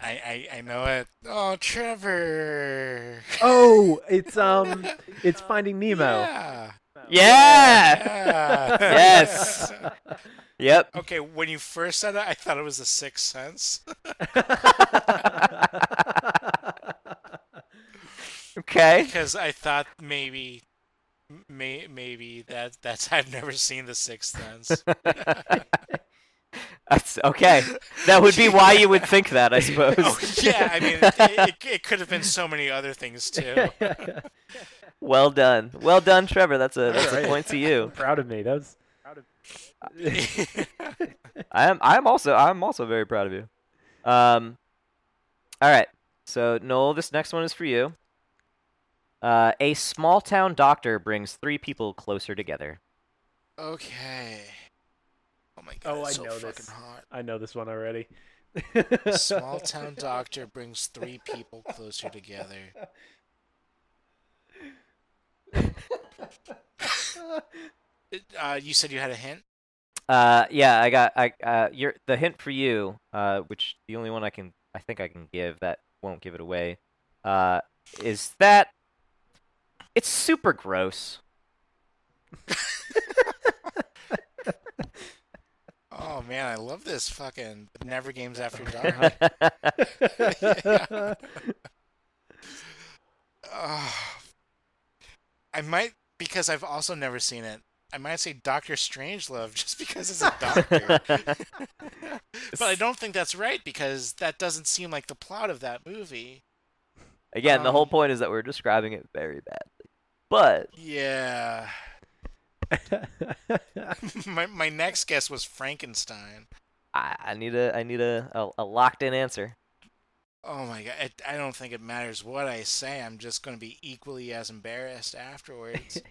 C: I, I I know it. Oh, Trevor.
A: Oh, it's um, it's Finding Nemo.
C: Yeah.
B: Yeah.
C: yeah.
B: Yes. Yep.
C: Okay, when you first said it, I thought it was the Sixth Sense.
B: Okay.
C: because I thought maybe, may, maybe that that's I've never seen The Sixth Sense.
B: That's okay. That would be why you would think that, I suppose.
C: oh, yeah, I mean, it, it, it could have been so many other things too.
B: well done, well done, Trevor. That's a that's
A: Alright.
B: a point to you.
A: Proud of me. That was.
B: I am I'm also I'm also very proud of you. Um, all right. So Noel, this next one is for you. Uh, a small town doctor brings three people closer together.
C: okay. Oh my god.
A: Oh,
C: it's
A: I
C: so
A: know
C: fucking
A: this.
C: hot.
A: I know this one already.
C: Small town doctor brings three people closer together. Uh, you said you had a hint.
B: Uh, yeah, I got I uh your the hint for you, uh, which the only one I can I think I can give that won't give it away, uh, is that it's super gross.
C: Oh man, I love this fucking never games after dark.
B: Uh-huh. All
C: Ugh. I might because I've also never seen it. I might say Doctor Strangelove just because it's a doctor, but I don't think that's right because that doesn't seem like the plot of that movie.
B: Again, the whole
C: Um,
B: point is that we're describing it very badly. But
C: Yeah, my my next guess was Frankenstein.
B: I, I need a I need a, a, a locked in answer.
C: Oh my god, it, I don't think it matters what I say. I'm just going to be equally as embarrassed afterwards.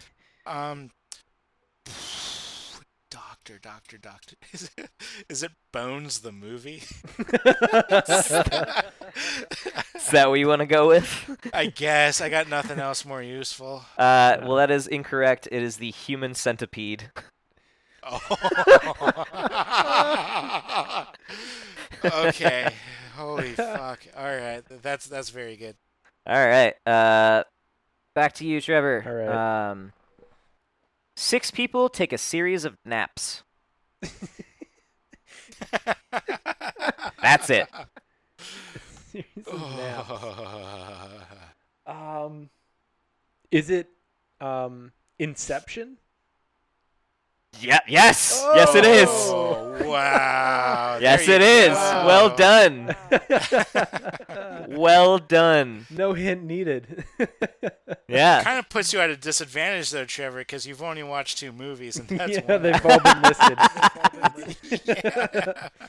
C: um, doctor, doctor, doctor. Is it, is it Bones the movie?
B: Is that what you want to go with?
C: I guess I got nothing else more useful.
B: Uh, well, that is incorrect. It is the human centipede.
C: Oh. okay. Holy fuck. All right. That's that's very good.
B: All right. Uh, back to you, Trevor.
A: All right.
B: Um, six people take a series of naps. That's
A: Series
B: it.
A: of naps.
C: Oh.
A: Um, is it um Inception?
B: Yeah. Yes. Yes, it is.
C: Oh, wow.
B: Yes,
C: There
B: it
C: you
B: is.
C: go.
B: Well done. Well done.
A: no hint needed.
B: Yeah.
C: Kind of puts you at a disadvantage though, Trevor, because you've only watched two movies, and that's
A: yeah,
C: one.
A: they've all been listed.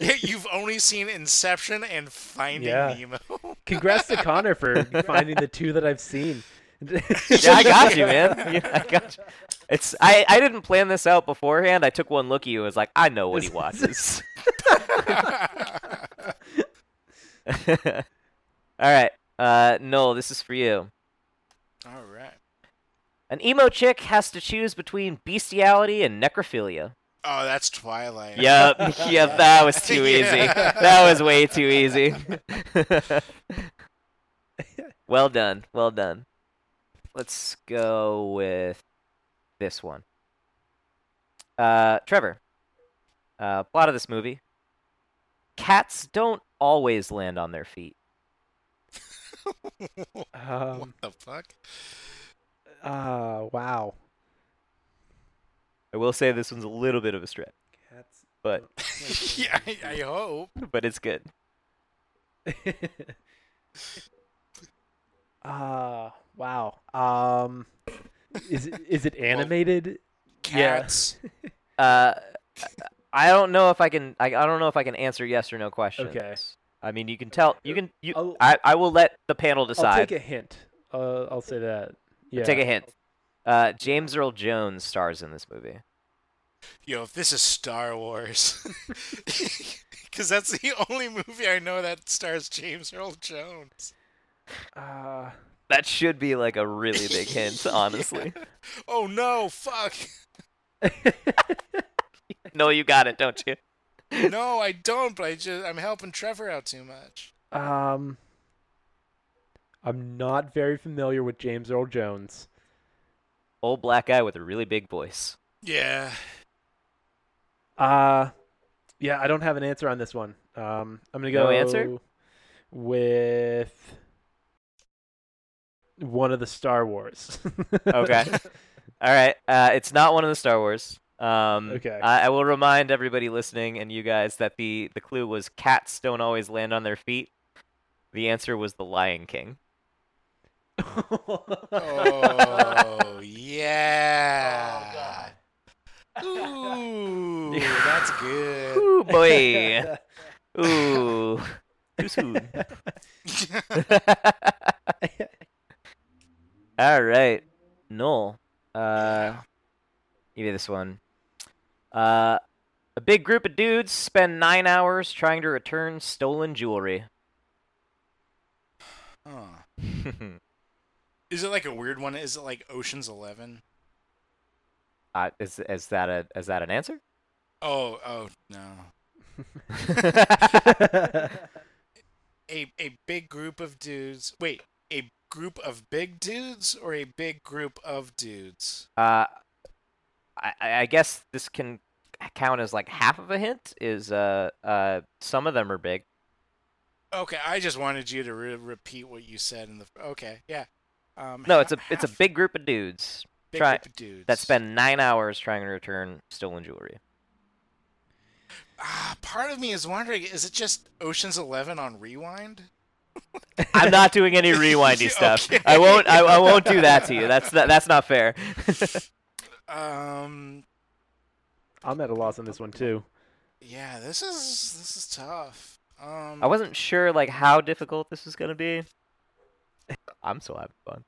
C: Yeah, you've only seen Inception and Finding
A: Yeah.
C: Nemo.
A: Congrats to Connor for finding the two that I've seen.
B: Yeah, I got you, man. Yeah, I got you. It's I, I didn't plan this out beforehand. I took one look at you and was like, I know what he watches. All right. Uh Noel, this is for you.
C: All right.
B: An emo chick has to choose between bestiality and necrophilia.
C: Oh, that's Twilight.
B: Yep, yep, that was too easy.
C: Yeah.
B: That was way too easy. well done, well done. Let's go with this one. Uh, Trevor, Uh, plot of this movie: Cats don't always land on their feet.
A: Um,
C: what the fuck?
A: uh, wow.
B: I will say this one's a little bit of a stretch,
A: Cats.
B: but
C: yeah, I, I hope.
B: but it's good.
A: uh, wow. Um, is it, is it animated? Yeah.
C: Cats.
B: Uh, I don't know if I can. I, I don't know if I can answer yes or no questions. I mean, you can tell. You can. You.
A: I'll-
B: I, I will let the panel decide.
A: I'll take a hint. Uh, I'll say that. Yeah.
B: Take a hint. Uh, James Earl Jones stars in this movie.
C: Yo, if this is Star Wars, because that's the only movie I know that stars James Earl Jones.
A: Uh,
B: That should be like a really big hint, honestly.
C: Oh no, fuck!
B: No, you got it, don't you?
C: No, I don't. But I just I'm helping Trevor out too much.
A: um, I'm not very familiar with James Earl Jones.
B: Old black guy with a really big voice.
C: Yeah.
A: Uh, yeah, I don't have an answer on this one. Um, I'm gonna go
B: No answer?
A: with one of the Star Wars.
B: Okay. All right. Uh, it's not one of the Star Wars. Um,
A: Okay.
B: I, I will remind everybody listening and you guys that the the clue was cats don't always land on their feet. The answer was The Lion King.
C: Oh
B: Oh,
C: yeah. Ooh, that's good.
B: Ooh boy. Ooh. Too soon. All right, Noel. Uh, give me this one. Uh, a big group of dudes spend nine hours trying to return stolen jewelry.
C: Huh. Is it like a weird one? Is it like Ocean's Eleven?
B: uh, is is that a is that an answer?
C: Oh, oh no. A a big group of dudes. Wait, a group of big dudes or a big group of dudes?
B: uh, I I I guess this can count as like half of a hint. Is uh uh some of them are big.
C: Okay, I just wanted you to re- repeat what you said in the. Okay, yeah. Um,
B: No,
C: ha-
B: it's a it's a
C: half
B: big group of dudes
C: big
B: try-
C: group of dudes
B: that spend nine hours trying to return stolen jewelry.
C: Ah, part of me is wondering: is it just Ocean's Eleven on rewind?
B: I'm not doing any rewindy stuff. I
C: Okay.
B: won't. I, I won't do that to you. That's not, that's not fair.
C: Um,
A: I'm at a loss on this one too.
C: yeah, this is this is tough. Um,
B: I wasn't sure like how difficult this was gonna be. I'm still having fun.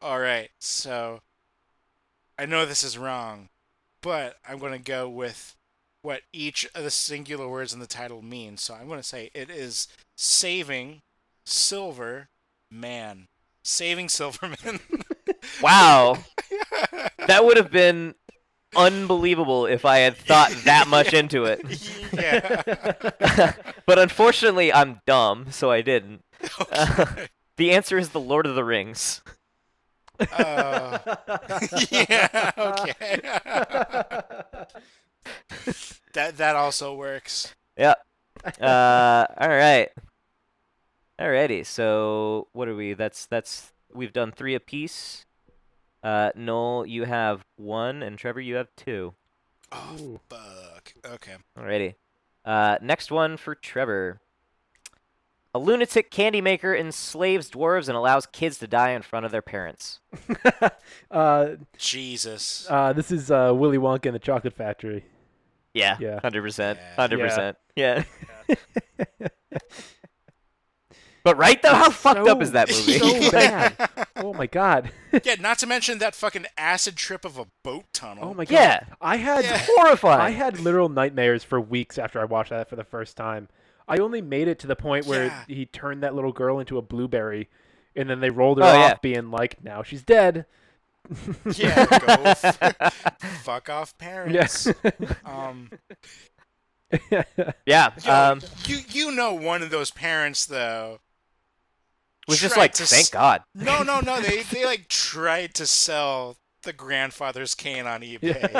C: All right, so I know this is wrong, but I'm going to go with what each of the singular words in the title means. So I'm going to say it is saving Silver Man. Saving Silverman.
B: Wow, that would have been unbelievable if I had thought that much into it.
C: yeah.
B: but unfortunately, I'm dumb, so I didn't.
C: Okay.
B: The answer is the Lord of the Rings.
C: Oh. yeah. Okay. that that also works.
B: Yep. Uh, all right. Alrighty. So what are we? That's that's we've done three apiece. Uh, Noel, you have one, and Trevor, you have two.
C: Oh,
A: Ooh.
C: fuck. Okay.
B: Alrighty. Uh, next one for Trevor. A lunatic candy maker enslaves dwarves and allows kids to die in front of their parents.
A: uh,
C: Jesus.
A: uh, this is uh, Willy Wonka and the Chocolate Factory.
B: Yeah.
A: Yeah.
B: Hundred percent.
C: Yeah.
B: Hundred percent. Yeah. But right though,
A: That's
B: how fucked up
A: so-
B: is that movie?
A: so
B: Like,
A: bad. Oh my god.
C: Yeah, not to mention that fucking acid trip of a boat tunnel.
A: Oh my god.
B: Yeah.
A: I had
C: Yeah.
B: Horrifying.
A: I had literal nightmares for weeks after I watched that for the first time. I only made it to the point where
C: Yeah.
A: he turned that little girl into a blueberry, and then they rolled her
B: Oh,
A: off,
B: yeah.
A: being like, "Now she's dead."
C: Yeah, go f- fuck off parents.
A: Yes.
C: Um,
B: Yeah.
C: yo,
B: Um,
C: you you know one of those parents though.
B: was just
C: tried
B: like,
C: to
B: thank
C: s-
B: God.
C: No, no, no. They they like tried to sell the grandfather's cane on eBay.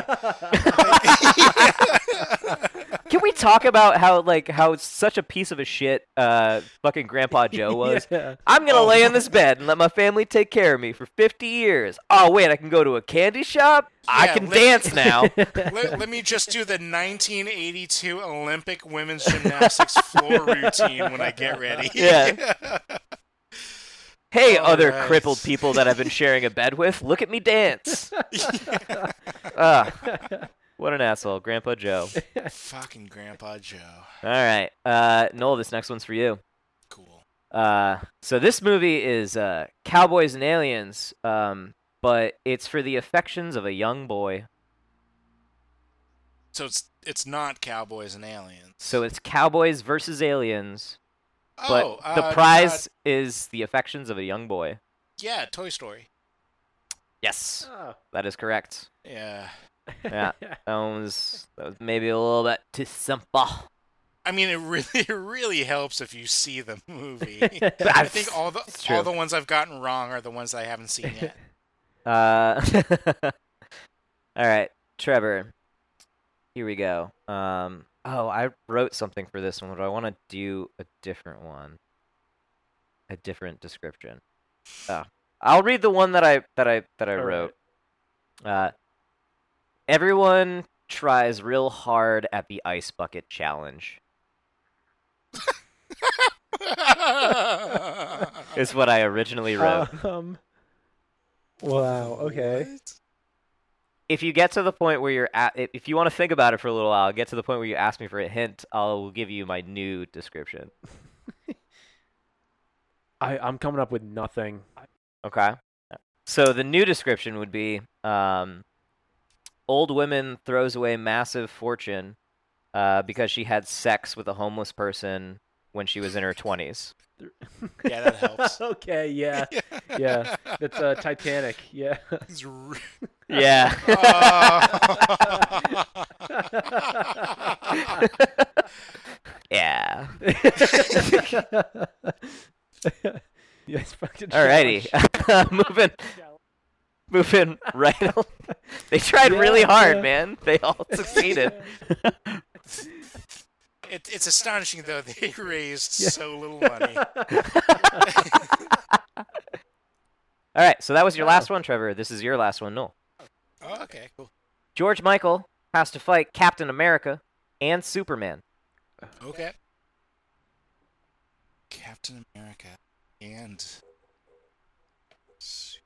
B: Can we talk about how like how such a piece of a shit uh fucking Grandpa Joe was?
A: Yeah.
B: I'm gonna
C: Oh.
B: lay in this bed and let my family take care of me for 50 years. Oh wait, I can go to a candy shop. I
C: Yeah,
B: can
C: let-
B: dance now.
C: let, let me just do the 1982 Olympic women's gymnastics floor routine when I get ready.
B: Yeah. Hey,
C: All
B: other
C: right.
B: crippled people that I've been sharing a bed with, look at me dance. Ah, what an asshole, Grandpa Joe.
C: Fucking Grandpa Joe.
B: All right, uh, Noel, this next one's for you.
C: Cool.
B: Uh, so this movie is uh, Cowboys and Aliens, um, but it's for the affections of a young boy.
C: So it's it's not cowboys and aliens.
B: So it's Cowboys versus Aliens, but
C: oh,
B: the
C: uh,
B: prize is the affections of a young boy.
C: uh, yeah, Toy Story.
B: Yes, that is correct.
C: Yeah.
B: Yeah, that one was that was maybe a little bit too simple.
C: I mean, it really it really helps if you see the movie. I
B: That's-
C: think all the
B: it's
C: all
B: true.
C: the ones I've gotten wrong are the ones I haven't seen yet.
B: Uh, all right, Trevor. Here we go. Um, oh, I wrote something for this one, but I want to do a different one, a different description. Oh, I'll read the one that I that I that I
A: All right.
B: wrote. Uh, everyone tries real hard at the ice bucket challenge. Is what I originally wrote.
A: Um, wow. Okay.
C: What?
B: if you get to the point where you're at, if- if you want to think about it for a little while, get to the point where you ask me for a hint, I'll give you my new description.
A: I, I'm coming up with nothing.
B: Okay. So the new description would be um, old woman throws away massive fortune uh, because she had sex with a homeless person when she was in her 20s.
C: Yeah, that helps.
A: okay. Yeah. Yeah. That's uh, Titanic. Yeah.
C: It's re-
B: Yeah.
C: Oh.
B: yeah.
A: yes. Fucking
B: Alrighty. moving. Moving right on. They tried really
A: Yeah,
B: hard,
A: yeah.
B: man. They all succeeded.
C: It, it's astonishing though they raised so little money.
B: All right, so that was your
A: Wow.
B: last one, Trevor. This is your last one, Noel.
C: Oh, okay, cool.
B: George Michael has to fight Captain America and Superman.
C: Okay. Captain America and Su-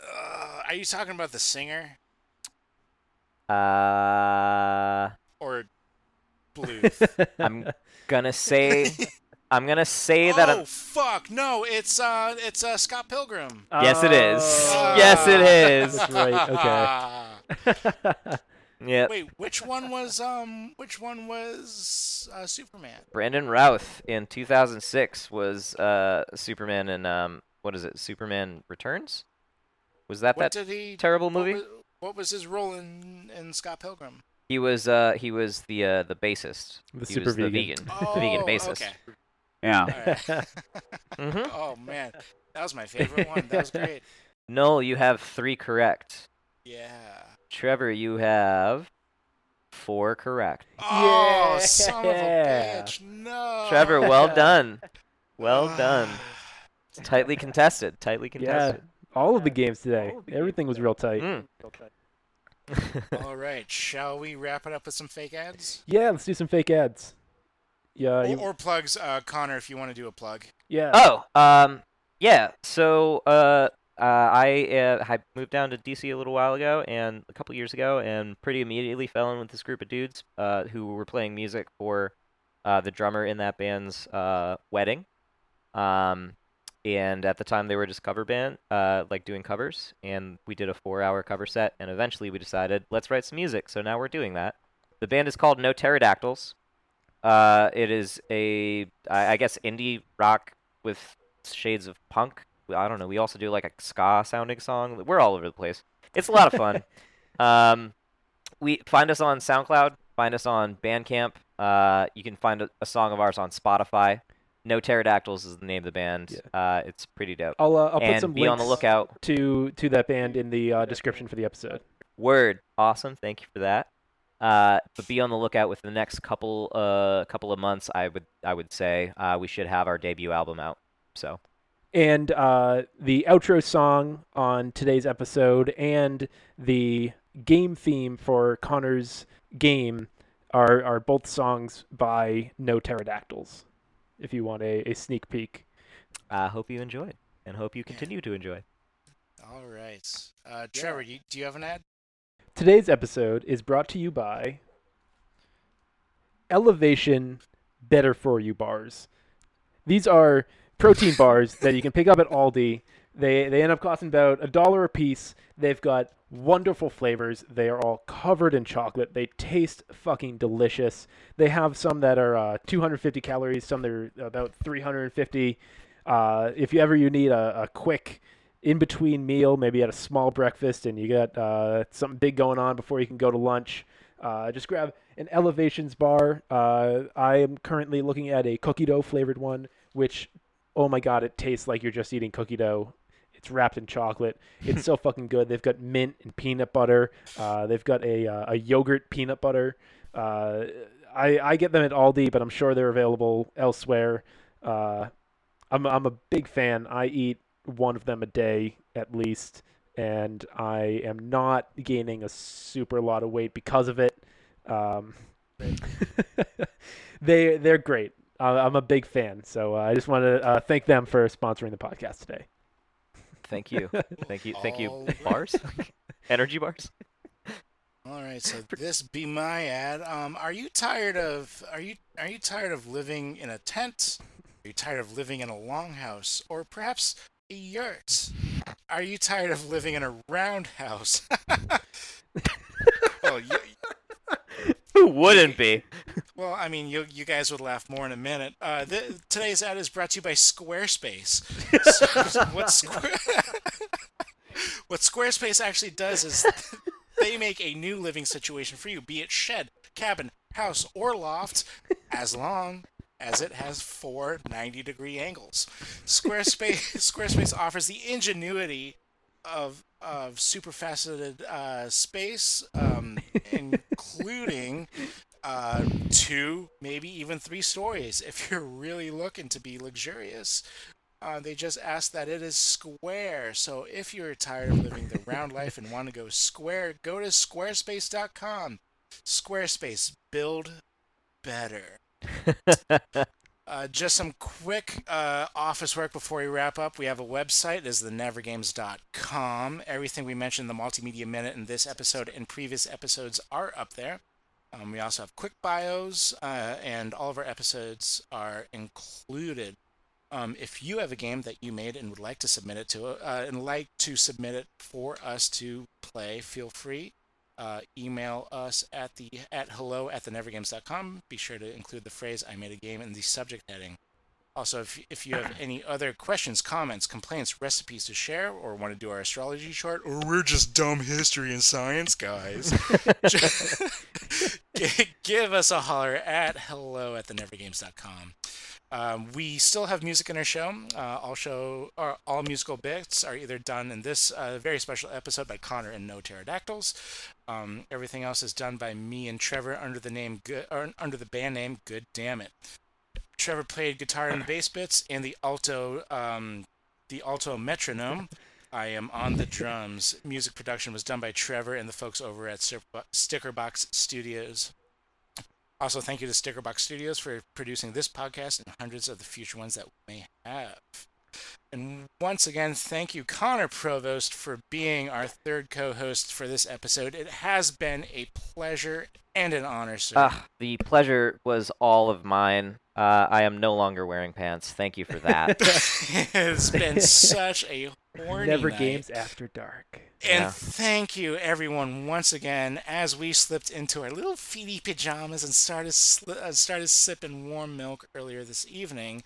C: Uh, are you talking about the singer
B: Uh,
C: or Bluth?
B: I'm gonna say, I'm gonna say
A: uh,
B: that.
C: oh
B: I'm,
C: fuck! No, it's uh, it's uh, Scott Pilgrim.
B: Yes, it is.
A: Oh.
B: Yes, it is.
A: That's right. Okay.
B: yeah,
C: Oh, Wait, which one was um? Which one was uh, Superman?
B: Brandon Routh in 2006 was uh Superman in um what is it? Superman Returns? Was that
C: What
B: that
C: did he?
B: terrible
C: what
B: movie?
C: was, what was his role in in Scott Pilgrim?
B: He was uh he was the uh the bassist.
A: The
B: he
A: super
B: was the
A: vegan.
B: vegan,
C: Oh,
B: vegan bassist.
C: okay.
E: Yeah.
C: All right.
B: Mm-hmm.
C: oh man, that was my favorite one. That was great.
B: Noel, you have three correct.
C: Yeah.
B: Trevor, you have four correct.
C: Oh, son of
A: Yeah.
C: a bitch! No.
B: Trevor, well done. Well done. It's tightly contested. Tightly
A: yeah.
B: contested.
A: All of the games today. Everything was real tight.
B: Mm.
C: All right, shall we wrap it up with some fake ads?
A: Yeah. Let's do some fake ads. Yeah.
C: Or,
A: you-
C: or plugs, uh, Connor, if you want to do a plug.
A: yeah.
B: Oh, um, yeah. So, uh, uh, I uh, I moved down to DC a little while ago, and a couple years ago, and pretty immediately fell in with this group of dudes uh, who were playing music for uh, the drummer in that band's uh, wedding. Um, and at the time, they were just cover band, uh, like doing covers, and we did a four-hour cover set. And eventually, we decided let's write some music. So now we're doing that. The band is called No Pterodactyls. Uh, it is a, I I guess, indie rock with shades of punk. We- I don't know. We also do like a ska sounding song. We're all over the place. It's a lot of fun. um, we find us on SoundCloud. Find us on Bandcamp. Uh, you can find a, a song of ours on Spotify. No Pterodactyls is the name of the band. Uh, it's pretty dope.
A: I'll uh, I'll put
B: and
A: some
B: be on the
A: links
B: lookout.
A: to to that band in the uh, description for the episode.
B: Word. Awesome. Thank you for that. Uh, but be on the lookout with the next couple uh couple of months. I would I would say uh, we should have our debut album out. So
A: And uh, the outro song on today's episode and the game theme for Connor's game are are both songs by No Pterodactyls. If you want a, a sneak peek,
B: I hope you enjoyed and hope you continue to enjoy.
C: All right. Uh, Trevor, you, do you have an ad?
A: today's episode is brought to you by Elevation Better For You bars. These are protein bars that you can pick up at Aldi. They they end up costing about a dollar a piece. They've got wonderful flavors. They are all covered in chocolate. They taste fucking delicious. They have some that are uh, 250 calories, some that are about 350. Uh, if you ever you need a, a quick in between meal, maybe at a small breakfast, and you got uh, something big going on before you can go to lunch, uh, just grab an elevations bar. Uh, I am currently looking at a cookie dough flavored one, which, oh my god, it tastes like you're just eating cookie dough. It's wrapped in chocolate. It's so fucking good. They've got mint and peanut butter. Uh, they've got a uh, a yogurt peanut butter. Uh, I I get them at Aldi, but I'm sure they're available elsewhere. Uh, I'm I'm a big fan. I eat one of them a day at least, and I am not gaining a super lot of weight because of it. Um, they they're great. Uh, I'm a big fan, so uh, I just want to uh, thank them for sponsoring the podcast today.
B: Thank you. Thank you. Thank you.
C: All right.
B: Bars? Energy bars?
C: All right, so this be my ad. Um, are you tired of are you are you tired of living in a tent? Are you tired of living in a longhouse or perhaps a yurt? Are you tired of living in a roundhouse? Oh, well, you,
B: Who wouldn't be?
C: well, I mean, you you guys would laugh more in a minute. Uh, th- today's ad is brought to you by Squarespace. So, what Square- what Squarespace actually does is they make a new living situation for you, be it shed, cabin, house, or loft, as long as it has four 90 degree angles. Squarespace Squarespace offers the ingenuity of of superfaceted uh, space, um, including uh, two, maybe even three stories, if you're really looking to be luxurious. Uh, they just ask that it is square. So if you're tired of living the round life and want to go square, go to squarespace.com. Squarespace, build better. Uh, just some quick uh, office work before we wrap up. We have a website, it is thenevergames.com. Everything we mentioned in the Multimedia Minute in this episode and previous episodes are up there. Um, we also have quick bios, uh, and all of our episodes are included. Um, if you have a game that you made and would like to submit it to, uh, and like to submit it for us to play, feel free. Uh, email us at the at hello at thenevergames.com. Be sure to include the phrase "I made a game" in the subject heading. Also, if, if you have any other questions, comments, complaints, recipes to share, or want to do our astrology chart, or we're just dumb history and science guys, gi- give us a holler at hello at thenevergames.com. Um, we still have music in our show. Uh, all show or all musical bits are either done in this uh, very special episode by Connor and No Pterodactyls. Um, everything else is done by me and Trevor under the name Good or under the band name Good Damn It. Trevor played guitar in the bass bits and the alto um, the alto metronome. I am on the drums. Music production was done by Trevor and the folks over at Sir- Stickerbox Studios. Also, thank you to Stickerbox Studios for producing this podcast and hundreds of the future ones that we may have. And once again, thank you, Connor Provost, for being our third co host for this episode. It has been a pleasure and an honor, sir.
B: Ah, the pleasure was all of mine. Uh, I am no longer wearing pants. Thank you for that.
C: it's been such a horny
A: Never
C: night.
A: games after dark.
C: And
B: Yeah.
C: thank you, everyone, once again, as we slipped into our little feety pajamas and started sli- uh, started sipping warm milk earlier this evening,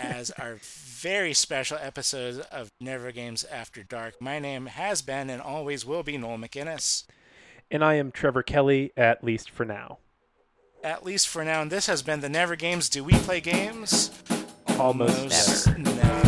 C: as our very special episode of Never Games After Dark. My name has been and always will be Noel McInnes.
A: And I am Trevor Kelly, at least for now.
C: At least for now, and this has been the Never Games Do We Play Games
A: Almost
B: Never.
C: never.